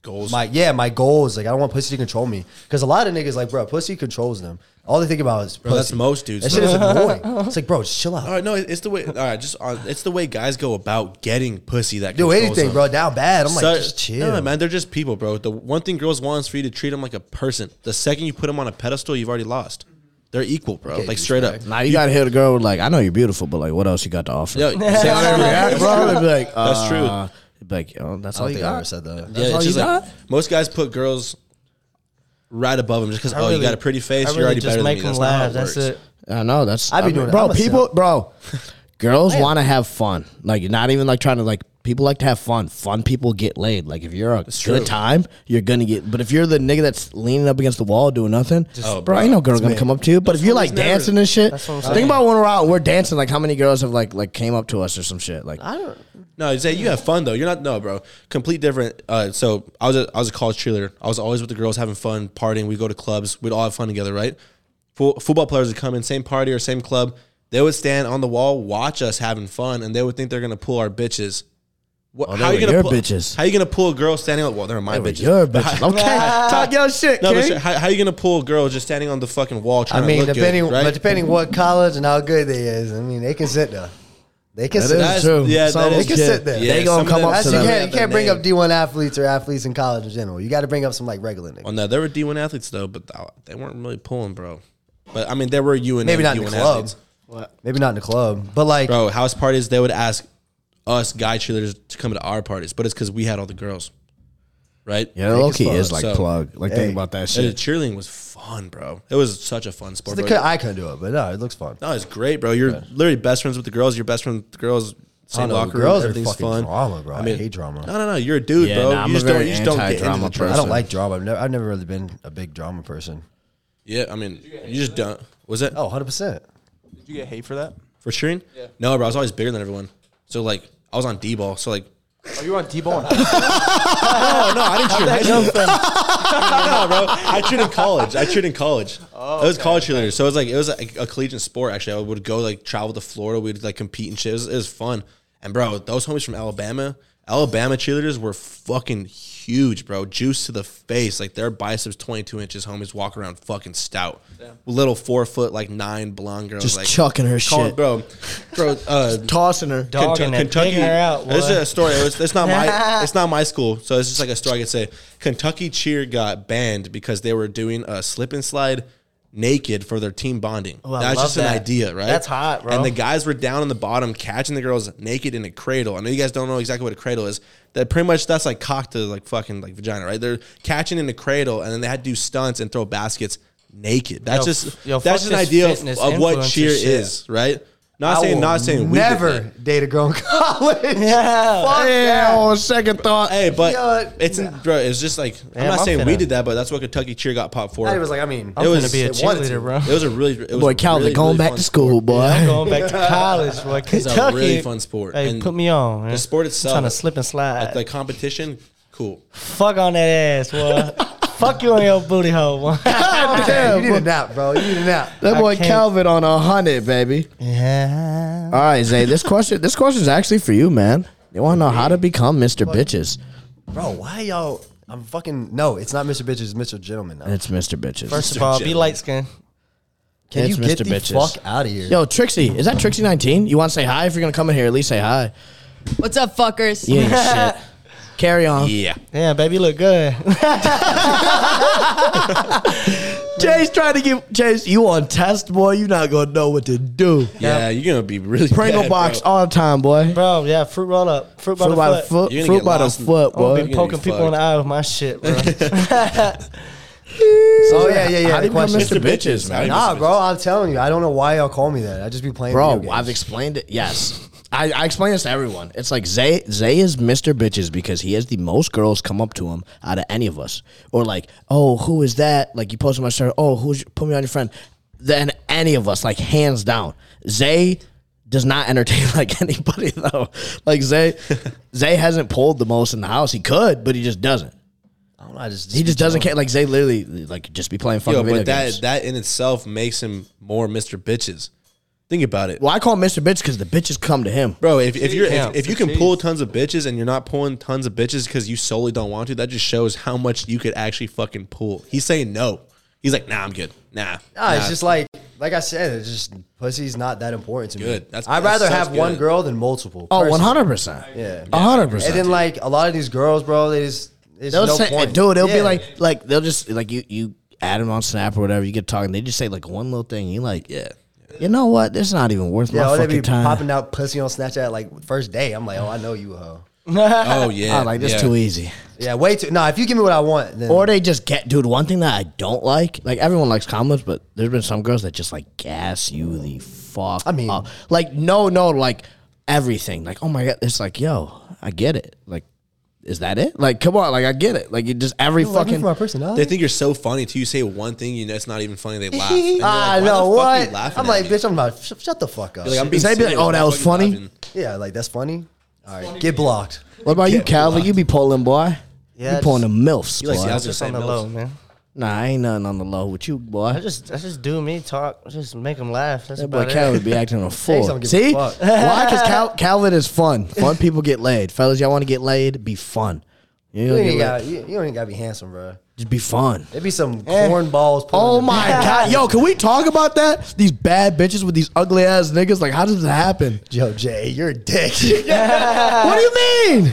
[SPEAKER 2] goals.
[SPEAKER 4] my yeah my goals. Like I don't want pussy to control me because a lot of niggas like bro, pussy controls them. All they think about is
[SPEAKER 2] bro, that's
[SPEAKER 4] pussy.
[SPEAKER 2] most dudes.
[SPEAKER 4] That
[SPEAKER 2] bro.
[SPEAKER 4] shit is annoying. It's like bro, just chill
[SPEAKER 2] All
[SPEAKER 4] out.
[SPEAKER 2] right, no, it- it's the way. All right, just on, it's the way guys go about getting pussy. That
[SPEAKER 4] Do
[SPEAKER 2] controls
[SPEAKER 4] anything,
[SPEAKER 2] them.
[SPEAKER 4] bro. Down bad. I'm like
[SPEAKER 2] So-
[SPEAKER 4] just chill.
[SPEAKER 2] No, man, they're just people, bro. The one thing girls want is for you to treat them like a person. The second you put them on a pedestal, you've already lost. They're equal, bro. like straight up.
[SPEAKER 1] Now you, gotta hit a girl with like, I know you're beautiful, but like, what else you got to offer?
[SPEAKER 2] Yo, say whatever.
[SPEAKER 1] Yeah, bro. They'd be like,
[SPEAKER 2] That's
[SPEAKER 1] uh,
[SPEAKER 2] true.
[SPEAKER 1] they'd be like, oh, that's
[SPEAKER 4] I
[SPEAKER 1] all
[SPEAKER 4] don't
[SPEAKER 1] you
[SPEAKER 4] think I ever
[SPEAKER 1] got.
[SPEAKER 4] said that.
[SPEAKER 2] Yeah,
[SPEAKER 1] all
[SPEAKER 2] it's just
[SPEAKER 1] you
[SPEAKER 2] like
[SPEAKER 1] got?
[SPEAKER 2] most guys put girls right above them just because
[SPEAKER 3] I
[SPEAKER 2] oh you
[SPEAKER 3] really-
[SPEAKER 2] got a pretty face,
[SPEAKER 3] I
[SPEAKER 2] you're
[SPEAKER 3] really
[SPEAKER 2] already
[SPEAKER 3] just
[SPEAKER 2] better
[SPEAKER 3] make
[SPEAKER 2] than me.
[SPEAKER 3] them
[SPEAKER 2] That's not how
[SPEAKER 3] laugh.
[SPEAKER 2] it
[SPEAKER 3] That's
[SPEAKER 2] works.
[SPEAKER 3] it.
[SPEAKER 1] I know that's.
[SPEAKER 4] I be doing it.
[SPEAKER 1] bro.
[SPEAKER 4] I'm a
[SPEAKER 1] People,
[SPEAKER 4] simp.
[SPEAKER 1] bro. Girls want to have fun. Like, not even like trying to like. People like to have fun. Fun people get laid. Like, if you're a
[SPEAKER 2] true.
[SPEAKER 1] good time, you're gonna get. But if you're the nigga that's leaning up against the wall doing nothing,
[SPEAKER 2] Oh,
[SPEAKER 1] bro,
[SPEAKER 2] bro.
[SPEAKER 1] ain't no girl gonna come up to you. But if you're like
[SPEAKER 2] homies never-
[SPEAKER 1] dancing and shit,
[SPEAKER 3] That's what I'm
[SPEAKER 1] think
[SPEAKER 3] saying.
[SPEAKER 1] about when we're out and we're dancing. Like, how many girls have like like came up to us or some shit? Like,
[SPEAKER 2] No, Zay, you have fun though. You're not no, bro. Complete different. Uh, so I was a, I was a college cheerleader. I was always with the girls having fun, partying. We go to clubs. We'd all have fun together, right? Fo- football players would come in, same party or same club. They would stand on the wall, watch us having fun, and they would think they're gonna pull our bitches.
[SPEAKER 4] Oh,
[SPEAKER 2] What,
[SPEAKER 1] they were your
[SPEAKER 2] pull,
[SPEAKER 1] bitches.
[SPEAKER 2] How you gonna pull a girl standing on? Well, they're my bitches.
[SPEAKER 1] you're a bitch. Okay, talk your shit,
[SPEAKER 2] No, but
[SPEAKER 1] king.
[SPEAKER 2] shit, how, how you gonna pull a girl just standing on the fucking wall trying
[SPEAKER 4] I mean,
[SPEAKER 2] to look
[SPEAKER 4] depending,
[SPEAKER 2] good? Right?
[SPEAKER 4] but depending what college and how good they is, I mean, they can sit there. They can
[SPEAKER 1] That
[SPEAKER 4] sit
[SPEAKER 1] is
[SPEAKER 4] there.
[SPEAKER 1] true.
[SPEAKER 2] yeah,
[SPEAKER 1] So
[SPEAKER 2] that
[SPEAKER 4] they
[SPEAKER 2] is
[SPEAKER 4] can
[SPEAKER 2] true.
[SPEAKER 4] sit there.
[SPEAKER 2] Yeah,
[SPEAKER 1] They gonna
[SPEAKER 2] some of
[SPEAKER 1] come
[SPEAKER 2] them-
[SPEAKER 1] up
[SPEAKER 4] That's,
[SPEAKER 1] to
[SPEAKER 4] you
[SPEAKER 1] them.
[SPEAKER 4] can't, you can't bring
[SPEAKER 2] Name.
[SPEAKER 4] up D1 athletes or athletes in college in general. You got to bring up some like regular niggas.
[SPEAKER 2] Well, no, there were D1 athletes though, but th- they weren't really pulling, bro. But I mean, there were you and
[SPEAKER 4] Maybe not in
[SPEAKER 2] D1
[SPEAKER 4] the club.
[SPEAKER 2] athletes,
[SPEAKER 4] Maybe not in the club, but like,
[SPEAKER 2] bro. House parties, they would ask us guy cheerleaders to come to our parties, but it's because we had all the girls, right?
[SPEAKER 1] Yeah, low key
[SPEAKER 4] plug.
[SPEAKER 1] is like
[SPEAKER 2] So-
[SPEAKER 1] plug. Like, think
[SPEAKER 4] Hey.
[SPEAKER 1] about that
[SPEAKER 2] And
[SPEAKER 1] shit.
[SPEAKER 2] the cheerleading was fun, bro. It was such a fun sport.
[SPEAKER 4] the
[SPEAKER 2] bro.
[SPEAKER 4] co- I couldn't do it, but no, it looks fun.
[SPEAKER 2] no, it's great, bro. You're literally best friends with the girls. You're best friends with the girls.
[SPEAKER 4] I
[SPEAKER 2] Same
[SPEAKER 4] know,
[SPEAKER 2] locker
[SPEAKER 4] girls
[SPEAKER 2] room.
[SPEAKER 4] are
[SPEAKER 2] Everything's
[SPEAKER 4] fucking
[SPEAKER 2] fun.
[SPEAKER 4] drama, bro. I hate drama.
[SPEAKER 2] No, no, no. You're a dude,
[SPEAKER 1] Yeah,
[SPEAKER 2] bro.
[SPEAKER 1] nah, I'm a
[SPEAKER 2] you just
[SPEAKER 1] very
[SPEAKER 2] don't. You just don't get into
[SPEAKER 1] anti-drama
[SPEAKER 2] the
[SPEAKER 1] person.
[SPEAKER 2] drama.
[SPEAKER 4] I don't
[SPEAKER 1] so-
[SPEAKER 4] like drama. I've never, I've never really been a big drama person.
[SPEAKER 2] Yeah, I mean, you just don't. Was it?
[SPEAKER 4] Oh, 100%.
[SPEAKER 5] Did you get hate for that?
[SPEAKER 2] For cheering? Yeah. No, bro, I was always bigger than everyone. So like I was on D ball. So like
[SPEAKER 5] Oh, you were on D-ball. I
[SPEAKER 2] Oh no, I didn't cheer in high school. no, bro. I cheered in college. I cheered in college. Oh, it was college cheerleaders. So it was like it was like a collegiate sport actually. I would go like travel to Florida, we'd like compete and shit. It was, it was fun. And bro, those homies from Alabama, Alabama cheerleaders were fucking huge, bro. Juice to the face. Like their biceps twenty two inches, homies walk around fucking stout. Little four foot, like nine blonde girls
[SPEAKER 1] Just
[SPEAKER 2] like
[SPEAKER 1] chucking her
[SPEAKER 2] calling-
[SPEAKER 1] shit,
[SPEAKER 2] bro. Bro, uh
[SPEAKER 1] tossing her.
[SPEAKER 3] Dog and that digging her out.
[SPEAKER 2] This is
[SPEAKER 3] boy.
[SPEAKER 2] a story. It was, it's not my. It's not my school. So it's just like a story I could say. Kentucky cheer got banned because they were doing a slip and slide naked for their team bonding.
[SPEAKER 3] Oh, I
[SPEAKER 2] That's
[SPEAKER 3] love
[SPEAKER 2] just an
[SPEAKER 3] that.
[SPEAKER 2] idea, right?
[SPEAKER 3] That's hot, bro.
[SPEAKER 2] And the guys were down on the bottom catching the girls naked in a cradle. I know you guys don't know exactly what a cradle is. That pretty much that's like cock to like fucking like vagina, right? They're catching in a cradle, and then they had to do stunts and throw baskets naked. That's
[SPEAKER 3] Yo,
[SPEAKER 2] just
[SPEAKER 3] f- yo,
[SPEAKER 2] that's
[SPEAKER 3] fuck
[SPEAKER 2] an
[SPEAKER 3] this
[SPEAKER 2] idea of,
[SPEAKER 3] fitness
[SPEAKER 2] of what
[SPEAKER 3] influencer
[SPEAKER 2] cheer
[SPEAKER 3] shit.
[SPEAKER 2] is, right? Not
[SPEAKER 4] I
[SPEAKER 2] saying,
[SPEAKER 4] will
[SPEAKER 2] not saying. we did
[SPEAKER 4] never
[SPEAKER 2] that.
[SPEAKER 4] date a girl in college.
[SPEAKER 3] Yeah.
[SPEAKER 4] Fuck
[SPEAKER 1] Yeah,
[SPEAKER 4] that.
[SPEAKER 1] on second thought.
[SPEAKER 2] Hey, but
[SPEAKER 4] Yeah.
[SPEAKER 2] it's in, bro. It's just like I'm
[SPEAKER 3] Damn,
[SPEAKER 2] not
[SPEAKER 3] I'm
[SPEAKER 2] saying we
[SPEAKER 3] finna-
[SPEAKER 2] did that, but that's what Kentucky cheer got popped for.
[SPEAKER 4] I was like, I mean,
[SPEAKER 3] I'm
[SPEAKER 2] It
[SPEAKER 3] going
[SPEAKER 2] was-
[SPEAKER 3] to be a
[SPEAKER 4] it wanted to.
[SPEAKER 3] cheerleader, bro.
[SPEAKER 2] it was a really, it was
[SPEAKER 1] boy,
[SPEAKER 2] a
[SPEAKER 1] Calvin,
[SPEAKER 2] really,
[SPEAKER 1] going
[SPEAKER 2] really
[SPEAKER 1] back
[SPEAKER 2] fun
[SPEAKER 1] to school,
[SPEAKER 2] sport.
[SPEAKER 1] boy.
[SPEAKER 3] I'm going back to college, boy. Kentucky.
[SPEAKER 2] It's a really fun sport.
[SPEAKER 3] Hey,
[SPEAKER 2] And
[SPEAKER 3] put me on. man.
[SPEAKER 2] The sport
[SPEAKER 3] I'm
[SPEAKER 2] itself,
[SPEAKER 3] trying to slip and slide.
[SPEAKER 2] at the competition, cool.
[SPEAKER 3] Fuck on that ass, boy. Fuck you on your booty hole, boy.
[SPEAKER 4] Damn,
[SPEAKER 1] Oh,
[SPEAKER 4] you need a nap, bro. You need a nap.
[SPEAKER 1] That boy
[SPEAKER 3] I can't-
[SPEAKER 1] Calvin on a hundred, baby.
[SPEAKER 3] yeah.
[SPEAKER 1] All right, Zay. This question, this question's actually for you, man. You want to know how to become Mr. Bitches?
[SPEAKER 4] Bro, why y'all? I'm fucking no. It's not Mr. Bitches. It's Mr. Gentleman. Now.
[SPEAKER 1] It's Mr. Bitches.
[SPEAKER 3] First of all, be
[SPEAKER 2] Gentleman.
[SPEAKER 3] light skinned.
[SPEAKER 4] Can
[SPEAKER 1] it's
[SPEAKER 4] you get
[SPEAKER 1] Mr.
[SPEAKER 4] the
[SPEAKER 1] Bitches.
[SPEAKER 4] fuck out of here?
[SPEAKER 1] Yo, Trixie, is that Trixie nineteen? You want to say hi? If you're gonna come in here, at least say hi.
[SPEAKER 6] What's up, fuckers?
[SPEAKER 1] You ain't shit. Carry on.
[SPEAKER 2] Yeah.
[SPEAKER 3] Damn, baby, you look good.
[SPEAKER 1] Jay's trying to give Jay's. You on test, boy? You not gonna know what to do.
[SPEAKER 2] Yeah, you're gonna be really
[SPEAKER 1] Pringle
[SPEAKER 2] bad,
[SPEAKER 1] box
[SPEAKER 2] bro.
[SPEAKER 1] all the time, boy.
[SPEAKER 3] bro, yeah, fruit roll up. Fruit by
[SPEAKER 1] Fruit
[SPEAKER 3] the
[SPEAKER 1] by the
[SPEAKER 3] foot.
[SPEAKER 1] foot.
[SPEAKER 2] You're gonna
[SPEAKER 1] Fruit
[SPEAKER 2] get
[SPEAKER 1] by the
[SPEAKER 2] lost in-
[SPEAKER 1] foot,
[SPEAKER 3] I'm
[SPEAKER 1] boy.
[SPEAKER 3] gonna be
[SPEAKER 2] You're gonna be
[SPEAKER 3] poking people in the
[SPEAKER 2] fucked.
[SPEAKER 3] eye with my shit, bro.
[SPEAKER 4] Oh yeah, yeah, yeah.
[SPEAKER 1] How do
[SPEAKER 4] the
[SPEAKER 1] you become
[SPEAKER 4] question.
[SPEAKER 1] Mr. Bitches, man?
[SPEAKER 4] Nah, bro. I'm telling you, I don't know why y'all call me that. I just be playing.
[SPEAKER 1] Bro,
[SPEAKER 4] video
[SPEAKER 1] I've
[SPEAKER 4] games.
[SPEAKER 1] explained it. Yes. I, I explain this to everyone. It's like Zay Zay is Mr. Bitches because he has the most girls come up to him out of any of us. Or like, oh, who is that? Like you posted my story. Oh, who's your- put me on your friend? Than any of us, like hands down. Zay does not entertain like anybody though. Like Zay Zay hasn't pulled the most in the house. He could, but he just doesn't.
[SPEAKER 4] I don't know. I just
[SPEAKER 1] He just doesn't care. Like Zay literally like just be playing fucking
[SPEAKER 2] Yo,
[SPEAKER 1] video
[SPEAKER 2] but that
[SPEAKER 1] games.
[SPEAKER 2] that in itself makes him more Mr. Bitches. Think about it,
[SPEAKER 1] well, I call him Mr. Bitch because the bitches come to him.
[SPEAKER 2] bro. If, if you're if, if you can
[SPEAKER 5] Jeez.
[SPEAKER 2] pull tons of bitches and you're not pulling tons of bitches because you solely don't want to, that just shows how much you could actually fucking pull. He's saying no. He's like, nah, I'm good. Nah,
[SPEAKER 4] Nah, it's
[SPEAKER 2] nah.
[SPEAKER 4] just like, like I said, it's just pussy's not that important to me.
[SPEAKER 2] Good. That's-
[SPEAKER 4] I'd
[SPEAKER 2] that's
[SPEAKER 4] rather
[SPEAKER 2] so
[SPEAKER 4] have one
[SPEAKER 2] good.
[SPEAKER 4] girl than multiple.
[SPEAKER 1] Oh,
[SPEAKER 4] personally.
[SPEAKER 1] 100%.
[SPEAKER 4] Yeah.
[SPEAKER 1] A hundred percent.
[SPEAKER 4] And then like a lot of these girls, bro, they just there's
[SPEAKER 1] they'll
[SPEAKER 4] no
[SPEAKER 1] say,
[SPEAKER 4] point,
[SPEAKER 1] dude, they'll be
[SPEAKER 4] Yeah.
[SPEAKER 1] like, like they'll just like you, you add them on Snap or whatever. You get talking, they just say like one little thing. You like, yeah, you know what? It's not even worth
[SPEAKER 4] yeah,
[SPEAKER 1] my
[SPEAKER 4] or they
[SPEAKER 1] fucking
[SPEAKER 4] be
[SPEAKER 1] time.
[SPEAKER 4] popping out pussy on Snapchat like first day. I'm like, oh, I know you, ho.
[SPEAKER 2] oh yeah,
[SPEAKER 1] I Ah, like this
[SPEAKER 2] yeah.
[SPEAKER 1] too easy.
[SPEAKER 4] Yeah, way too. Nah, if you give me what I want, then
[SPEAKER 1] Or they just get, dude. One thing that I don't like, like everyone likes compliments, but there's been some girls that just like gas you the fuck.
[SPEAKER 4] I mean-
[SPEAKER 1] up. like no, no, like everything. Like oh my god, it's like yo, I get it. Like, is that it? Like come on, like I get it. Like you just every
[SPEAKER 4] You like me
[SPEAKER 1] fucking
[SPEAKER 4] for my
[SPEAKER 2] They
[SPEAKER 4] personality.
[SPEAKER 2] think you're so funny till you say one thing. You know it's not even funny. They laugh. And you're like,
[SPEAKER 4] Ah,
[SPEAKER 2] "Why the
[SPEAKER 4] no,
[SPEAKER 2] fuck you
[SPEAKER 4] what?
[SPEAKER 2] laughing
[SPEAKER 4] I'm
[SPEAKER 2] at
[SPEAKER 4] like,
[SPEAKER 2] me?"
[SPEAKER 4] bitch, I'm not. Sh- shut the fuck up.
[SPEAKER 2] You're like, I'm being
[SPEAKER 1] They'd be like,
[SPEAKER 2] serious.
[SPEAKER 1] "Oh,
[SPEAKER 2] Why
[SPEAKER 1] that
[SPEAKER 2] the
[SPEAKER 1] was
[SPEAKER 2] fuck you
[SPEAKER 1] funny?"
[SPEAKER 2] laughing?
[SPEAKER 4] yeah, like that's funny. All right, get blocked.
[SPEAKER 1] What about you, Calvin? You be pulling, boy.
[SPEAKER 4] Yeah,
[SPEAKER 1] you pulling the
[SPEAKER 4] just-
[SPEAKER 1] milfs,
[SPEAKER 2] You like
[SPEAKER 1] boy.
[SPEAKER 2] the outside
[SPEAKER 3] just on the
[SPEAKER 2] milfs.
[SPEAKER 3] low, man.
[SPEAKER 1] nah, I ain't nothing on the low with you,
[SPEAKER 3] I
[SPEAKER 1] boy.
[SPEAKER 3] just, I just do me talk. Just make them laugh. That's
[SPEAKER 1] That boy
[SPEAKER 3] about
[SPEAKER 1] Calvin
[SPEAKER 3] it.
[SPEAKER 1] be acting a fool.
[SPEAKER 4] don't give
[SPEAKER 1] See
[SPEAKER 4] a fuck.
[SPEAKER 1] why? Because Cal- Calvin is fun. Fun people get laid, fellas. Y'all want to get laid? Be fun. You,
[SPEAKER 4] You
[SPEAKER 1] don't
[SPEAKER 4] ain't
[SPEAKER 1] get laid.
[SPEAKER 4] got. You, you ain't got to be handsome, bro.
[SPEAKER 1] Just be fun.
[SPEAKER 4] It'd be some cornballs.
[SPEAKER 1] Oh
[SPEAKER 4] pulling the-
[SPEAKER 1] my god, yo, can we talk about that? These bad bitches with these ugly ass niggas. Like, how does it happen?
[SPEAKER 4] Yo, Jay, you're a dick.
[SPEAKER 1] what do you mean?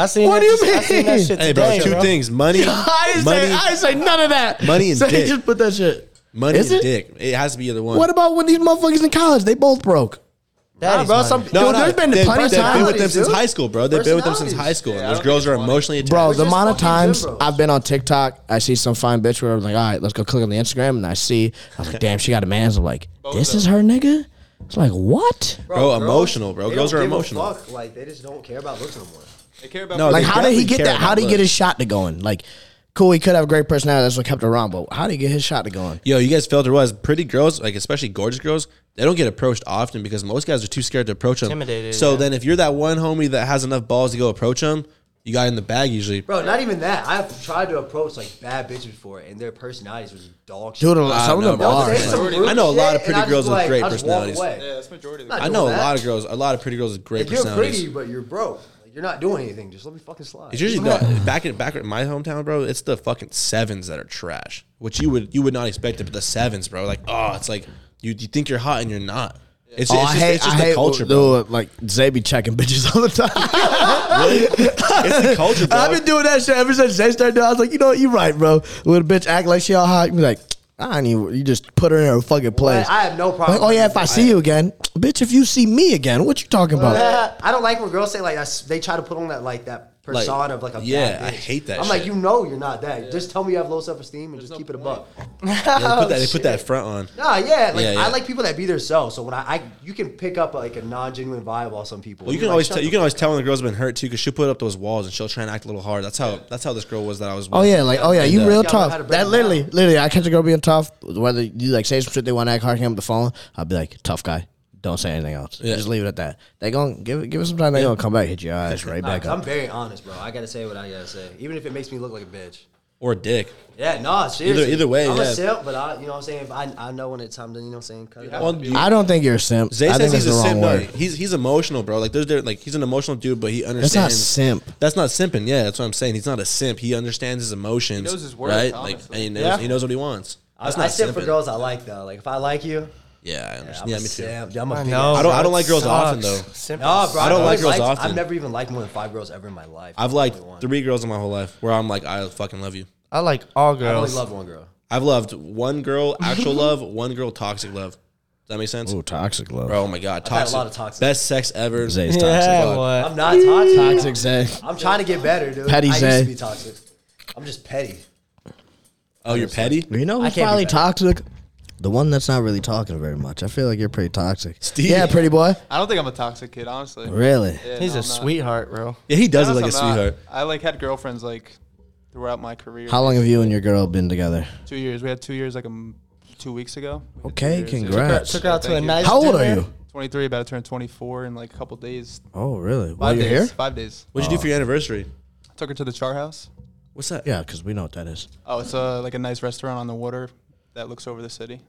[SPEAKER 3] I seen
[SPEAKER 1] What
[SPEAKER 3] that,
[SPEAKER 1] do you
[SPEAKER 3] I seen that
[SPEAKER 1] mean?
[SPEAKER 3] shit
[SPEAKER 2] Hey, bro,
[SPEAKER 3] today,
[SPEAKER 2] two
[SPEAKER 3] bro.
[SPEAKER 2] things: money,
[SPEAKER 1] I didn't,
[SPEAKER 2] money,
[SPEAKER 1] say, I didn't say none of that.
[SPEAKER 2] money and
[SPEAKER 1] Say,
[SPEAKER 2] dick.
[SPEAKER 1] Just put that shit.
[SPEAKER 2] money,
[SPEAKER 1] Is
[SPEAKER 2] and
[SPEAKER 1] it?
[SPEAKER 2] dick. It has to be either one.
[SPEAKER 1] What about when these motherfuckers in college? They both broke.
[SPEAKER 4] Nah, bro, some
[SPEAKER 2] No,
[SPEAKER 1] Dude,
[SPEAKER 2] no,
[SPEAKER 1] there's been
[SPEAKER 2] they-
[SPEAKER 1] plenty of
[SPEAKER 2] they've
[SPEAKER 1] times-
[SPEAKER 2] been with them since
[SPEAKER 4] Dude.
[SPEAKER 2] high school, bro. They've been with them since high
[SPEAKER 4] Personalities.
[SPEAKER 2] school.
[SPEAKER 5] Yeah, I
[SPEAKER 2] and those
[SPEAKER 5] don't
[SPEAKER 2] girls
[SPEAKER 5] think
[SPEAKER 2] are
[SPEAKER 5] it's funny.
[SPEAKER 2] emotionally attached.
[SPEAKER 1] Bro,
[SPEAKER 4] We're
[SPEAKER 1] the
[SPEAKER 4] just
[SPEAKER 1] amount of
[SPEAKER 4] fucking
[SPEAKER 1] times
[SPEAKER 4] good bros.
[SPEAKER 1] I've been on TikTok, I see some fine bitch where I'm like, all right, let's go click on the Instagram, and I see, I was like, damn, she got a man. I'm like, this is her nigga. It's like, what?
[SPEAKER 2] Bro, emotional, bro.
[SPEAKER 4] they
[SPEAKER 2] Girls
[SPEAKER 4] don't
[SPEAKER 2] are
[SPEAKER 4] give a
[SPEAKER 2] emotional.
[SPEAKER 4] fuck. Like they just don't care about looks no more.
[SPEAKER 5] They care about
[SPEAKER 2] No,
[SPEAKER 1] Like,
[SPEAKER 2] they
[SPEAKER 1] how did he
[SPEAKER 2] definitely
[SPEAKER 1] get
[SPEAKER 2] care
[SPEAKER 1] that? How
[SPEAKER 2] about
[SPEAKER 1] did he get
[SPEAKER 2] looks.
[SPEAKER 1] his shot to going? Like, cool, he could have a great personality. That's what kept her around. But how did he get his shot to going?
[SPEAKER 2] Yo, you guys failed to realize pretty girls, like especially gorgeous girls, they don't get approached often because most guys are too scared to approach them.
[SPEAKER 3] Intimidated,
[SPEAKER 2] So
[SPEAKER 3] yeah.
[SPEAKER 2] then, if you're that one homie that has enough balls to go approach them, you got in the bag usually.
[SPEAKER 4] Bro, not even that. I've tried to approach like bad bitches before, and their personalities was dog shit.
[SPEAKER 1] Dude, a
[SPEAKER 2] I
[SPEAKER 1] lot- some of
[SPEAKER 2] know,
[SPEAKER 1] them
[SPEAKER 2] bro.
[SPEAKER 1] are.
[SPEAKER 2] They're
[SPEAKER 1] man.
[SPEAKER 2] so- I know a lot of pretty girls with great personalities.
[SPEAKER 5] Yeah, that's majority of the
[SPEAKER 4] Not
[SPEAKER 2] I
[SPEAKER 5] girls.
[SPEAKER 2] know a
[SPEAKER 4] that.
[SPEAKER 2] lot of girls, a lot of pretty girls with great
[SPEAKER 4] If you're
[SPEAKER 2] personalities.
[SPEAKER 4] pretty, but you're broke, like, you're not doing anything. Just let me fucking slide.
[SPEAKER 2] It's usually the, back in back in my hometown, bro. It's the fucking sevens that are trash, which you would you would not expect it, but the sevens, bro. Like, oh, it's like you you think you're hot and you're not. It's,
[SPEAKER 1] Oh,
[SPEAKER 2] it's
[SPEAKER 1] I
[SPEAKER 2] just,
[SPEAKER 1] hate,
[SPEAKER 2] it's just
[SPEAKER 1] I
[SPEAKER 2] the
[SPEAKER 1] hate
[SPEAKER 2] culture, bro.
[SPEAKER 1] dude, like Zay be checking bitches all the time.
[SPEAKER 2] It's the culture, bro.
[SPEAKER 1] I've been doing that shit ever since Zay started. Doing, it. I was like, you know what, you right, bro. When a bitch act like she all hot, you be like, I ain't even. You just put her in her fucking place.
[SPEAKER 4] I have no problem.
[SPEAKER 1] Like, oh yeah, if I see you again, bitch, if you see me again, what you talking about?
[SPEAKER 4] I don't like when girls say like that's, they try to put on that like that persona of like a
[SPEAKER 2] yeah,
[SPEAKER 4] bad
[SPEAKER 2] I
[SPEAKER 4] bitch.
[SPEAKER 2] hate that
[SPEAKER 4] I'm
[SPEAKER 2] shit.
[SPEAKER 4] like, you know, you're not that. Just tell me you have low self esteem and just keep it a buck.
[SPEAKER 2] Yeah, they put that, they put that front on.
[SPEAKER 4] Nah, yeah, like
[SPEAKER 2] Yeah, yeah.
[SPEAKER 4] I like people that be themselves. So when I, I you can pick up like a non genuine vibe off some people.
[SPEAKER 2] Well, you can
[SPEAKER 4] You're like,
[SPEAKER 2] always
[SPEAKER 4] shut
[SPEAKER 2] tell,
[SPEAKER 4] the
[SPEAKER 2] you can always tell when the girl's been hurt too, because she'll put up those walls and she'll try and act a little hard. That's how that's how this girl was that I was.
[SPEAKER 1] Oh
[SPEAKER 2] with.
[SPEAKER 1] yeah, like oh yeah, you
[SPEAKER 2] And, uh,
[SPEAKER 1] real
[SPEAKER 4] Yeah, I know how to
[SPEAKER 1] tough.
[SPEAKER 4] break
[SPEAKER 1] That
[SPEAKER 4] them
[SPEAKER 1] literally,
[SPEAKER 4] down.
[SPEAKER 1] literally, I catch a girl being tough. Whether you like say some shit they want to act hard, him the phone, I'll be like tough guy. Don't say anything else.
[SPEAKER 2] Yeah.
[SPEAKER 1] Just leave it at that. They gon' give it, give it some time. They gonna come back, hit your eyes right
[SPEAKER 4] Nah,
[SPEAKER 1] back
[SPEAKER 4] 'cause I'm
[SPEAKER 1] up.
[SPEAKER 4] very honest, bro. I gotta say what I gotta say, even if it makes me look like a bitch.
[SPEAKER 2] or dick.
[SPEAKER 4] Yeah, nah, seriously.
[SPEAKER 2] either way,
[SPEAKER 4] I'm
[SPEAKER 2] yeah.
[SPEAKER 4] a simp, but I, you know what I'm saying. I, I know when it's time to, you know what I'm saying. Cut it out.
[SPEAKER 2] Well,
[SPEAKER 1] I don't think you're a simp.
[SPEAKER 2] Zay
[SPEAKER 1] I think that's
[SPEAKER 2] says he's
[SPEAKER 1] the
[SPEAKER 2] a
[SPEAKER 1] wrong
[SPEAKER 2] simp. No,
[SPEAKER 1] word.
[SPEAKER 2] he's he's emotional, bro. Like there's there like he's an emotional dude, but he understands.
[SPEAKER 1] That's not simp.
[SPEAKER 2] That's not simping. Yeah, that's what I'm saying. He's not a simp. He understands his emotions.
[SPEAKER 5] knows his worth,
[SPEAKER 2] right? Like
[SPEAKER 5] honestly.
[SPEAKER 2] and he knows
[SPEAKER 5] Yeah.
[SPEAKER 2] he knows what he wants.
[SPEAKER 4] I,
[SPEAKER 2] That's
[SPEAKER 4] I
[SPEAKER 2] not
[SPEAKER 4] simp for
[SPEAKER 2] simping.
[SPEAKER 4] girls I like though. Like if I like you,
[SPEAKER 2] Yeah, I understand.
[SPEAKER 4] I'm
[SPEAKER 2] Yeah,
[SPEAKER 4] a
[SPEAKER 2] me too.
[SPEAKER 4] simp. I'm a
[SPEAKER 3] I
[SPEAKER 4] big
[SPEAKER 3] know.
[SPEAKER 4] ass-
[SPEAKER 2] I don't I don't like girls often though.
[SPEAKER 3] Sucks. Simp
[SPEAKER 4] No, bro.
[SPEAKER 2] I
[SPEAKER 4] I
[SPEAKER 2] don't
[SPEAKER 4] don't
[SPEAKER 2] like girls
[SPEAKER 4] liked,
[SPEAKER 2] often.
[SPEAKER 4] I've never even liked more than five girls ever in my life.
[SPEAKER 2] I've liked
[SPEAKER 4] Only one.
[SPEAKER 2] three girls in my whole life where I'm like, I fucking love you.
[SPEAKER 3] I like all
[SPEAKER 4] I only
[SPEAKER 3] girls.
[SPEAKER 4] love one girl.
[SPEAKER 2] I've loved one girl actual love, one girl toxic love. Does that make sense?
[SPEAKER 1] Ooh, toxic love.
[SPEAKER 2] Bro, oh my god,
[SPEAKER 4] had a
[SPEAKER 2] toxic.
[SPEAKER 4] lot of toxic.
[SPEAKER 2] Best sex ever.
[SPEAKER 1] Zay's
[SPEAKER 3] yeah,
[SPEAKER 1] toxic.
[SPEAKER 3] what?
[SPEAKER 4] I'm not toxic.
[SPEAKER 1] Toxic Zay.
[SPEAKER 4] I'm trying to get better, dude.
[SPEAKER 1] Petty
[SPEAKER 4] I
[SPEAKER 1] Zay.
[SPEAKER 4] used to be toxic. I'm just petty.
[SPEAKER 2] Oh, you're petty.
[SPEAKER 1] You know
[SPEAKER 4] I
[SPEAKER 1] who's
[SPEAKER 4] can't be
[SPEAKER 1] probably
[SPEAKER 4] better.
[SPEAKER 1] toxic? The one that's not really talking very much. I feel like you're pretty toxic.
[SPEAKER 2] Steve.
[SPEAKER 1] Yeah, pretty boy.
[SPEAKER 5] I don't think I'm a toxic kid, honestly.
[SPEAKER 1] Really?
[SPEAKER 5] Yeah,
[SPEAKER 3] He's
[SPEAKER 5] no,
[SPEAKER 3] a
[SPEAKER 5] I'm not.
[SPEAKER 3] sweetheart, bro.
[SPEAKER 2] Yeah, he does it like a
[SPEAKER 5] Honest, I'm not.
[SPEAKER 2] sweetheart.
[SPEAKER 5] I like had girlfriends like throughout my career.
[SPEAKER 1] How long have you and your girl been together?
[SPEAKER 5] Two years. We had two years like um, two weeks ago. We had two
[SPEAKER 1] Okay,
[SPEAKER 5] years, yeah.
[SPEAKER 1] congrats.
[SPEAKER 3] Took her out to a
[SPEAKER 5] Thank you.
[SPEAKER 3] nice.
[SPEAKER 1] How old are
[SPEAKER 3] dinner.
[SPEAKER 1] you?
[SPEAKER 5] 23, about to turn 24 in like a couple days.
[SPEAKER 1] Oh, really? While
[SPEAKER 5] Five
[SPEAKER 1] you're
[SPEAKER 5] days.
[SPEAKER 1] here?
[SPEAKER 5] Five days.
[SPEAKER 2] What'd you do for your anniversary?
[SPEAKER 5] Took her to the Char House.
[SPEAKER 2] What's that?
[SPEAKER 1] Yeah, because we know what that is.
[SPEAKER 5] Oh, it's uh, like a nice restaurant on the water that looks over the city.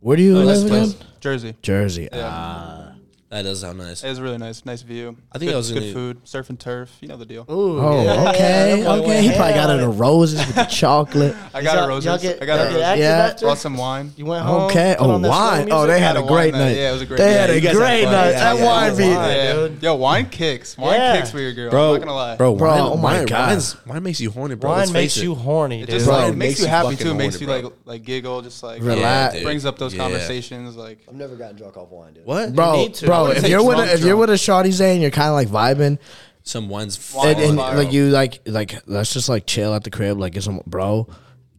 [SPEAKER 1] Where do you
[SPEAKER 2] Oh, that's
[SPEAKER 1] live
[SPEAKER 2] the
[SPEAKER 1] again?
[SPEAKER 2] place.
[SPEAKER 5] Jersey.
[SPEAKER 1] Jersey.
[SPEAKER 5] Yeah.
[SPEAKER 1] Ah,
[SPEAKER 2] That does sound nice.
[SPEAKER 5] It was really nice. Nice view.
[SPEAKER 2] I think
[SPEAKER 5] good,
[SPEAKER 2] I was in
[SPEAKER 5] good
[SPEAKER 2] the-
[SPEAKER 5] food, surf and turf. You know the deal.
[SPEAKER 3] Ooh,
[SPEAKER 1] oh,
[SPEAKER 3] yeah.
[SPEAKER 1] okay,
[SPEAKER 3] That boy
[SPEAKER 1] okay.
[SPEAKER 3] went
[SPEAKER 1] He probably
[SPEAKER 3] ham
[SPEAKER 1] got it
[SPEAKER 3] on
[SPEAKER 1] in roses with the chocolate.
[SPEAKER 5] I got
[SPEAKER 3] Y'all-
[SPEAKER 5] a roses.
[SPEAKER 3] y'all get-
[SPEAKER 5] I got
[SPEAKER 3] y'all
[SPEAKER 5] a
[SPEAKER 3] get
[SPEAKER 5] roses.
[SPEAKER 3] active
[SPEAKER 1] Yeah.
[SPEAKER 3] after?
[SPEAKER 5] Brought some wine.
[SPEAKER 3] You went home.
[SPEAKER 1] Okay.
[SPEAKER 3] put
[SPEAKER 1] Oh,
[SPEAKER 3] on that slow
[SPEAKER 1] wine. Oh,
[SPEAKER 3] music?
[SPEAKER 1] they had
[SPEAKER 5] Had
[SPEAKER 1] a
[SPEAKER 5] a
[SPEAKER 1] great
[SPEAKER 5] wine night.
[SPEAKER 1] night.
[SPEAKER 5] Yeah, it was a great
[SPEAKER 1] They
[SPEAKER 5] night.
[SPEAKER 1] had a
[SPEAKER 5] You guys
[SPEAKER 2] had
[SPEAKER 1] great
[SPEAKER 2] fun.
[SPEAKER 1] night.
[SPEAKER 2] Yeah,
[SPEAKER 1] That
[SPEAKER 2] yeah,
[SPEAKER 1] wine
[SPEAKER 3] yeah.
[SPEAKER 1] beat.
[SPEAKER 3] Wine.
[SPEAKER 5] Yeah.
[SPEAKER 3] dude.
[SPEAKER 5] Yo, wine kicks. Wine
[SPEAKER 3] Yeah.
[SPEAKER 5] kicks for your girl.
[SPEAKER 2] Bro,
[SPEAKER 5] I'm not gonna lie.
[SPEAKER 2] bro,
[SPEAKER 1] Bro,
[SPEAKER 2] wine,
[SPEAKER 1] oh my
[SPEAKER 2] wine-
[SPEAKER 1] God.
[SPEAKER 2] wine's- wine makes you horny, bro. Let's
[SPEAKER 3] Wine makes
[SPEAKER 2] face it.
[SPEAKER 3] you horny,
[SPEAKER 5] It
[SPEAKER 3] dude.
[SPEAKER 5] just
[SPEAKER 2] Bro,
[SPEAKER 5] like
[SPEAKER 2] it
[SPEAKER 5] makes,
[SPEAKER 2] makes
[SPEAKER 5] you
[SPEAKER 2] you
[SPEAKER 5] happy
[SPEAKER 2] fucking
[SPEAKER 5] too. It makes
[SPEAKER 2] horny,
[SPEAKER 5] you
[SPEAKER 2] bro.
[SPEAKER 5] like like giggle, just like
[SPEAKER 1] Relax.
[SPEAKER 5] it brings up those
[SPEAKER 2] Yeah.
[SPEAKER 5] conversations. Like
[SPEAKER 4] I've never gotten drunk off wine, dude.
[SPEAKER 2] What,
[SPEAKER 1] Bro,
[SPEAKER 3] need to. I
[SPEAKER 1] bro,
[SPEAKER 3] wouldn't
[SPEAKER 1] if
[SPEAKER 5] say
[SPEAKER 1] you're with
[SPEAKER 5] drunk,
[SPEAKER 1] a, if you're
[SPEAKER 5] drunk.
[SPEAKER 1] with a shawty Zay and you're kind of like vibing,
[SPEAKER 2] Some wine's
[SPEAKER 5] Wine
[SPEAKER 2] falling,
[SPEAKER 1] and, and
[SPEAKER 5] viral.
[SPEAKER 1] like you like like let's just like chill at the crib, like get some bro,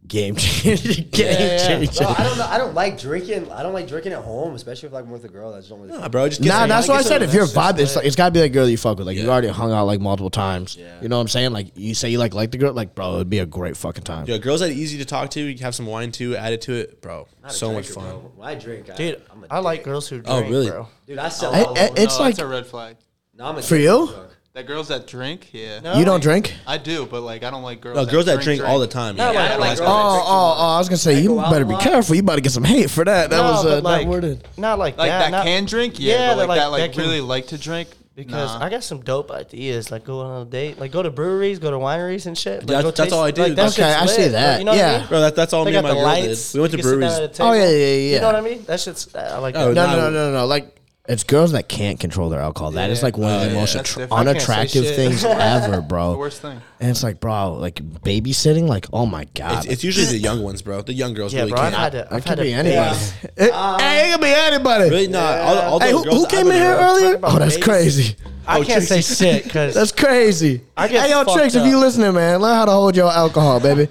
[SPEAKER 1] game changer, game
[SPEAKER 3] yeah.
[SPEAKER 1] changer.
[SPEAKER 4] No, I don't know. I don't like drinking. I don't like drinking at home, especially if like I'm with a girl. I just don't really.
[SPEAKER 2] Nah, bro, just get
[SPEAKER 1] Nah,
[SPEAKER 2] some-
[SPEAKER 1] that's
[SPEAKER 2] get
[SPEAKER 1] why I
[SPEAKER 2] some-
[SPEAKER 1] said if you're vibing, it's, like, it's gotta be that girl you fuck with. Like you
[SPEAKER 2] Yeah.
[SPEAKER 1] already hung out like multiple times.
[SPEAKER 4] Yeah.
[SPEAKER 1] You know what I'm saying? Like you say you like like the girl, like bro, it'd be a great fucking time.
[SPEAKER 2] Yo, girls that are easy to talk to, you have some wine too, add it to it, bro.
[SPEAKER 4] Not a
[SPEAKER 2] So much
[SPEAKER 4] drinker,
[SPEAKER 2] fun.
[SPEAKER 4] bro. When I drink, I,
[SPEAKER 3] Dude,
[SPEAKER 4] I'm a
[SPEAKER 3] I like
[SPEAKER 4] dick.
[SPEAKER 3] girls who
[SPEAKER 2] Oh,
[SPEAKER 3] drink,
[SPEAKER 2] really?
[SPEAKER 3] bro.
[SPEAKER 4] Dude, I sell.
[SPEAKER 1] I-
[SPEAKER 4] out.
[SPEAKER 1] I- it's
[SPEAKER 5] no,
[SPEAKER 1] like
[SPEAKER 5] that's a red flag.
[SPEAKER 4] No, I'm a
[SPEAKER 1] For
[SPEAKER 4] dick
[SPEAKER 1] you?
[SPEAKER 4] drunk.
[SPEAKER 5] The girls that drink, yeah.
[SPEAKER 1] you don't drink?
[SPEAKER 5] I do, but like I don't like girls.
[SPEAKER 2] No, girls that drink all the time.
[SPEAKER 5] No,
[SPEAKER 2] yeah.
[SPEAKER 5] like- like-
[SPEAKER 2] That's-
[SPEAKER 5] Oh,
[SPEAKER 1] Oh, oh, oh! I was gonna say you
[SPEAKER 4] go out
[SPEAKER 1] better
[SPEAKER 4] a
[SPEAKER 1] be
[SPEAKER 4] lot.
[SPEAKER 1] careful. You better get some hate for that. That
[SPEAKER 3] No,
[SPEAKER 1] was
[SPEAKER 3] but,
[SPEAKER 1] uh,
[SPEAKER 3] like,
[SPEAKER 1] not worded.
[SPEAKER 3] Not like,
[SPEAKER 5] Like
[SPEAKER 3] that.
[SPEAKER 5] that
[SPEAKER 3] not-
[SPEAKER 5] can drink, yeah.
[SPEAKER 3] Yeah,
[SPEAKER 5] but like,
[SPEAKER 3] like
[SPEAKER 5] that, like
[SPEAKER 3] that can-
[SPEAKER 5] really like to drink
[SPEAKER 3] Because
[SPEAKER 5] Nah.
[SPEAKER 3] I got some dope ideas, like go on date, like go to breweries, go to wineries and shit. Like,
[SPEAKER 2] That's-
[SPEAKER 3] go
[SPEAKER 2] that's all I do.
[SPEAKER 3] Like, that
[SPEAKER 1] Okay,
[SPEAKER 3] shit's
[SPEAKER 1] I see
[SPEAKER 3] lit, bro.
[SPEAKER 1] that.
[SPEAKER 3] You know what
[SPEAKER 1] Yeah.
[SPEAKER 3] I mean?
[SPEAKER 2] Bro, that, that's all
[SPEAKER 3] They
[SPEAKER 2] me and
[SPEAKER 3] got
[SPEAKER 2] my
[SPEAKER 3] the
[SPEAKER 2] girl
[SPEAKER 3] lights.
[SPEAKER 2] did. We went to
[SPEAKER 3] you can sit down
[SPEAKER 2] breweries.
[SPEAKER 3] at a
[SPEAKER 1] Oh, yeah,
[SPEAKER 3] table.
[SPEAKER 1] yeah, yeah,
[SPEAKER 3] You
[SPEAKER 1] yeah.
[SPEAKER 3] know what I mean? That shit's I like.
[SPEAKER 2] Oh,
[SPEAKER 3] that.
[SPEAKER 1] No,
[SPEAKER 2] Nah,
[SPEAKER 1] no, no,
[SPEAKER 2] we-
[SPEAKER 1] no, no. Like it's girls that can't control their alcohol. That is
[SPEAKER 3] Yeah.
[SPEAKER 1] like one of
[SPEAKER 2] Oh,
[SPEAKER 1] the
[SPEAKER 2] yeah,
[SPEAKER 1] most
[SPEAKER 5] that's
[SPEAKER 1] attr-
[SPEAKER 5] different. I
[SPEAKER 3] can't say
[SPEAKER 1] unattractive
[SPEAKER 3] shit.
[SPEAKER 1] things ever,
[SPEAKER 5] the
[SPEAKER 1] bro.
[SPEAKER 5] worst thing.
[SPEAKER 1] And it's like, bro, like babysitting. Like, oh my god,
[SPEAKER 2] It's, it's usually the young ones, bro. The young girls
[SPEAKER 3] Yeah,
[SPEAKER 2] really
[SPEAKER 3] bro. I've
[SPEAKER 2] can't.
[SPEAKER 3] had to.
[SPEAKER 1] It
[SPEAKER 3] I've
[SPEAKER 1] could
[SPEAKER 3] had
[SPEAKER 1] be
[SPEAKER 3] to-
[SPEAKER 1] anybody. It- hey, it could be anybody.
[SPEAKER 2] Really not. All, all
[SPEAKER 1] Hey,
[SPEAKER 2] the
[SPEAKER 1] who,
[SPEAKER 2] girls
[SPEAKER 1] who
[SPEAKER 2] that I've
[SPEAKER 1] came in
[SPEAKER 2] been
[SPEAKER 1] here
[SPEAKER 2] around-
[SPEAKER 1] earlier?
[SPEAKER 3] about
[SPEAKER 1] Oh, that's
[SPEAKER 3] babies.
[SPEAKER 1] crazy.
[SPEAKER 3] I can't say shit because
[SPEAKER 1] Oh, That's crazy.
[SPEAKER 3] I get
[SPEAKER 1] hey, yo,
[SPEAKER 3] fucked
[SPEAKER 1] tricks, if
[SPEAKER 3] up.
[SPEAKER 1] you listening, man, learn how to hold your alcohol, baby.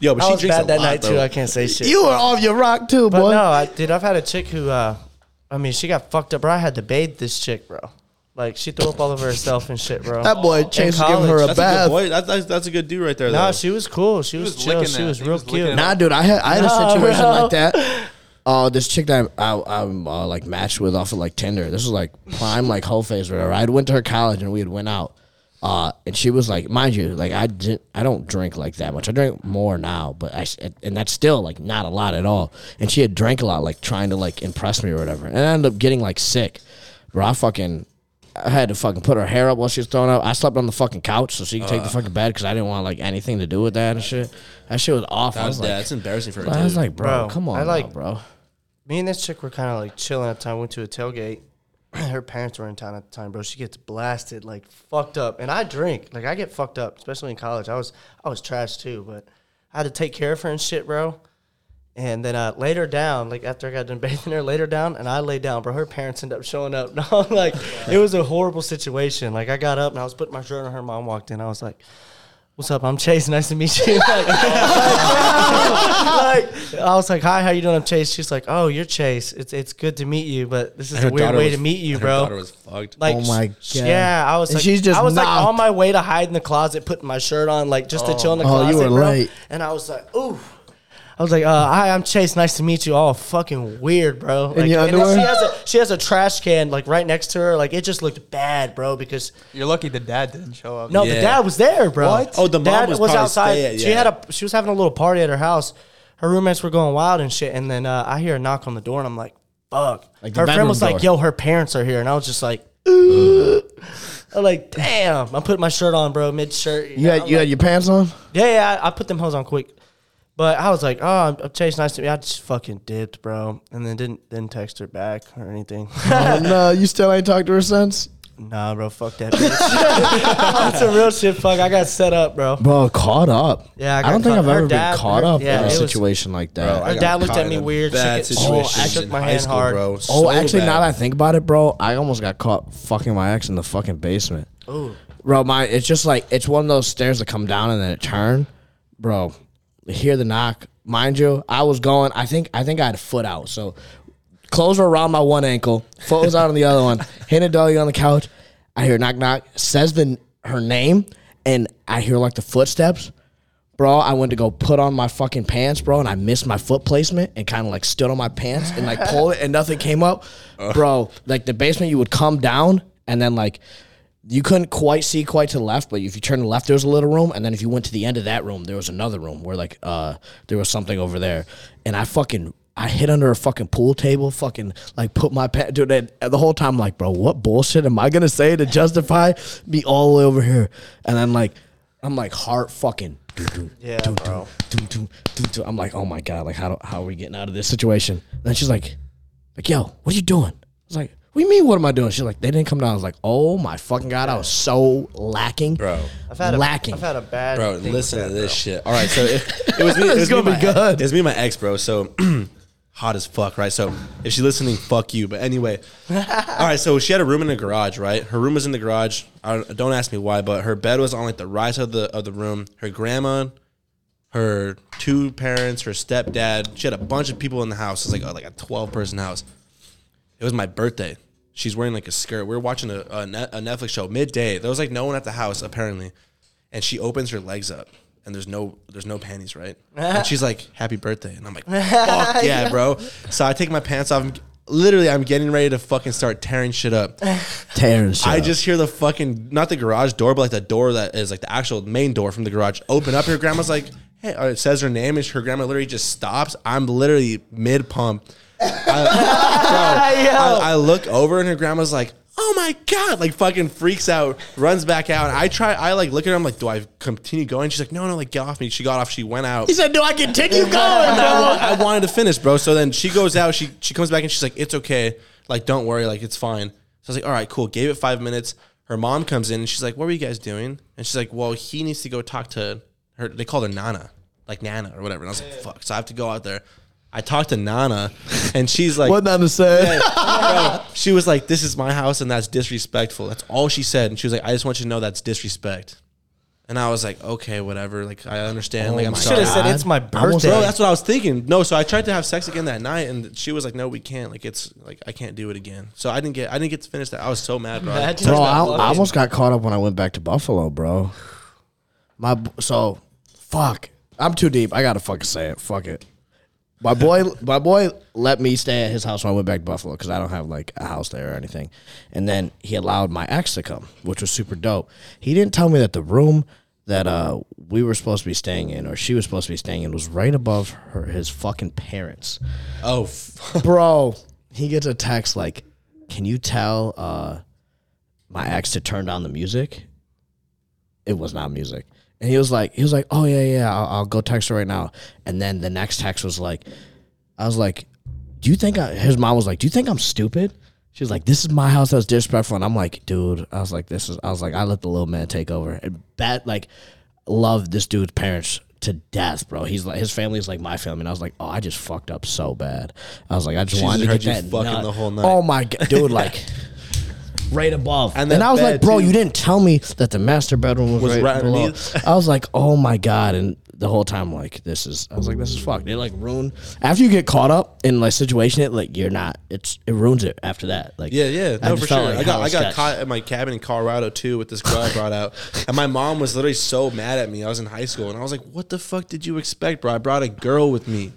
[SPEAKER 2] Yo, but
[SPEAKER 3] I
[SPEAKER 2] she
[SPEAKER 3] was
[SPEAKER 2] drinks a
[SPEAKER 3] bad that
[SPEAKER 2] lot,
[SPEAKER 3] night too.
[SPEAKER 2] bro.
[SPEAKER 3] I can't say shit.
[SPEAKER 1] you were off your rock too,
[SPEAKER 3] But
[SPEAKER 1] boy.
[SPEAKER 3] no, I, dude, I've had a chick who, uh, I mean, she got fucked up, bro. I had to bathe this chick, bro. Like she threw up all over herself and shit, bro.
[SPEAKER 1] That boy Chase was giving her a
[SPEAKER 2] That's a good
[SPEAKER 1] bath.
[SPEAKER 2] boy. That's, that's, that's a good dude right there.
[SPEAKER 3] Nah,
[SPEAKER 2] though.
[SPEAKER 3] she was cool. She was,
[SPEAKER 5] was
[SPEAKER 3] chill.
[SPEAKER 5] licking
[SPEAKER 3] She
[SPEAKER 5] that.
[SPEAKER 3] was
[SPEAKER 5] He
[SPEAKER 3] real
[SPEAKER 5] was licking
[SPEAKER 3] cute.
[SPEAKER 5] that.
[SPEAKER 1] Nah, dude, I had I had a
[SPEAKER 3] Nah,
[SPEAKER 1] situation
[SPEAKER 3] bro.
[SPEAKER 1] like that. Oh, this chick that I, I, am uh, like matched with off of like Tinder. This was like prime like whole phase or whatever. I went to her college and we had went out. Uh, and she was like, mind you, like I didn't, I don't drink like that much. I drink more now, but I s- and that's still like not a lot at all. And she had drank a lot, like trying to like impress me or whatever. And I ended up getting like sick. Bro, I fucking, I had to fucking put her hair up while she was throwing up. I slept on the fucking couch so she could take the fucking bed because I didn't want like anything to do with that and shit. That shit was awful. I
[SPEAKER 2] That's,
[SPEAKER 1] was
[SPEAKER 2] yeah,
[SPEAKER 1] like,
[SPEAKER 2] that's embarrassing for her.
[SPEAKER 1] I was
[SPEAKER 2] dude.
[SPEAKER 1] like, bro,
[SPEAKER 3] Bro,
[SPEAKER 1] come on,
[SPEAKER 3] I like-
[SPEAKER 1] now, bro.
[SPEAKER 3] Me and this chick were kind of like chilling at the time. Went to a tailgate. Her parents were in town at the time, bro. She gets blasted, like fucked up, and I drink. Like I get fucked up, especially in college. I was I was trash too, but I had to take care of her and shit, bro. And then I laid her down, like after I got done bathing her, laid her down, and I lay down. But her parents ended up showing up. No, like it was a horrible situation. Like I got up and I was putting my shirt on. Her mom walked in. I was like, "What's up? I'm Chase. Nice to meet you." Like, like, I was like, "Hi, how you doing? I'm Chase." She's like, "Oh, you're Chase. It's it's good to meet you, but this is
[SPEAKER 2] Her
[SPEAKER 3] a weird
[SPEAKER 2] daughter
[SPEAKER 3] way
[SPEAKER 2] was-
[SPEAKER 3] to meet you,
[SPEAKER 2] her
[SPEAKER 3] bro."
[SPEAKER 2] daughter was fucked.
[SPEAKER 3] Like,
[SPEAKER 1] Oh my
[SPEAKER 3] sh-
[SPEAKER 1] God.
[SPEAKER 3] Yeah, I was
[SPEAKER 1] And
[SPEAKER 3] like,
[SPEAKER 1] she's just
[SPEAKER 3] I was like
[SPEAKER 1] knocked.
[SPEAKER 3] on my way to hide in the closet, putting my shirt on, like just to chill in the
[SPEAKER 1] Oh,
[SPEAKER 3] closet.
[SPEAKER 1] you were
[SPEAKER 3] bro.
[SPEAKER 1] late.
[SPEAKER 3] And I was like, ooh. I was like, uh, hi, I'm Chase. Nice to meet you. All fucking weird, bro. Like,
[SPEAKER 1] your
[SPEAKER 3] and then she
[SPEAKER 1] underwear?
[SPEAKER 3] has a she has a trash can like right next to her. Like it just looked bad, bro. Because
[SPEAKER 5] You're lucky the dad didn't show up.
[SPEAKER 3] no,
[SPEAKER 2] Yeah.
[SPEAKER 3] the dad was there, bro.
[SPEAKER 2] What? Oh, the mom
[SPEAKER 3] dad
[SPEAKER 2] was probably staying,
[SPEAKER 3] She
[SPEAKER 2] yeah.
[SPEAKER 3] had a she was having a little party at her house. Her roommates were going wild and shit. And then uh, I hear a knock on the door, and I'm like, fuck.
[SPEAKER 1] Like the
[SPEAKER 3] her friend
[SPEAKER 1] bedroom
[SPEAKER 3] was like,
[SPEAKER 1] door.
[SPEAKER 3] yo, her parents are here, and I was just like. I'm like, damn! I'm putting my shirt on, bro. Mid shirt.
[SPEAKER 1] You had you had your pants on.
[SPEAKER 3] Yeah, yeah, I, I put them hoes on quick. But I was like, oh, I'm, I'm Chase, nice to meet you. I just fucking dipped, bro. And then didn't didn't text her back or anything.
[SPEAKER 1] Oh, no, you still ain't talked to her since.
[SPEAKER 3] nah, bro, fuck that bitch. That's a real shit fuck. I got set up, bro.
[SPEAKER 1] Bro, caught up.
[SPEAKER 3] Yeah, I
[SPEAKER 1] I,
[SPEAKER 3] got
[SPEAKER 1] don't think
[SPEAKER 3] caught-
[SPEAKER 1] I've
[SPEAKER 3] her
[SPEAKER 1] ever
[SPEAKER 3] dad-
[SPEAKER 1] been caught
[SPEAKER 3] her-
[SPEAKER 1] up in
[SPEAKER 3] yeah, it
[SPEAKER 1] a
[SPEAKER 3] was-
[SPEAKER 1] situation like that.
[SPEAKER 2] Oh, I got
[SPEAKER 3] dad looked
[SPEAKER 2] caught
[SPEAKER 3] at me
[SPEAKER 2] in a
[SPEAKER 3] weird. She
[SPEAKER 2] Bad
[SPEAKER 3] get-
[SPEAKER 2] situation.
[SPEAKER 3] Oh, I shook
[SPEAKER 2] in
[SPEAKER 3] my
[SPEAKER 2] high
[SPEAKER 3] hand
[SPEAKER 2] school,
[SPEAKER 3] hard.
[SPEAKER 2] Bro.
[SPEAKER 1] Oh,
[SPEAKER 2] So
[SPEAKER 1] actually,
[SPEAKER 2] bad.
[SPEAKER 1] now that I think about it, bro, I almost got caught fucking my ex in the fucking basement.
[SPEAKER 3] Ooh.
[SPEAKER 1] Bro, my it's just like it's one of those stairs that come down and then it turn. Bro, hear the knock. Mind you, I was going. I think I think I had a foot out, so clothes were around my one ankle, foot was out on the other one. Hannah Doggy on the couch. I hear knock knock. Says the her name, and I hear like the footsteps. Bro, I went to go put on my fucking pants, bro, and I missed my foot placement and kind of like stood on my pants and like pulled it and nothing came up. Bro, like the basement, you would come down and then like you couldn't quite see quite to the left, but if you turned to the left, there was a little room, and then if you went to the end of that room, there was another room where like uh there was something over there, and I fucking I hid under a fucking pool table, fucking like put my pet dude and the whole time like bro, what bullshit am I gonna say to justify me all the way over here, and then like I'm like heart fucking.
[SPEAKER 3] Yeah, bro.
[SPEAKER 1] Doom, doom, doom, doom. I'm like, oh my god, like how do, how are we getting out of this situation? And then she's like, like yo, what are you doing? I was like, what do you mean? What am I doing? She's like, they didn't come down. I was like, oh my fucking god, I was so lacking,
[SPEAKER 2] Bro.
[SPEAKER 3] I've had a,
[SPEAKER 1] lacking.
[SPEAKER 3] I've had a bad.
[SPEAKER 2] bro,
[SPEAKER 3] thing
[SPEAKER 2] listen
[SPEAKER 3] with
[SPEAKER 2] to
[SPEAKER 3] that,
[SPEAKER 2] this shit. All right, so if, it was me. It was me,
[SPEAKER 1] gonna
[SPEAKER 2] and
[SPEAKER 1] be
[SPEAKER 2] my
[SPEAKER 1] good.
[SPEAKER 2] Ex, it was me, and my ex, bro. So hot as fuck, right? So if she's listening, fuck you. But anyway, all right. So she had a room in the garage, right? Her room was in the garage. I don't, don't ask me why, but her bed was on like the right side of the of the room. Her grandma, her two parents, her stepdad. She had a bunch of people in the house. It's like a, like a twelve person house. It was my birthday. She's wearing like a skirt. We were watching a, a, Net, a Netflix show midday. There was like no one at the house apparently, and she opens her legs up and there's no there's no panties right. and she's like, "Happy birthday," and I'm like, "Fuck yeah, bro!" So I take my pants off. I'm, literally, I'm getting ready to fucking start tearing shit up.
[SPEAKER 1] Terrence,
[SPEAKER 2] I just hear the fucking not the garage door, but like the door that is like the actual main door from the garage open up. Her grandma's like, "Hey," or it says her name, and her grandma literally just stops. I'm literally mid pump. I, I look over and her grandma's like, "Oh my god!" Like fucking freaks out, runs back out. I try. I like look at her. I'm like, "Do I continue going?" She's like, "No, no, like get off me." She got off. She went out.
[SPEAKER 1] said, do I continue
[SPEAKER 2] And
[SPEAKER 1] going?
[SPEAKER 2] I, wa- I wanted to finish, bro. So then she goes out. She she comes back and she's like, "It's okay. Like don't worry. Like it's fine." So I was like, "All right, cool." Gave it five minutes. Her mom comes in and she's like, "What were you guys doing?" And she's like, "Well, he needs to go talk to her. They called her Nana, like Nana or whatever." And I was like, "Fuck!" So I have to go out there. I talked to Nana, and she's like,
[SPEAKER 1] What not to say?
[SPEAKER 2] Bro, she was like, "This is my house, and that's disrespectful." That's all she said, and she was like, "I just want you to know that's disrespect." And I was like, "Okay, whatever. Like, I understand. like,
[SPEAKER 1] Oh
[SPEAKER 2] I'm
[SPEAKER 1] my
[SPEAKER 2] sorry."
[SPEAKER 3] Should have said it's
[SPEAKER 1] I
[SPEAKER 3] my
[SPEAKER 1] almost-
[SPEAKER 3] birthday.
[SPEAKER 2] Bro, that's what I was thinking. No, so I tried to have sex again that night, and she was like, "No, we can't. Like, it's like I can't do it again." So I didn't get, I didn't get to finish that. I was so mad, bro. I
[SPEAKER 3] Imagine.
[SPEAKER 2] touched
[SPEAKER 1] Bro,
[SPEAKER 2] that
[SPEAKER 1] I,
[SPEAKER 2] fucking-
[SPEAKER 1] I almost got caught up when I went back to Buffalo, bro. My b- so fuck. I'm too deep. I gotta fucking say it. Fuck it. My boy, my boy, let me stay at his house when I went back to Buffalo because I don't have like a house there or anything. And then he allowed my ex to come, which was super dope. He didn't tell me that the room that uh we were supposed to be staying in or she was supposed to be staying in was right above her his fucking parents
[SPEAKER 2] oh, f-
[SPEAKER 1] bro he gets a text like can you tell uh my ex to turn down the music it was not music and he was like he was like oh yeah yeah i'll, I'll go text her right now and then the next text was like i was like do you think I, his mom was like do you think i'm stupid she was like, "This is my house. That's disrespectful." And I'm like, "Dude," I was like, "This is." I was like, "I let the little man take over." And that, like, love this dude's parents to death, bro. He's like his family's like my family, and I was like, oh, I just fucked up so bad. I was like, I just
[SPEAKER 2] Jesus,
[SPEAKER 1] wanted to
[SPEAKER 2] heard
[SPEAKER 1] get
[SPEAKER 2] you
[SPEAKER 1] that
[SPEAKER 2] fucking
[SPEAKER 1] nut.
[SPEAKER 2] the whole night.
[SPEAKER 1] Oh my god, dude, like. Right above,
[SPEAKER 2] And
[SPEAKER 1] and,
[SPEAKER 2] that
[SPEAKER 1] I was
[SPEAKER 2] bed,
[SPEAKER 1] like, "Bro,
[SPEAKER 2] too.
[SPEAKER 1] you didn't tell me that the master bedroom was,
[SPEAKER 2] Was
[SPEAKER 1] right,
[SPEAKER 2] right
[SPEAKER 1] below."
[SPEAKER 2] underneath.
[SPEAKER 1] I was like, "Oh my god!" And the whole time, like, this is. I was like, "This is fucked." They like ruin after you get caught up in like situation. It like you're not. It's it ruins it after that. Like
[SPEAKER 2] Yeah, yeah,
[SPEAKER 1] I
[SPEAKER 2] no,
[SPEAKER 1] just
[SPEAKER 2] for sure.
[SPEAKER 1] felt like
[SPEAKER 2] I got
[SPEAKER 1] hella
[SPEAKER 2] I got
[SPEAKER 1] sketch.
[SPEAKER 2] caught at my cabin in Colorado too with this girl I brought out, and my mom was literally so mad at me. I was in high school, and I was like, "What the fuck did you expect, bro? I brought a girl with me."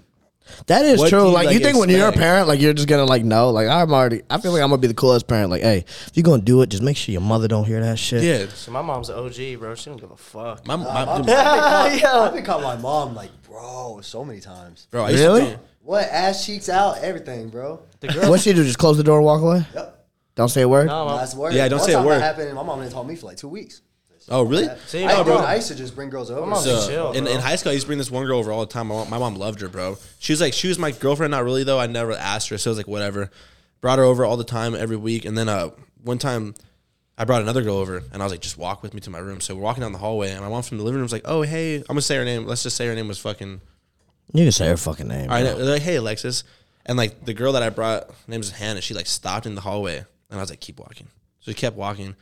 [SPEAKER 1] That is
[SPEAKER 2] What do
[SPEAKER 1] true.
[SPEAKER 2] you,
[SPEAKER 1] like,
[SPEAKER 2] like,
[SPEAKER 1] you think when you're a
[SPEAKER 2] expect?
[SPEAKER 1] parent, like you're just gonna like know. Like I'm already. I feel like I'm gonna be the coolest parent. Like, hey, if you're gonna do it, just make sure your mother don't hear that shit.
[SPEAKER 2] Yeah,
[SPEAKER 3] So my mom's an OG, bro. She don't give a fuck.
[SPEAKER 2] my, my,
[SPEAKER 4] I've been called- I've been called my mom like, bro, so many times.
[SPEAKER 2] bro. I used
[SPEAKER 1] Really?
[SPEAKER 2] To do,
[SPEAKER 4] What ass cheeks out, everything, bro.
[SPEAKER 3] The girl.
[SPEAKER 1] What she do? Just close the door and walk away.
[SPEAKER 4] Yep.
[SPEAKER 1] Don't say a word.
[SPEAKER 3] No, mom.
[SPEAKER 4] Last word.
[SPEAKER 2] Yeah, don't
[SPEAKER 4] One
[SPEAKER 2] say a
[SPEAKER 4] time that
[SPEAKER 2] word.
[SPEAKER 4] Happened, and my mom didn't tell me for like two weeks.
[SPEAKER 2] oh, really?
[SPEAKER 3] See,
[SPEAKER 4] I,
[SPEAKER 3] no,
[SPEAKER 4] bro.
[SPEAKER 3] bro.
[SPEAKER 4] I used to just bring girls over.
[SPEAKER 3] mom-
[SPEAKER 4] So-
[SPEAKER 2] So,
[SPEAKER 3] Chill,
[SPEAKER 2] uh, in,
[SPEAKER 3] bro.
[SPEAKER 2] in high school, I used to bring this one girl over all the time. My mom, my mom loved her, bro. She was like, she was my girlfriend, not really though. I never asked her, so it was like whatever. Brought her over all the time, every week, and then uh, one time, I brought another girl over, and I was like, just walk with me to my room. So we're walking down the hallway, and my mom from the living room was like, oh hey, I'm gonna say her name. Let's just say her name was fucking.
[SPEAKER 1] You can say her fucking name.
[SPEAKER 2] All
[SPEAKER 1] bro.
[SPEAKER 2] right, they're like, hey Alexis, and like the girl that I brought, her name's Hannah. She like stopped in the hallway, and I was like, keep walking. So we kept walking,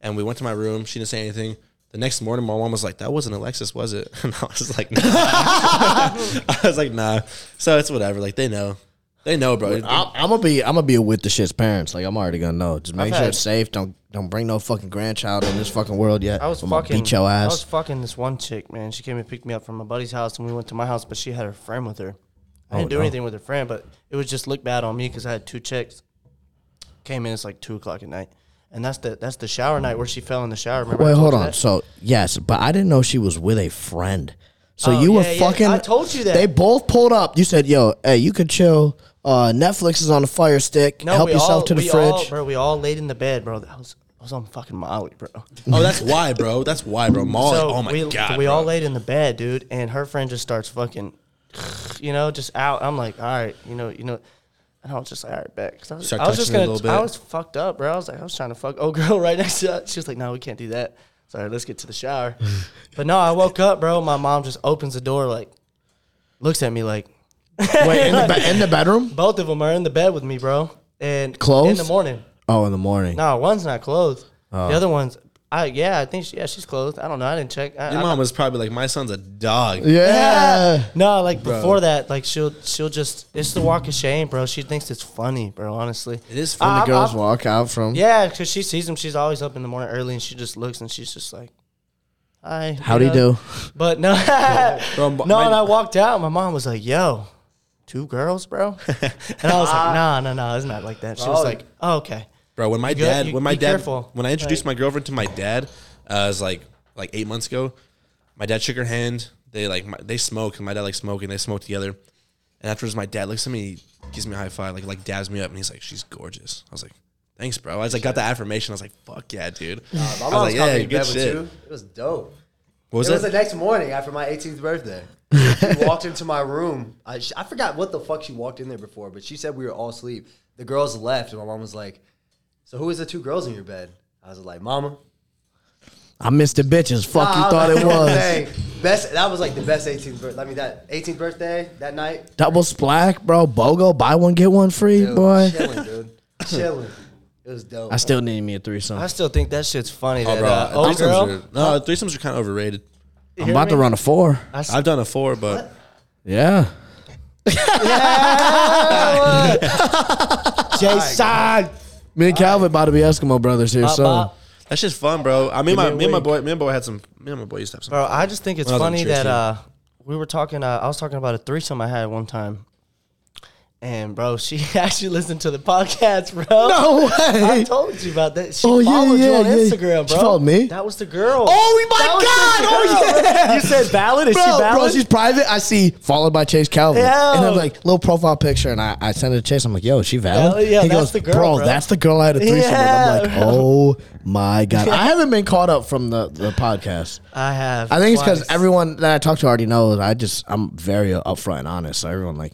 [SPEAKER 2] and we went to my room. She didn't say anything. The next morning, my mom was like, "That wasn't Alexis, was it?" And I was like, nah. "I was like, nah." So it's whatever. Like they know, they know, bro.
[SPEAKER 1] I'm, I'm gonna be. I'm gonna be with the shit's parents. Like I'm already gonna know. Just make
[SPEAKER 3] I've
[SPEAKER 1] sure
[SPEAKER 3] had-
[SPEAKER 1] it's safe. Don't don't bring no fucking grandchild in this fucking world yet.
[SPEAKER 3] I was
[SPEAKER 1] I'm
[SPEAKER 3] fucking.
[SPEAKER 1] Gonna beat your
[SPEAKER 3] I
[SPEAKER 1] ass.
[SPEAKER 3] was fucking this one chick, man. She came and picked me up from my buddy's house, and we went to my house. But she had her friend with her. I
[SPEAKER 2] Oh,
[SPEAKER 3] didn't do
[SPEAKER 1] no.
[SPEAKER 3] anything with her friend, but it was just look bad on me because I had two chicks. Came in, it's like two o'clock at night, and that's the that's the shower night where she fell in the shower. Remember? I
[SPEAKER 1] Wait,
[SPEAKER 3] told
[SPEAKER 1] hold
[SPEAKER 3] you
[SPEAKER 1] on.
[SPEAKER 3] that?
[SPEAKER 1] So yes, but I didn't know she was with a friend. So
[SPEAKER 3] Oh,
[SPEAKER 1] you were
[SPEAKER 3] yeah, yeah.
[SPEAKER 1] fucking.
[SPEAKER 3] I told you that.
[SPEAKER 1] They both pulled up. You said, "Yo, hey, you could chill. Uh, Netflix is on the Fire Stick.
[SPEAKER 3] No,
[SPEAKER 1] Help
[SPEAKER 3] we
[SPEAKER 1] yourself
[SPEAKER 3] all,
[SPEAKER 1] to the
[SPEAKER 3] we
[SPEAKER 1] fridge."
[SPEAKER 3] all, bro. We all laid in the bed, bro. I was I was on fucking Molly, bro.
[SPEAKER 2] oh, that's why, bro. That's why, bro. Molly.
[SPEAKER 3] So
[SPEAKER 2] oh my
[SPEAKER 3] we,
[SPEAKER 2] god,
[SPEAKER 3] we
[SPEAKER 2] bro.
[SPEAKER 3] all laid in the bed, dude, and her friend just starts fucking, you know, just out. I'm like, all right, you know, you know, and I was just like, all right, back. 'Cause I was,
[SPEAKER 2] Start
[SPEAKER 3] I was just
[SPEAKER 2] touching it a
[SPEAKER 3] gonna,
[SPEAKER 2] little
[SPEAKER 3] I
[SPEAKER 2] bit.
[SPEAKER 3] was fucked up, bro. I was like, I was trying to fuck old girl right next to that. She was like, no, we can't do that. Sorry, let's get to the shower. but no, I woke up, bro. My mom just opens the door, like, looks at me like,
[SPEAKER 1] Wait, in the, be- in the bedroom?
[SPEAKER 3] both of them are in the bed with me, bro, and in
[SPEAKER 1] Clothes?
[SPEAKER 3] the morning.
[SPEAKER 1] Oh, in the morning.
[SPEAKER 3] No, one's not clothed.
[SPEAKER 1] Oh.
[SPEAKER 3] The other one's, I yeah, I think she, yeah, she's clothed. I don't know. I didn't check. I,
[SPEAKER 2] Your
[SPEAKER 3] I-
[SPEAKER 2] mom was probably like, "My son's a dog."
[SPEAKER 1] Yeah.
[SPEAKER 3] No, like before that, like she'll she'll just it's the walk of shame, bro. She thinks it's funny, bro. Honestly,
[SPEAKER 2] It is
[SPEAKER 1] When
[SPEAKER 2] fun.
[SPEAKER 1] the
[SPEAKER 3] I'm-
[SPEAKER 1] girls
[SPEAKER 3] I'm-
[SPEAKER 1] walk out from.
[SPEAKER 3] yeah, because she sees him. She's always up in the morning early, and she just looks and she's just like, "Hi,
[SPEAKER 1] How do you
[SPEAKER 3] know?
[SPEAKER 1] do?
[SPEAKER 3] But no,
[SPEAKER 2] Bro,
[SPEAKER 3] no.
[SPEAKER 2] my-
[SPEAKER 3] And I walked out. My mom was like, "Yo, two girls, bro," and I was like, "Nah, nah, nah. It's not like that." She was
[SPEAKER 4] Bro.
[SPEAKER 3] like, oh, "Okay."
[SPEAKER 2] Bro, when my
[SPEAKER 3] You go-
[SPEAKER 2] dad,
[SPEAKER 3] you-
[SPEAKER 2] when my
[SPEAKER 3] be
[SPEAKER 2] dad,
[SPEAKER 3] careful.
[SPEAKER 2] when I introduced
[SPEAKER 3] Like-
[SPEAKER 2] my girlfriend to my dad, uh, it was like like eight months ago. My dad shook her hand. They like my, they smoke, and my dad like smoking. They smoke together. And afterwards, my dad looks at me, gives me a high five, like like dabs me up, and he's like, "She's gorgeous." I was like, "Thanks, bro." I was like, got the affirmation. I was like, "Fuck yeah, dude." I
[SPEAKER 4] My
[SPEAKER 2] was
[SPEAKER 4] mom was
[SPEAKER 2] like,
[SPEAKER 4] yeah,
[SPEAKER 2] "Yeah,
[SPEAKER 4] me
[SPEAKER 2] good
[SPEAKER 4] good
[SPEAKER 2] shit."
[SPEAKER 4] Too. It was dope.
[SPEAKER 2] What was
[SPEAKER 4] it was
[SPEAKER 2] that?
[SPEAKER 4] the next morning after my 18th birthday. She walked into my room. I, sh I forgot what the fuck she walked in there before, but she said we were all asleep. The girls left, and my mom was like, "So who is the two girls in your bed?" I was like, "Mama."
[SPEAKER 1] I missed the bitches. Fuck,
[SPEAKER 4] I
[SPEAKER 1] you thought
[SPEAKER 4] like,
[SPEAKER 1] it was.
[SPEAKER 4] Dang. best. That was like the best 18th birthday. I mean, that 18th birthday that night.
[SPEAKER 1] Double splack, bro. Bogo, buy one, get one free,
[SPEAKER 4] Dude,
[SPEAKER 1] boy.
[SPEAKER 4] chilling, dude, chilling. It was dope.
[SPEAKER 1] I still need me a threesome.
[SPEAKER 3] I
[SPEAKER 1] I'm
[SPEAKER 3] still think that shit's funny.
[SPEAKER 2] Oh,
[SPEAKER 3] that
[SPEAKER 2] bro,
[SPEAKER 3] uh, old
[SPEAKER 2] threesomes
[SPEAKER 3] girl.
[SPEAKER 2] are- no, threesomes are kind of overrated.
[SPEAKER 3] hear
[SPEAKER 1] about to
[SPEAKER 3] me?
[SPEAKER 1] run a four.
[SPEAKER 3] I s-
[SPEAKER 2] I've done a four, but
[SPEAKER 1] Yeah.
[SPEAKER 3] Jason.
[SPEAKER 1] Me and Calvin about to be Eskimo brothers here
[SPEAKER 3] Bop,
[SPEAKER 1] soon.
[SPEAKER 3] bop.
[SPEAKER 2] that's just fun, bro. I mean,
[SPEAKER 3] Give me
[SPEAKER 2] my
[SPEAKER 3] a
[SPEAKER 2] me and my
[SPEAKER 3] wink.
[SPEAKER 2] boy, me and boy had some. Me and my boy used to have some.
[SPEAKER 3] Bro, I just think it's
[SPEAKER 2] Well, I was on
[SPEAKER 3] funny
[SPEAKER 2] the cheer
[SPEAKER 3] that
[SPEAKER 2] team.
[SPEAKER 3] uh, we were talking. Uh, I was talking about a threesome I had one time, and bro, she actually listened to the podcast, bro.
[SPEAKER 1] No way.
[SPEAKER 3] I told you about that. She
[SPEAKER 1] Oh, yeah,
[SPEAKER 3] followed you
[SPEAKER 1] yeah,
[SPEAKER 3] on
[SPEAKER 1] yeah.
[SPEAKER 3] Instagram,
[SPEAKER 1] She
[SPEAKER 3] bro.
[SPEAKER 1] followed me?
[SPEAKER 3] That was the girl.
[SPEAKER 1] Oh, my
[SPEAKER 3] That was
[SPEAKER 1] God.
[SPEAKER 3] the
[SPEAKER 1] Oh,
[SPEAKER 3] girl, bro. You said valid. Is she
[SPEAKER 1] bro,
[SPEAKER 3] valid?
[SPEAKER 1] bro, she's private. I see followed by Chase Calvin, and I'm
[SPEAKER 3] Yo.
[SPEAKER 1] like little profile picture, and I, I send it to Chase. I'm like, yo, is she valid?
[SPEAKER 3] Hell yeah,
[SPEAKER 1] he
[SPEAKER 3] that's
[SPEAKER 1] goes,
[SPEAKER 3] the girl,
[SPEAKER 1] bro,
[SPEAKER 3] bro."
[SPEAKER 1] That's the girl I had a threesome
[SPEAKER 3] Yeah,
[SPEAKER 1] with. I'm like,
[SPEAKER 3] bro.
[SPEAKER 1] oh my god, I haven't been caught up from the the podcast.
[SPEAKER 3] I have.
[SPEAKER 1] I think it's because
[SPEAKER 3] twice.
[SPEAKER 1] everyone that I talk to already knows. I just I'm very upfront and honest. So everyone like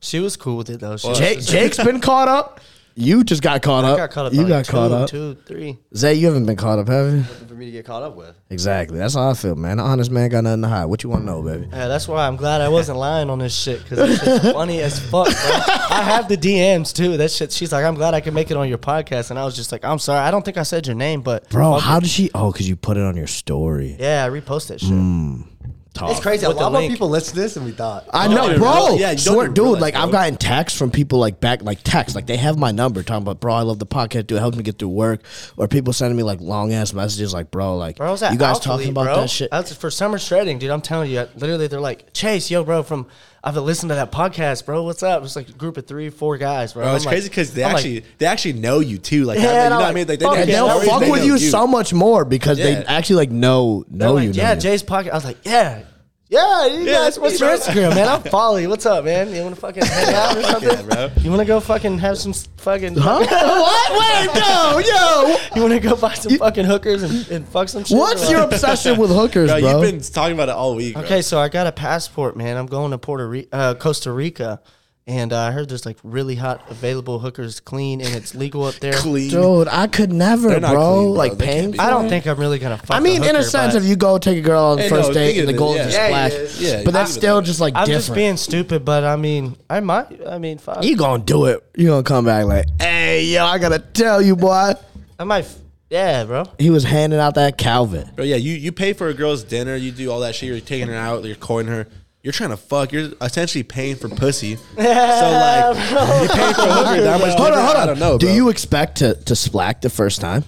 [SPEAKER 3] she was cool with it though. She was
[SPEAKER 1] Jake. Jake's been caught up. You just got caught
[SPEAKER 3] I
[SPEAKER 1] up.
[SPEAKER 3] got caught up.
[SPEAKER 1] You
[SPEAKER 3] by,
[SPEAKER 1] got
[SPEAKER 3] like,
[SPEAKER 1] caught
[SPEAKER 3] two,
[SPEAKER 1] up.
[SPEAKER 3] Two, three.
[SPEAKER 1] Zay, you haven't been caught up, have you?
[SPEAKER 4] for me to get caught up with.
[SPEAKER 1] Exactly. That's how I feel, man. An honest man got nothing to hide. What you want to know, baby?
[SPEAKER 3] Yeah, that's why I'm glad I wasn't lying on this shit because this shit's funny as fuck. Bro. I have the DMs too. That shit. She's like, I'm glad I could make it on your podcast, and I was just like, I'm sorry, I don't think I said your name, but
[SPEAKER 1] Bro,
[SPEAKER 3] fuck
[SPEAKER 1] how
[SPEAKER 3] it.
[SPEAKER 1] did she? Oh, because you put it on your story.
[SPEAKER 3] Yeah, I repost that shit.
[SPEAKER 1] Mm.
[SPEAKER 4] It's crazy. A
[SPEAKER 3] With the
[SPEAKER 4] lot more
[SPEAKER 3] link.
[SPEAKER 4] people listen to this than we thought.
[SPEAKER 1] I
[SPEAKER 3] Oh,
[SPEAKER 2] Don't
[SPEAKER 1] know,
[SPEAKER 2] even
[SPEAKER 1] bro.
[SPEAKER 2] real- yeah, you don't
[SPEAKER 1] Swear,
[SPEAKER 2] even
[SPEAKER 1] dude.
[SPEAKER 2] realize,
[SPEAKER 1] like I've
[SPEAKER 2] bro.
[SPEAKER 1] gotten texts from people like back, like texts, like they have my number, talking about, bro, I love the podcast, dude. It helps me get through work. Or people sending me like long ass messages, like, bro, like
[SPEAKER 3] Bro, I was at
[SPEAKER 1] you guys
[SPEAKER 3] Alpha
[SPEAKER 1] talking
[SPEAKER 3] League,
[SPEAKER 1] about
[SPEAKER 3] bro.
[SPEAKER 1] that shit.
[SPEAKER 3] That's for summer shredding, dude. I'm telling you, I- literally, they're like, Chase, yo, bro, from I've been listening to that podcast, bro. What's up? It's like a group of three, four guys, bro.
[SPEAKER 2] Bro,
[SPEAKER 3] I'm
[SPEAKER 2] it's
[SPEAKER 3] like-
[SPEAKER 2] crazy because they
[SPEAKER 3] I'm like,
[SPEAKER 2] actually they actually know you too. Like,
[SPEAKER 3] Yeah,
[SPEAKER 2] you know
[SPEAKER 3] and I'm
[SPEAKER 2] what I
[SPEAKER 3] like,
[SPEAKER 2] mean? Like, they,
[SPEAKER 3] fuck
[SPEAKER 2] they
[SPEAKER 1] and
[SPEAKER 3] yeah,
[SPEAKER 1] they'll
[SPEAKER 3] that
[SPEAKER 2] know-
[SPEAKER 3] was-
[SPEAKER 1] fuck
[SPEAKER 2] they
[SPEAKER 1] with
[SPEAKER 2] know
[SPEAKER 1] you, so much more because
[SPEAKER 2] Yeah.
[SPEAKER 1] they actually like know
[SPEAKER 3] they're
[SPEAKER 1] know
[SPEAKER 3] like,
[SPEAKER 1] you. know
[SPEAKER 3] yeah,
[SPEAKER 1] you.
[SPEAKER 3] Jay's podcast. I was like, yeah. Yeah, you guys, what's your Instagram, man? I'm Folly. What's up, man? You want to fucking hang out or something?
[SPEAKER 2] bro.
[SPEAKER 3] You want to go fucking have some s- fucking?
[SPEAKER 1] Huh? what? Wait, no, yo.
[SPEAKER 3] You want to go buy some fucking hookers and, and fuck some shit?
[SPEAKER 1] What's
[SPEAKER 3] or
[SPEAKER 1] your
[SPEAKER 3] what?
[SPEAKER 1] obsession with hookers,
[SPEAKER 2] Bro,
[SPEAKER 1] bro?
[SPEAKER 2] you've been talking about it all week. bro.
[SPEAKER 3] Okay, so I got a passport, man. I'm going to Puerto Ri- uh, Costa Rica, and uh, I heard there's like really hot available hookers, clean, and it's legal up there.
[SPEAKER 2] Clean.
[SPEAKER 1] Dude, I could never, bro.
[SPEAKER 2] They're not clean, bro.
[SPEAKER 1] Like
[SPEAKER 2] They can't
[SPEAKER 1] paying.
[SPEAKER 2] be.
[SPEAKER 1] for
[SPEAKER 3] I don't
[SPEAKER 1] it.
[SPEAKER 3] think I'm really gonna. Fuck
[SPEAKER 1] I mean,
[SPEAKER 3] a
[SPEAKER 1] in a
[SPEAKER 3] hooker,
[SPEAKER 1] sense,
[SPEAKER 3] but
[SPEAKER 1] if you go take a girl on the
[SPEAKER 2] Hey,
[SPEAKER 1] first
[SPEAKER 2] no,
[SPEAKER 1] date
[SPEAKER 2] think
[SPEAKER 1] and the
[SPEAKER 2] of it,
[SPEAKER 1] goal is
[SPEAKER 2] yeah.
[SPEAKER 1] to
[SPEAKER 2] Yeah,
[SPEAKER 1] splash,
[SPEAKER 4] it is.
[SPEAKER 2] Yeah,
[SPEAKER 1] but that's
[SPEAKER 2] think of
[SPEAKER 1] still
[SPEAKER 2] it.
[SPEAKER 1] just like
[SPEAKER 3] I'm
[SPEAKER 1] different.
[SPEAKER 3] just being stupid, but I mean, I might. I mean, fuck.
[SPEAKER 1] you gonna do it? You gonna come back like, hey, yo, I gotta tell you, boy.
[SPEAKER 3] I might. f- Yeah, bro.
[SPEAKER 1] He was handing out that Calvin.
[SPEAKER 2] Bro, yeah, you, you pay for a girl's dinner, you do all that shit, you're taking her out, you're courting her. You're trying to fuck. You're essentially paying for pussy. so like, you pay for a hooker that much.
[SPEAKER 1] Hold on,
[SPEAKER 2] different?
[SPEAKER 1] hold on.
[SPEAKER 2] I don't know.
[SPEAKER 1] Do
[SPEAKER 2] bro.
[SPEAKER 1] you expect to to splack the first time?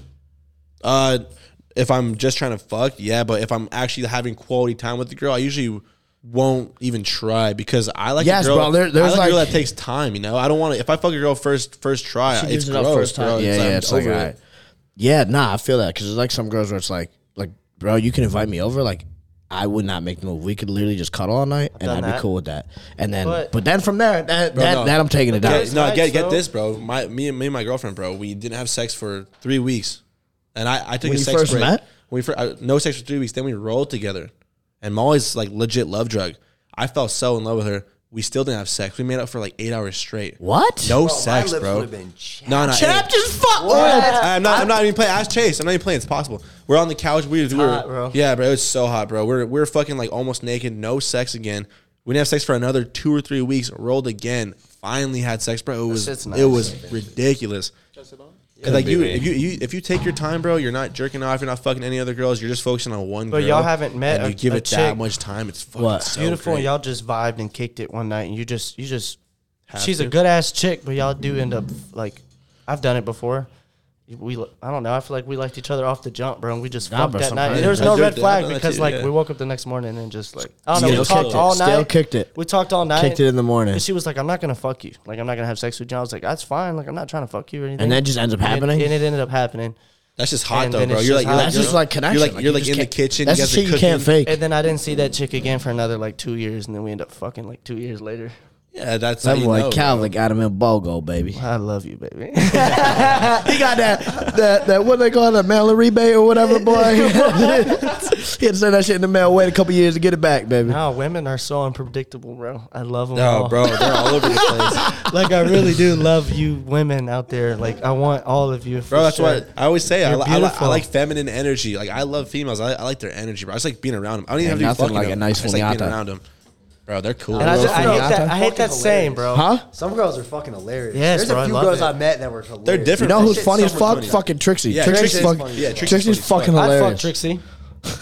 [SPEAKER 2] Uh, if I'm just trying to fuck, yeah. But if I'm actually having quality time with the girl, I usually won't even try because I like
[SPEAKER 1] Yes,
[SPEAKER 2] a girl.
[SPEAKER 1] bro, there-
[SPEAKER 2] I
[SPEAKER 1] there's
[SPEAKER 2] like, a girl
[SPEAKER 1] like-
[SPEAKER 2] that takes time. You know, I don't want to. If I fuck a girl first first try,
[SPEAKER 1] She
[SPEAKER 2] it's
[SPEAKER 1] gives it up
[SPEAKER 2] gross,
[SPEAKER 1] first time.
[SPEAKER 2] bro.
[SPEAKER 1] Yeah, yeah,
[SPEAKER 2] I'm
[SPEAKER 1] it's like,
[SPEAKER 2] over it.
[SPEAKER 1] alright. yeah, nah, I feel that because it's like some girls where it's like, like, bro, you can invite me over, like. I would not make the move. We could literally just cuddle all night, and
[SPEAKER 3] done
[SPEAKER 1] I'd be
[SPEAKER 3] that.
[SPEAKER 1] cool with that. And then, but,
[SPEAKER 3] But-
[SPEAKER 1] then from there, that that,
[SPEAKER 2] no.
[SPEAKER 1] that I'm taking it down.
[SPEAKER 2] Get- no,
[SPEAKER 3] nice,
[SPEAKER 2] get get
[SPEAKER 3] though.
[SPEAKER 2] this, bro. My me and me and my girlfriend, bro. We didn't have sex for three weeks, and I I took
[SPEAKER 1] When
[SPEAKER 2] a
[SPEAKER 1] you
[SPEAKER 2] sex
[SPEAKER 1] first
[SPEAKER 2] break.
[SPEAKER 1] met?
[SPEAKER 2] We fir- I- no sex for three weeks. Then we rolled together, and Molly's like legit love drug. I fell so in love with her. We still didn't have sex. We made up for like eight hours straight.
[SPEAKER 1] What?
[SPEAKER 2] No
[SPEAKER 4] Bro, my
[SPEAKER 2] sex,
[SPEAKER 4] lips
[SPEAKER 2] bro.
[SPEAKER 4] would've been chapped.
[SPEAKER 2] no, no.
[SPEAKER 1] Chap
[SPEAKER 2] hey.
[SPEAKER 1] just fuck.
[SPEAKER 2] I'm not. I'm not even playing. Ask Chase. I'm not even playing. It's possible. We're on the couch. We were.
[SPEAKER 3] hot, bro.
[SPEAKER 2] Yeah, bro. It was so hot, bro. We're we're fucking like almost naked. No sex again. We didn't have sex for another two or three weeks. Rolled again. Finally had sex, bro. It was
[SPEAKER 3] shit's
[SPEAKER 2] it
[SPEAKER 3] nice.
[SPEAKER 2] was ridiculous. And, like you, if you, you, if you take your time, bro, you're not jerking off. You're not fucking any other girls. You're just focusing on one.
[SPEAKER 3] But
[SPEAKER 2] girl,
[SPEAKER 3] y'all haven't met
[SPEAKER 2] And
[SPEAKER 3] a-
[SPEAKER 2] you give
[SPEAKER 3] a
[SPEAKER 2] it that
[SPEAKER 3] chick
[SPEAKER 2] much time. It's fucking
[SPEAKER 1] What?
[SPEAKER 2] so
[SPEAKER 3] Beautiful.
[SPEAKER 2] great.
[SPEAKER 3] and y'all just vibed and kicked it one night, and you just, you just. she's a good ass chick, but y'all do end up like, I've done it before. We, I don't know. I feel like we liked each other off the jump, bro, and we just
[SPEAKER 1] Nah,
[SPEAKER 3] fucked
[SPEAKER 1] bro,
[SPEAKER 3] that night.
[SPEAKER 1] sometimes-
[SPEAKER 3] There was
[SPEAKER 2] I
[SPEAKER 3] no
[SPEAKER 2] do-
[SPEAKER 3] red
[SPEAKER 2] I've
[SPEAKER 3] flag
[SPEAKER 2] done that
[SPEAKER 3] because
[SPEAKER 2] too,
[SPEAKER 3] like
[SPEAKER 2] yeah.
[SPEAKER 3] we woke up the next morning and just like I don't
[SPEAKER 1] Still
[SPEAKER 3] know. We talked
[SPEAKER 1] kicked it.
[SPEAKER 3] all night.
[SPEAKER 1] Still kicked it.
[SPEAKER 3] We talked all night.
[SPEAKER 1] Kicked it in the morning.
[SPEAKER 3] And she was like, "I'm not gonna fuck you. Like I'm not gonna have sex with you." I was like, "That's fine. Like I'm not trying to fuck you or anything."
[SPEAKER 1] And that just ends up
[SPEAKER 3] And it-
[SPEAKER 1] happening?
[SPEAKER 3] and it ended up happening.
[SPEAKER 2] That's just hot
[SPEAKER 3] And
[SPEAKER 2] though,
[SPEAKER 3] then
[SPEAKER 2] bro.
[SPEAKER 3] it's
[SPEAKER 2] You're like
[SPEAKER 3] just
[SPEAKER 2] you're
[SPEAKER 3] hot.
[SPEAKER 2] like
[SPEAKER 1] That's
[SPEAKER 2] you're-
[SPEAKER 1] just like connection.
[SPEAKER 2] You're like you're
[SPEAKER 1] you
[SPEAKER 2] like
[SPEAKER 1] just
[SPEAKER 2] in the
[SPEAKER 1] can't-
[SPEAKER 2] kitchen.
[SPEAKER 1] That's
[SPEAKER 2] you
[SPEAKER 1] the
[SPEAKER 2] guys are
[SPEAKER 1] shit you can't
[SPEAKER 2] cooking.
[SPEAKER 1] fake.
[SPEAKER 3] And then I didn't see that chick again for another like two years, and then we end up fucking like two years later.
[SPEAKER 2] Yeah, that's how
[SPEAKER 1] That
[SPEAKER 2] you
[SPEAKER 1] boy
[SPEAKER 2] know, bro.
[SPEAKER 1] Calvin got him in Bogo, baby. He
[SPEAKER 3] I love you, baby.
[SPEAKER 1] got that that that what they call it, that mail rebate or whatever, boy. he had to send that shit in the mail. Wait a couple years to get it back, baby.
[SPEAKER 3] now women are so unpredictable, bro. I love them.
[SPEAKER 2] No,
[SPEAKER 1] Oh.
[SPEAKER 3] all.
[SPEAKER 2] bro, they're all over the place.
[SPEAKER 3] Like I really do love you, women out there. Like I want all of you,
[SPEAKER 2] bro. That's what I always say. I,
[SPEAKER 3] You're
[SPEAKER 2] li- I, li- I
[SPEAKER 3] beautiful.
[SPEAKER 2] like feminine energy. Like I love females. I, I like their energy, bro. I just like being around them. I don't even
[SPEAKER 1] Ain't
[SPEAKER 2] have
[SPEAKER 1] nothing
[SPEAKER 2] to be fucking
[SPEAKER 1] like a
[SPEAKER 2] them.
[SPEAKER 1] nice
[SPEAKER 2] I just like being
[SPEAKER 1] funyata.
[SPEAKER 2] around them, bro. They're cool.
[SPEAKER 3] And I, just, I
[SPEAKER 1] Bro,
[SPEAKER 3] hate that. I hate
[SPEAKER 4] fucking
[SPEAKER 3] that saying,
[SPEAKER 4] hilarious.
[SPEAKER 3] bro.
[SPEAKER 1] Huh?
[SPEAKER 4] Some girls are fucking hilarious.
[SPEAKER 3] Yes,
[SPEAKER 4] There's
[SPEAKER 3] bro, I
[SPEAKER 4] a few
[SPEAKER 3] love
[SPEAKER 4] girls
[SPEAKER 3] it.
[SPEAKER 4] I met that were hilarious.
[SPEAKER 2] They're
[SPEAKER 1] You
[SPEAKER 2] different.
[SPEAKER 1] know who's
[SPEAKER 2] Shit's
[SPEAKER 1] funny
[SPEAKER 2] so
[SPEAKER 1] as
[SPEAKER 2] much
[SPEAKER 1] fuck?
[SPEAKER 2] funny.
[SPEAKER 1] Fucking Trixie.
[SPEAKER 2] Yeah,
[SPEAKER 1] Trixie's,
[SPEAKER 2] Trixie's
[SPEAKER 1] fuck-
[SPEAKER 2] funny. Yeah, Trixie's
[SPEAKER 1] Trixie's
[SPEAKER 2] funny as
[SPEAKER 1] fucking
[SPEAKER 3] I'd
[SPEAKER 1] hilarious.
[SPEAKER 3] fuck Trixie.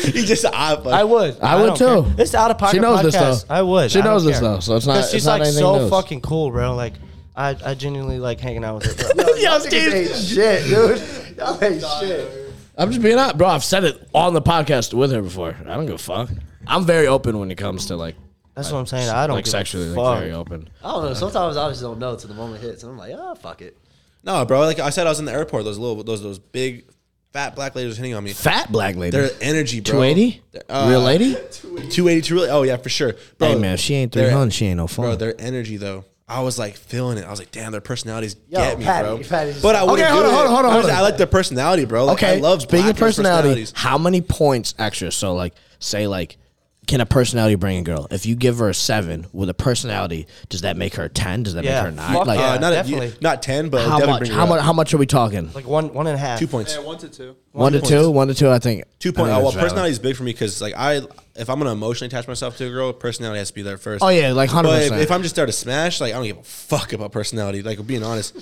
[SPEAKER 2] he just ah, I, fuck.
[SPEAKER 3] I would.
[SPEAKER 1] I would
[SPEAKER 3] don't care.
[SPEAKER 1] too.
[SPEAKER 3] It's out of pocket.
[SPEAKER 1] She knows this,
[SPEAKER 3] podcast.
[SPEAKER 1] though.
[SPEAKER 3] I would.
[SPEAKER 1] She
[SPEAKER 3] I don't
[SPEAKER 1] knows this,
[SPEAKER 3] care.
[SPEAKER 1] though, so it's not-
[SPEAKER 3] 'Cause
[SPEAKER 1] it's
[SPEAKER 3] she's
[SPEAKER 1] not
[SPEAKER 3] like
[SPEAKER 1] anything
[SPEAKER 3] so
[SPEAKER 1] knows.
[SPEAKER 3] fucking cool, bro. Like I, I genuinely like hanging out with her. Bro.
[SPEAKER 4] Yo, Steve. shit, dude. Y'all ain't shit.
[SPEAKER 1] I'm just being honest, bro. I've said it on the podcast with her before. I don't give a fuck. I'm very open when it comes to like
[SPEAKER 3] That's what I'm saying. I don't
[SPEAKER 1] like
[SPEAKER 3] give a
[SPEAKER 1] sexually like
[SPEAKER 3] fuck.
[SPEAKER 1] very open.
[SPEAKER 4] I don't know. Sometimes I just don't know till the moment hits, and I'm like, oh, fuck it.
[SPEAKER 2] no, bro. Like I said, I was in the airport. Those little, those, those big, fat black ladies hitting on me.
[SPEAKER 1] Fat black lady.
[SPEAKER 2] Their energy, bro.
[SPEAKER 1] 280?
[SPEAKER 2] Uh,
[SPEAKER 1] Real lady?
[SPEAKER 2] 280, two really. Oh yeah, for sure, bro.
[SPEAKER 1] Hey, man, if she ain't
[SPEAKER 2] their-
[SPEAKER 1] 300, she ain't no fun.
[SPEAKER 2] Bro, their energy though. I was like feeling it. I was like, damn, their personalities
[SPEAKER 4] Yo,
[SPEAKER 2] get me,
[SPEAKER 4] Patty,
[SPEAKER 2] bro.
[SPEAKER 4] Patty's-
[SPEAKER 2] but I wouldn't
[SPEAKER 1] Okay, hold
[SPEAKER 2] do
[SPEAKER 1] on, hold
[SPEAKER 2] it.
[SPEAKER 1] on, hold on,
[SPEAKER 2] I was-
[SPEAKER 1] hold on.
[SPEAKER 2] I like their personality, bro. Like,
[SPEAKER 1] Okay.
[SPEAKER 2] I love
[SPEAKER 1] speaking
[SPEAKER 2] black
[SPEAKER 1] of
[SPEAKER 2] girls'
[SPEAKER 1] personalities, how many points extra? So like say like can a personality bring a girl? If you give her a seven with a personality, does that make her ten? Does that
[SPEAKER 3] Yeah,
[SPEAKER 1] make her nine?
[SPEAKER 3] fuck
[SPEAKER 1] Like
[SPEAKER 3] yeah.
[SPEAKER 2] uh, not
[SPEAKER 3] definitely.
[SPEAKER 2] a, not ten, but
[SPEAKER 1] how
[SPEAKER 2] definitely
[SPEAKER 1] much?
[SPEAKER 2] bring her
[SPEAKER 1] How
[SPEAKER 2] up.
[SPEAKER 1] much? How much are we talking?
[SPEAKER 3] Like one, one and a half.
[SPEAKER 2] Two points.
[SPEAKER 5] Yeah, one to two.
[SPEAKER 1] one to two, one to two. I think
[SPEAKER 2] Two point.
[SPEAKER 1] I think
[SPEAKER 2] Oh, well,
[SPEAKER 1] that's valid.
[SPEAKER 2] personality is big for me because like I, if I'm gonna emotionally attach myself to a girl, personality has to be there first.
[SPEAKER 1] Oh yeah, like hundred
[SPEAKER 2] But if, if
[SPEAKER 1] percent.
[SPEAKER 2] I'm just there to smash, like I don't give a fuck about personality. Like being honest,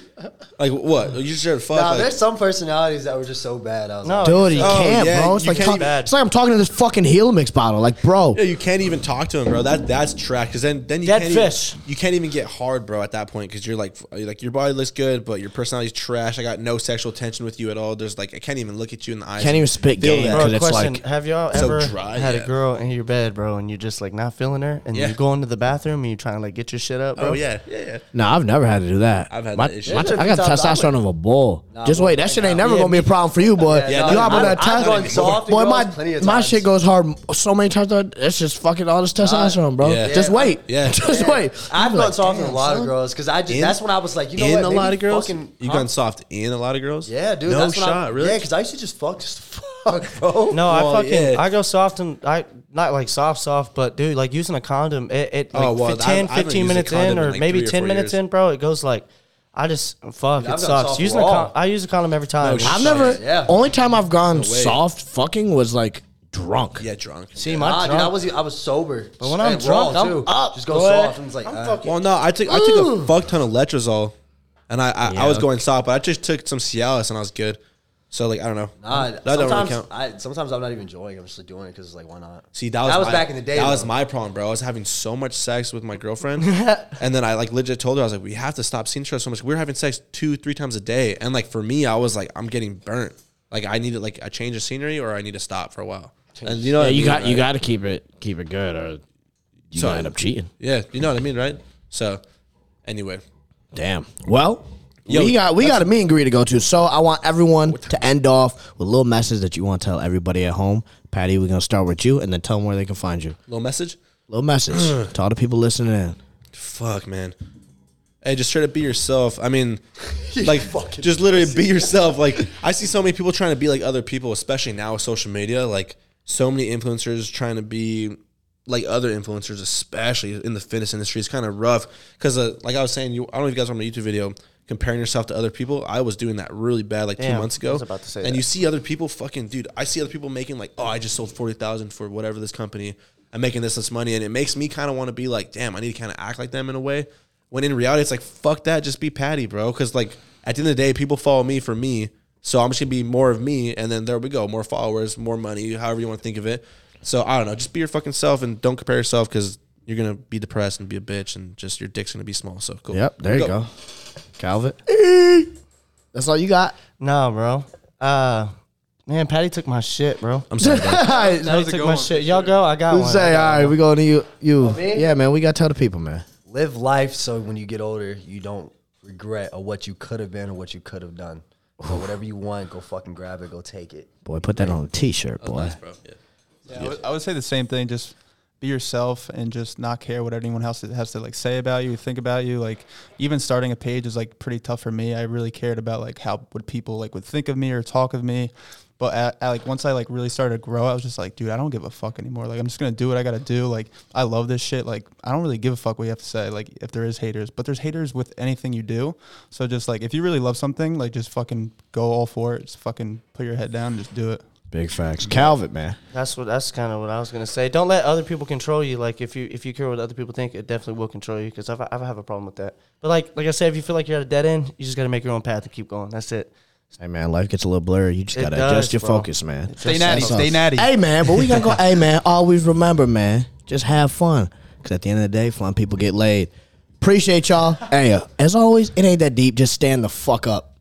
[SPEAKER 2] like what you just there to fuck?
[SPEAKER 4] Nah,
[SPEAKER 2] like-
[SPEAKER 4] there's some personalities that were just so bad. I was
[SPEAKER 3] No,
[SPEAKER 4] like,
[SPEAKER 1] Dude, you
[SPEAKER 2] Oh,
[SPEAKER 1] can't,
[SPEAKER 2] yeah,
[SPEAKER 1] bro. It's
[SPEAKER 2] you
[SPEAKER 1] like
[SPEAKER 2] can't
[SPEAKER 1] talk-
[SPEAKER 3] even-
[SPEAKER 1] it's like I'm talking to this fucking heel mix bottle. Like, bro,
[SPEAKER 2] yeah, you can't even talk to him, bro. That that's trash. Because then then you
[SPEAKER 3] Dead
[SPEAKER 2] can't
[SPEAKER 3] fish.
[SPEAKER 2] Even, you can't even get hard, bro. At that point, because you're like f- you're like your body looks good, but your personality's trash. I got no sexual tension with you at all. There's like I can't even look at you in the eyes.
[SPEAKER 1] Can't even spit
[SPEAKER 2] Feel
[SPEAKER 1] game,
[SPEAKER 2] that.
[SPEAKER 1] bro.
[SPEAKER 3] Bro,
[SPEAKER 1] 'Cause it's
[SPEAKER 3] question:
[SPEAKER 1] like
[SPEAKER 3] Have y'all
[SPEAKER 2] so
[SPEAKER 3] ever
[SPEAKER 2] dry,
[SPEAKER 3] had
[SPEAKER 2] yeah.
[SPEAKER 3] a girl in your bed, bro, and you just like not feeling her, and
[SPEAKER 2] Yeah.
[SPEAKER 3] you go into the bathroom and you trying to like get your shit up, bro?
[SPEAKER 2] Oh yeah, yeah, yeah.
[SPEAKER 1] no, I've never had to do that.
[SPEAKER 2] I've had
[SPEAKER 1] my,
[SPEAKER 2] that issue.
[SPEAKER 1] my-
[SPEAKER 4] There's a
[SPEAKER 1] I
[SPEAKER 4] few
[SPEAKER 1] got
[SPEAKER 4] times I
[SPEAKER 1] testosterone
[SPEAKER 4] went-
[SPEAKER 1] of a bull. Just
[SPEAKER 4] bro,
[SPEAKER 1] wait, that
[SPEAKER 4] right
[SPEAKER 1] shit ain't
[SPEAKER 4] now.
[SPEAKER 1] never
[SPEAKER 4] Yeah,
[SPEAKER 1] gonna be a problem for you, boy.
[SPEAKER 4] Yeah,
[SPEAKER 1] you
[SPEAKER 4] no,
[SPEAKER 1] hop on
[SPEAKER 4] I've-
[SPEAKER 1] that
[SPEAKER 4] I've
[SPEAKER 1] test-
[SPEAKER 4] gone soft
[SPEAKER 1] boy.
[SPEAKER 4] and
[SPEAKER 1] My
[SPEAKER 4] gone plenty of
[SPEAKER 1] my
[SPEAKER 4] times.
[SPEAKER 1] shit goes hard so many times. That it's just fucking all this testosterone, bro.
[SPEAKER 2] Yeah.
[SPEAKER 1] Just
[SPEAKER 4] Yeah.
[SPEAKER 1] wait,
[SPEAKER 2] Yeah.
[SPEAKER 1] just
[SPEAKER 4] Yeah.
[SPEAKER 1] wait. You'd
[SPEAKER 4] I've
[SPEAKER 1] be
[SPEAKER 4] gone
[SPEAKER 1] like,
[SPEAKER 4] soft with a
[SPEAKER 1] "Damn,
[SPEAKER 4] lot of
[SPEAKER 1] son."
[SPEAKER 4] girls because I just
[SPEAKER 2] In-
[SPEAKER 4] that's when I was like, you know
[SPEAKER 2] in
[SPEAKER 4] what,
[SPEAKER 2] a
[SPEAKER 4] maybe
[SPEAKER 2] lot of girls,
[SPEAKER 4] fucking-
[SPEAKER 2] you
[SPEAKER 4] huh?
[SPEAKER 2] gone soft in a lot of girls.
[SPEAKER 4] Yeah, dude.
[SPEAKER 2] No
[SPEAKER 4] that's when I-
[SPEAKER 2] shot, really.
[SPEAKER 4] Yeah, because I used to just fuck, just fuck, bro.
[SPEAKER 3] No,
[SPEAKER 2] Well,
[SPEAKER 3] I fucking
[SPEAKER 2] yeah.
[SPEAKER 3] I go soft and I not like soft soft, but dude, like using a condom, it, it like
[SPEAKER 2] Oh, well,
[SPEAKER 3] 10,
[SPEAKER 2] I- I haven't
[SPEAKER 3] 15
[SPEAKER 2] used a
[SPEAKER 3] minutes in
[SPEAKER 2] condom in,
[SPEAKER 3] or
[SPEAKER 2] like,
[SPEAKER 3] maybe
[SPEAKER 2] three or
[SPEAKER 3] ten
[SPEAKER 2] four
[SPEAKER 3] minutes
[SPEAKER 2] years.
[SPEAKER 3] in, bro. It goes like I just fuck.
[SPEAKER 4] Dude,
[SPEAKER 3] it
[SPEAKER 4] I've gone
[SPEAKER 3] sucks.
[SPEAKER 4] soft
[SPEAKER 3] Using a
[SPEAKER 4] raw.
[SPEAKER 3] con- I use a condom every time.
[SPEAKER 2] shit.
[SPEAKER 1] I've never.
[SPEAKER 4] Yeah.
[SPEAKER 1] Only time I've gone
[SPEAKER 2] way.
[SPEAKER 1] soft fucking was like drunk.
[SPEAKER 2] Yeah, drunk.
[SPEAKER 3] See my
[SPEAKER 4] Nah, dude, I
[SPEAKER 3] drunk-
[SPEAKER 4] was I was sober. But
[SPEAKER 3] when I'm drunk, I'm up,
[SPEAKER 4] Just go
[SPEAKER 3] boy.
[SPEAKER 4] soft and it's like uh,
[SPEAKER 2] Well, no, I took I took a fuck ton of letrozole, and I I, I was
[SPEAKER 1] Yeah.
[SPEAKER 2] going soft, but I just took some Cialis and I was good. So like I don't know.
[SPEAKER 4] nah,
[SPEAKER 2] that don't really
[SPEAKER 4] sometimes
[SPEAKER 2] count.
[SPEAKER 4] I sometimes I'm not even enjoying. I'm just doing it because like why not?
[SPEAKER 2] See, that was, my-
[SPEAKER 4] back in the day.
[SPEAKER 2] That
[SPEAKER 4] though.
[SPEAKER 2] was my problem, bro. I was having so much sex with my girlfriend, and then I like legit told her I was like, "We have to stop seeing each other so much. We were having sex two, three times a day, and like for me, I was like, I'm getting burnt. Like I needed like a change of scenery, or I need to stop for a while. And you know,
[SPEAKER 1] Yeah,
[SPEAKER 2] what I
[SPEAKER 1] you
[SPEAKER 2] mean,
[SPEAKER 1] got you
[SPEAKER 2] right?
[SPEAKER 1] got to keep it keep it good, or you
[SPEAKER 2] So-
[SPEAKER 1] gonna end up cheating.
[SPEAKER 2] Yeah, you know what I mean, right? So, anyway,
[SPEAKER 1] Damn. Well,
[SPEAKER 2] Yo,
[SPEAKER 1] we got we got a meet and greet to go to. So I want everyone to end off with a little message that you want to tell everybody at home. Patty, we're gonna start with you, and then tell them where they can find you.
[SPEAKER 2] little message.
[SPEAKER 1] Little message to all the people listening in.
[SPEAKER 2] Fuck, man. Hey, just try to be yourself. I mean, like, just literally be yourself. Like, I see so many people trying to be like other people, especially now with social media. Like, so many influencers trying to be like other influencers, especially in the fitness industry. It's kind of rough because, uh, like I was saying, you, I don't know if you guys saw my YouTube video comparing yourself to other people. I was doing that really bad like two
[SPEAKER 3] Damn,
[SPEAKER 2] months ago.
[SPEAKER 3] I was about to say
[SPEAKER 2] and
[SPEAKER 3] that.
[SPEAKER 2] you see other people fucking, dude. I see other people making like, oh, I just sold forty thousand for whatever this company. I'm making this much money, and it makes me kind of want to be like, damn, I need to kind of act like them in a way. When in reality, it's like, fuck that, just be Patty, bro. Because like at the end of the day, people follow me for me, so I'm just gonna be more of me, and then there we go, more followers, more money, however you want to think of it. So I don't know, just be your fucking self and don't compare yourself because you're gonna be depressed and be a bitch, and just your dick's gonna be small. So cool.
[SPEAKER 1] Yep, there you
[SPEAKER 2] Go.
[SPEAKER 1] go. Calvin. That's all you got.
[SPEAKER 3] no, bro. Uh, man, Patty took my shit, bro.
[SPEAKER 2] I'm sorry. bro.
[SPEAKER 3] Patty
[SPEAKER 5] was a
[SPEAKER 3] took
[SPEAKER 5] good
[SPEAKER 3] my
[SPEAKER 5] one,
[SPEAKER 3] shit.
[SPEAKER 5] for
[SPEAKER 3] Y'all
[SPEAKER 5] sure.
[SPEAKER 3] go. I got
[SPEAKER 1] Who
[SPEAKER 3] one.
[SPEAKER 1] say, all
[SPEAKER 3] I got
[SPEAKER 1] right, we going to you you
[SPEAKER 2] Oh,
[SPEAKER 4] me?
[SPEAKER 1] Yeah, man, we gotta tell the people, man.
[SPEAKER 4] live life so when you get older, you don't regret or what you could have been or what you could have done. So whatever you want, go fucking grab it, go take it.
[SPEAKER 1] Boy, put that on a t shirt, boy.
[SPEAKER 2] Bro, yeah.
[SPEAKER 5] Yeah, I, would, I would say the same thing. Just be yourself and just not care what anyone else has to like say about you, think about you. Like even starting a page is like pretty tough for me. I really cared about like how would people like would think of me or talk of me. But at, at, like once I like really started to grow, I was just like, dude, I don't give a fuck anymore. Like I'm just gonna do what I gotta do. Like I love this shit. Like I don't really give a fuck what you have to say. Like if there is haters, but there's haters with anything you do. So just like if you really love something, like just fucking go all for it. Just fucking put your head down and just do it.
[SPEAKER 1] Big facts. Calvin, man.
[SPEAKER 3] That's what. That's kind of what I was gonna say. Don't let other people control you. Like if you if you care what other people think, it definitely will control you. Because I've, I have a problem with that. But like like I said, if you feel like you're at a dead end, you just gotta make your own path and keep going. That's it.
[SPEAKER 1] Hey man, life gets a little blurry. You just
[SPEAKER 3] It
[SPEAKER 1] gotta
[SPEAKER 3] does,
[SPEAKER 1] adjust your
[SPEAKER 3] bro.
[SPEAKER 1] focus, man.
[SPEAKER 5] Stay natty.
[SPEAKER 1] That's all.
[SPEAKER 5] Stay natty.
[SPEAKER 1] Hey man, but we gotta go. hey man, always remember, man, just have fun. Cause at the end of the day, fun people get laid. Appreciate y'all. Hey, uh, as always, it ain't that deep. Just stand the fuck up.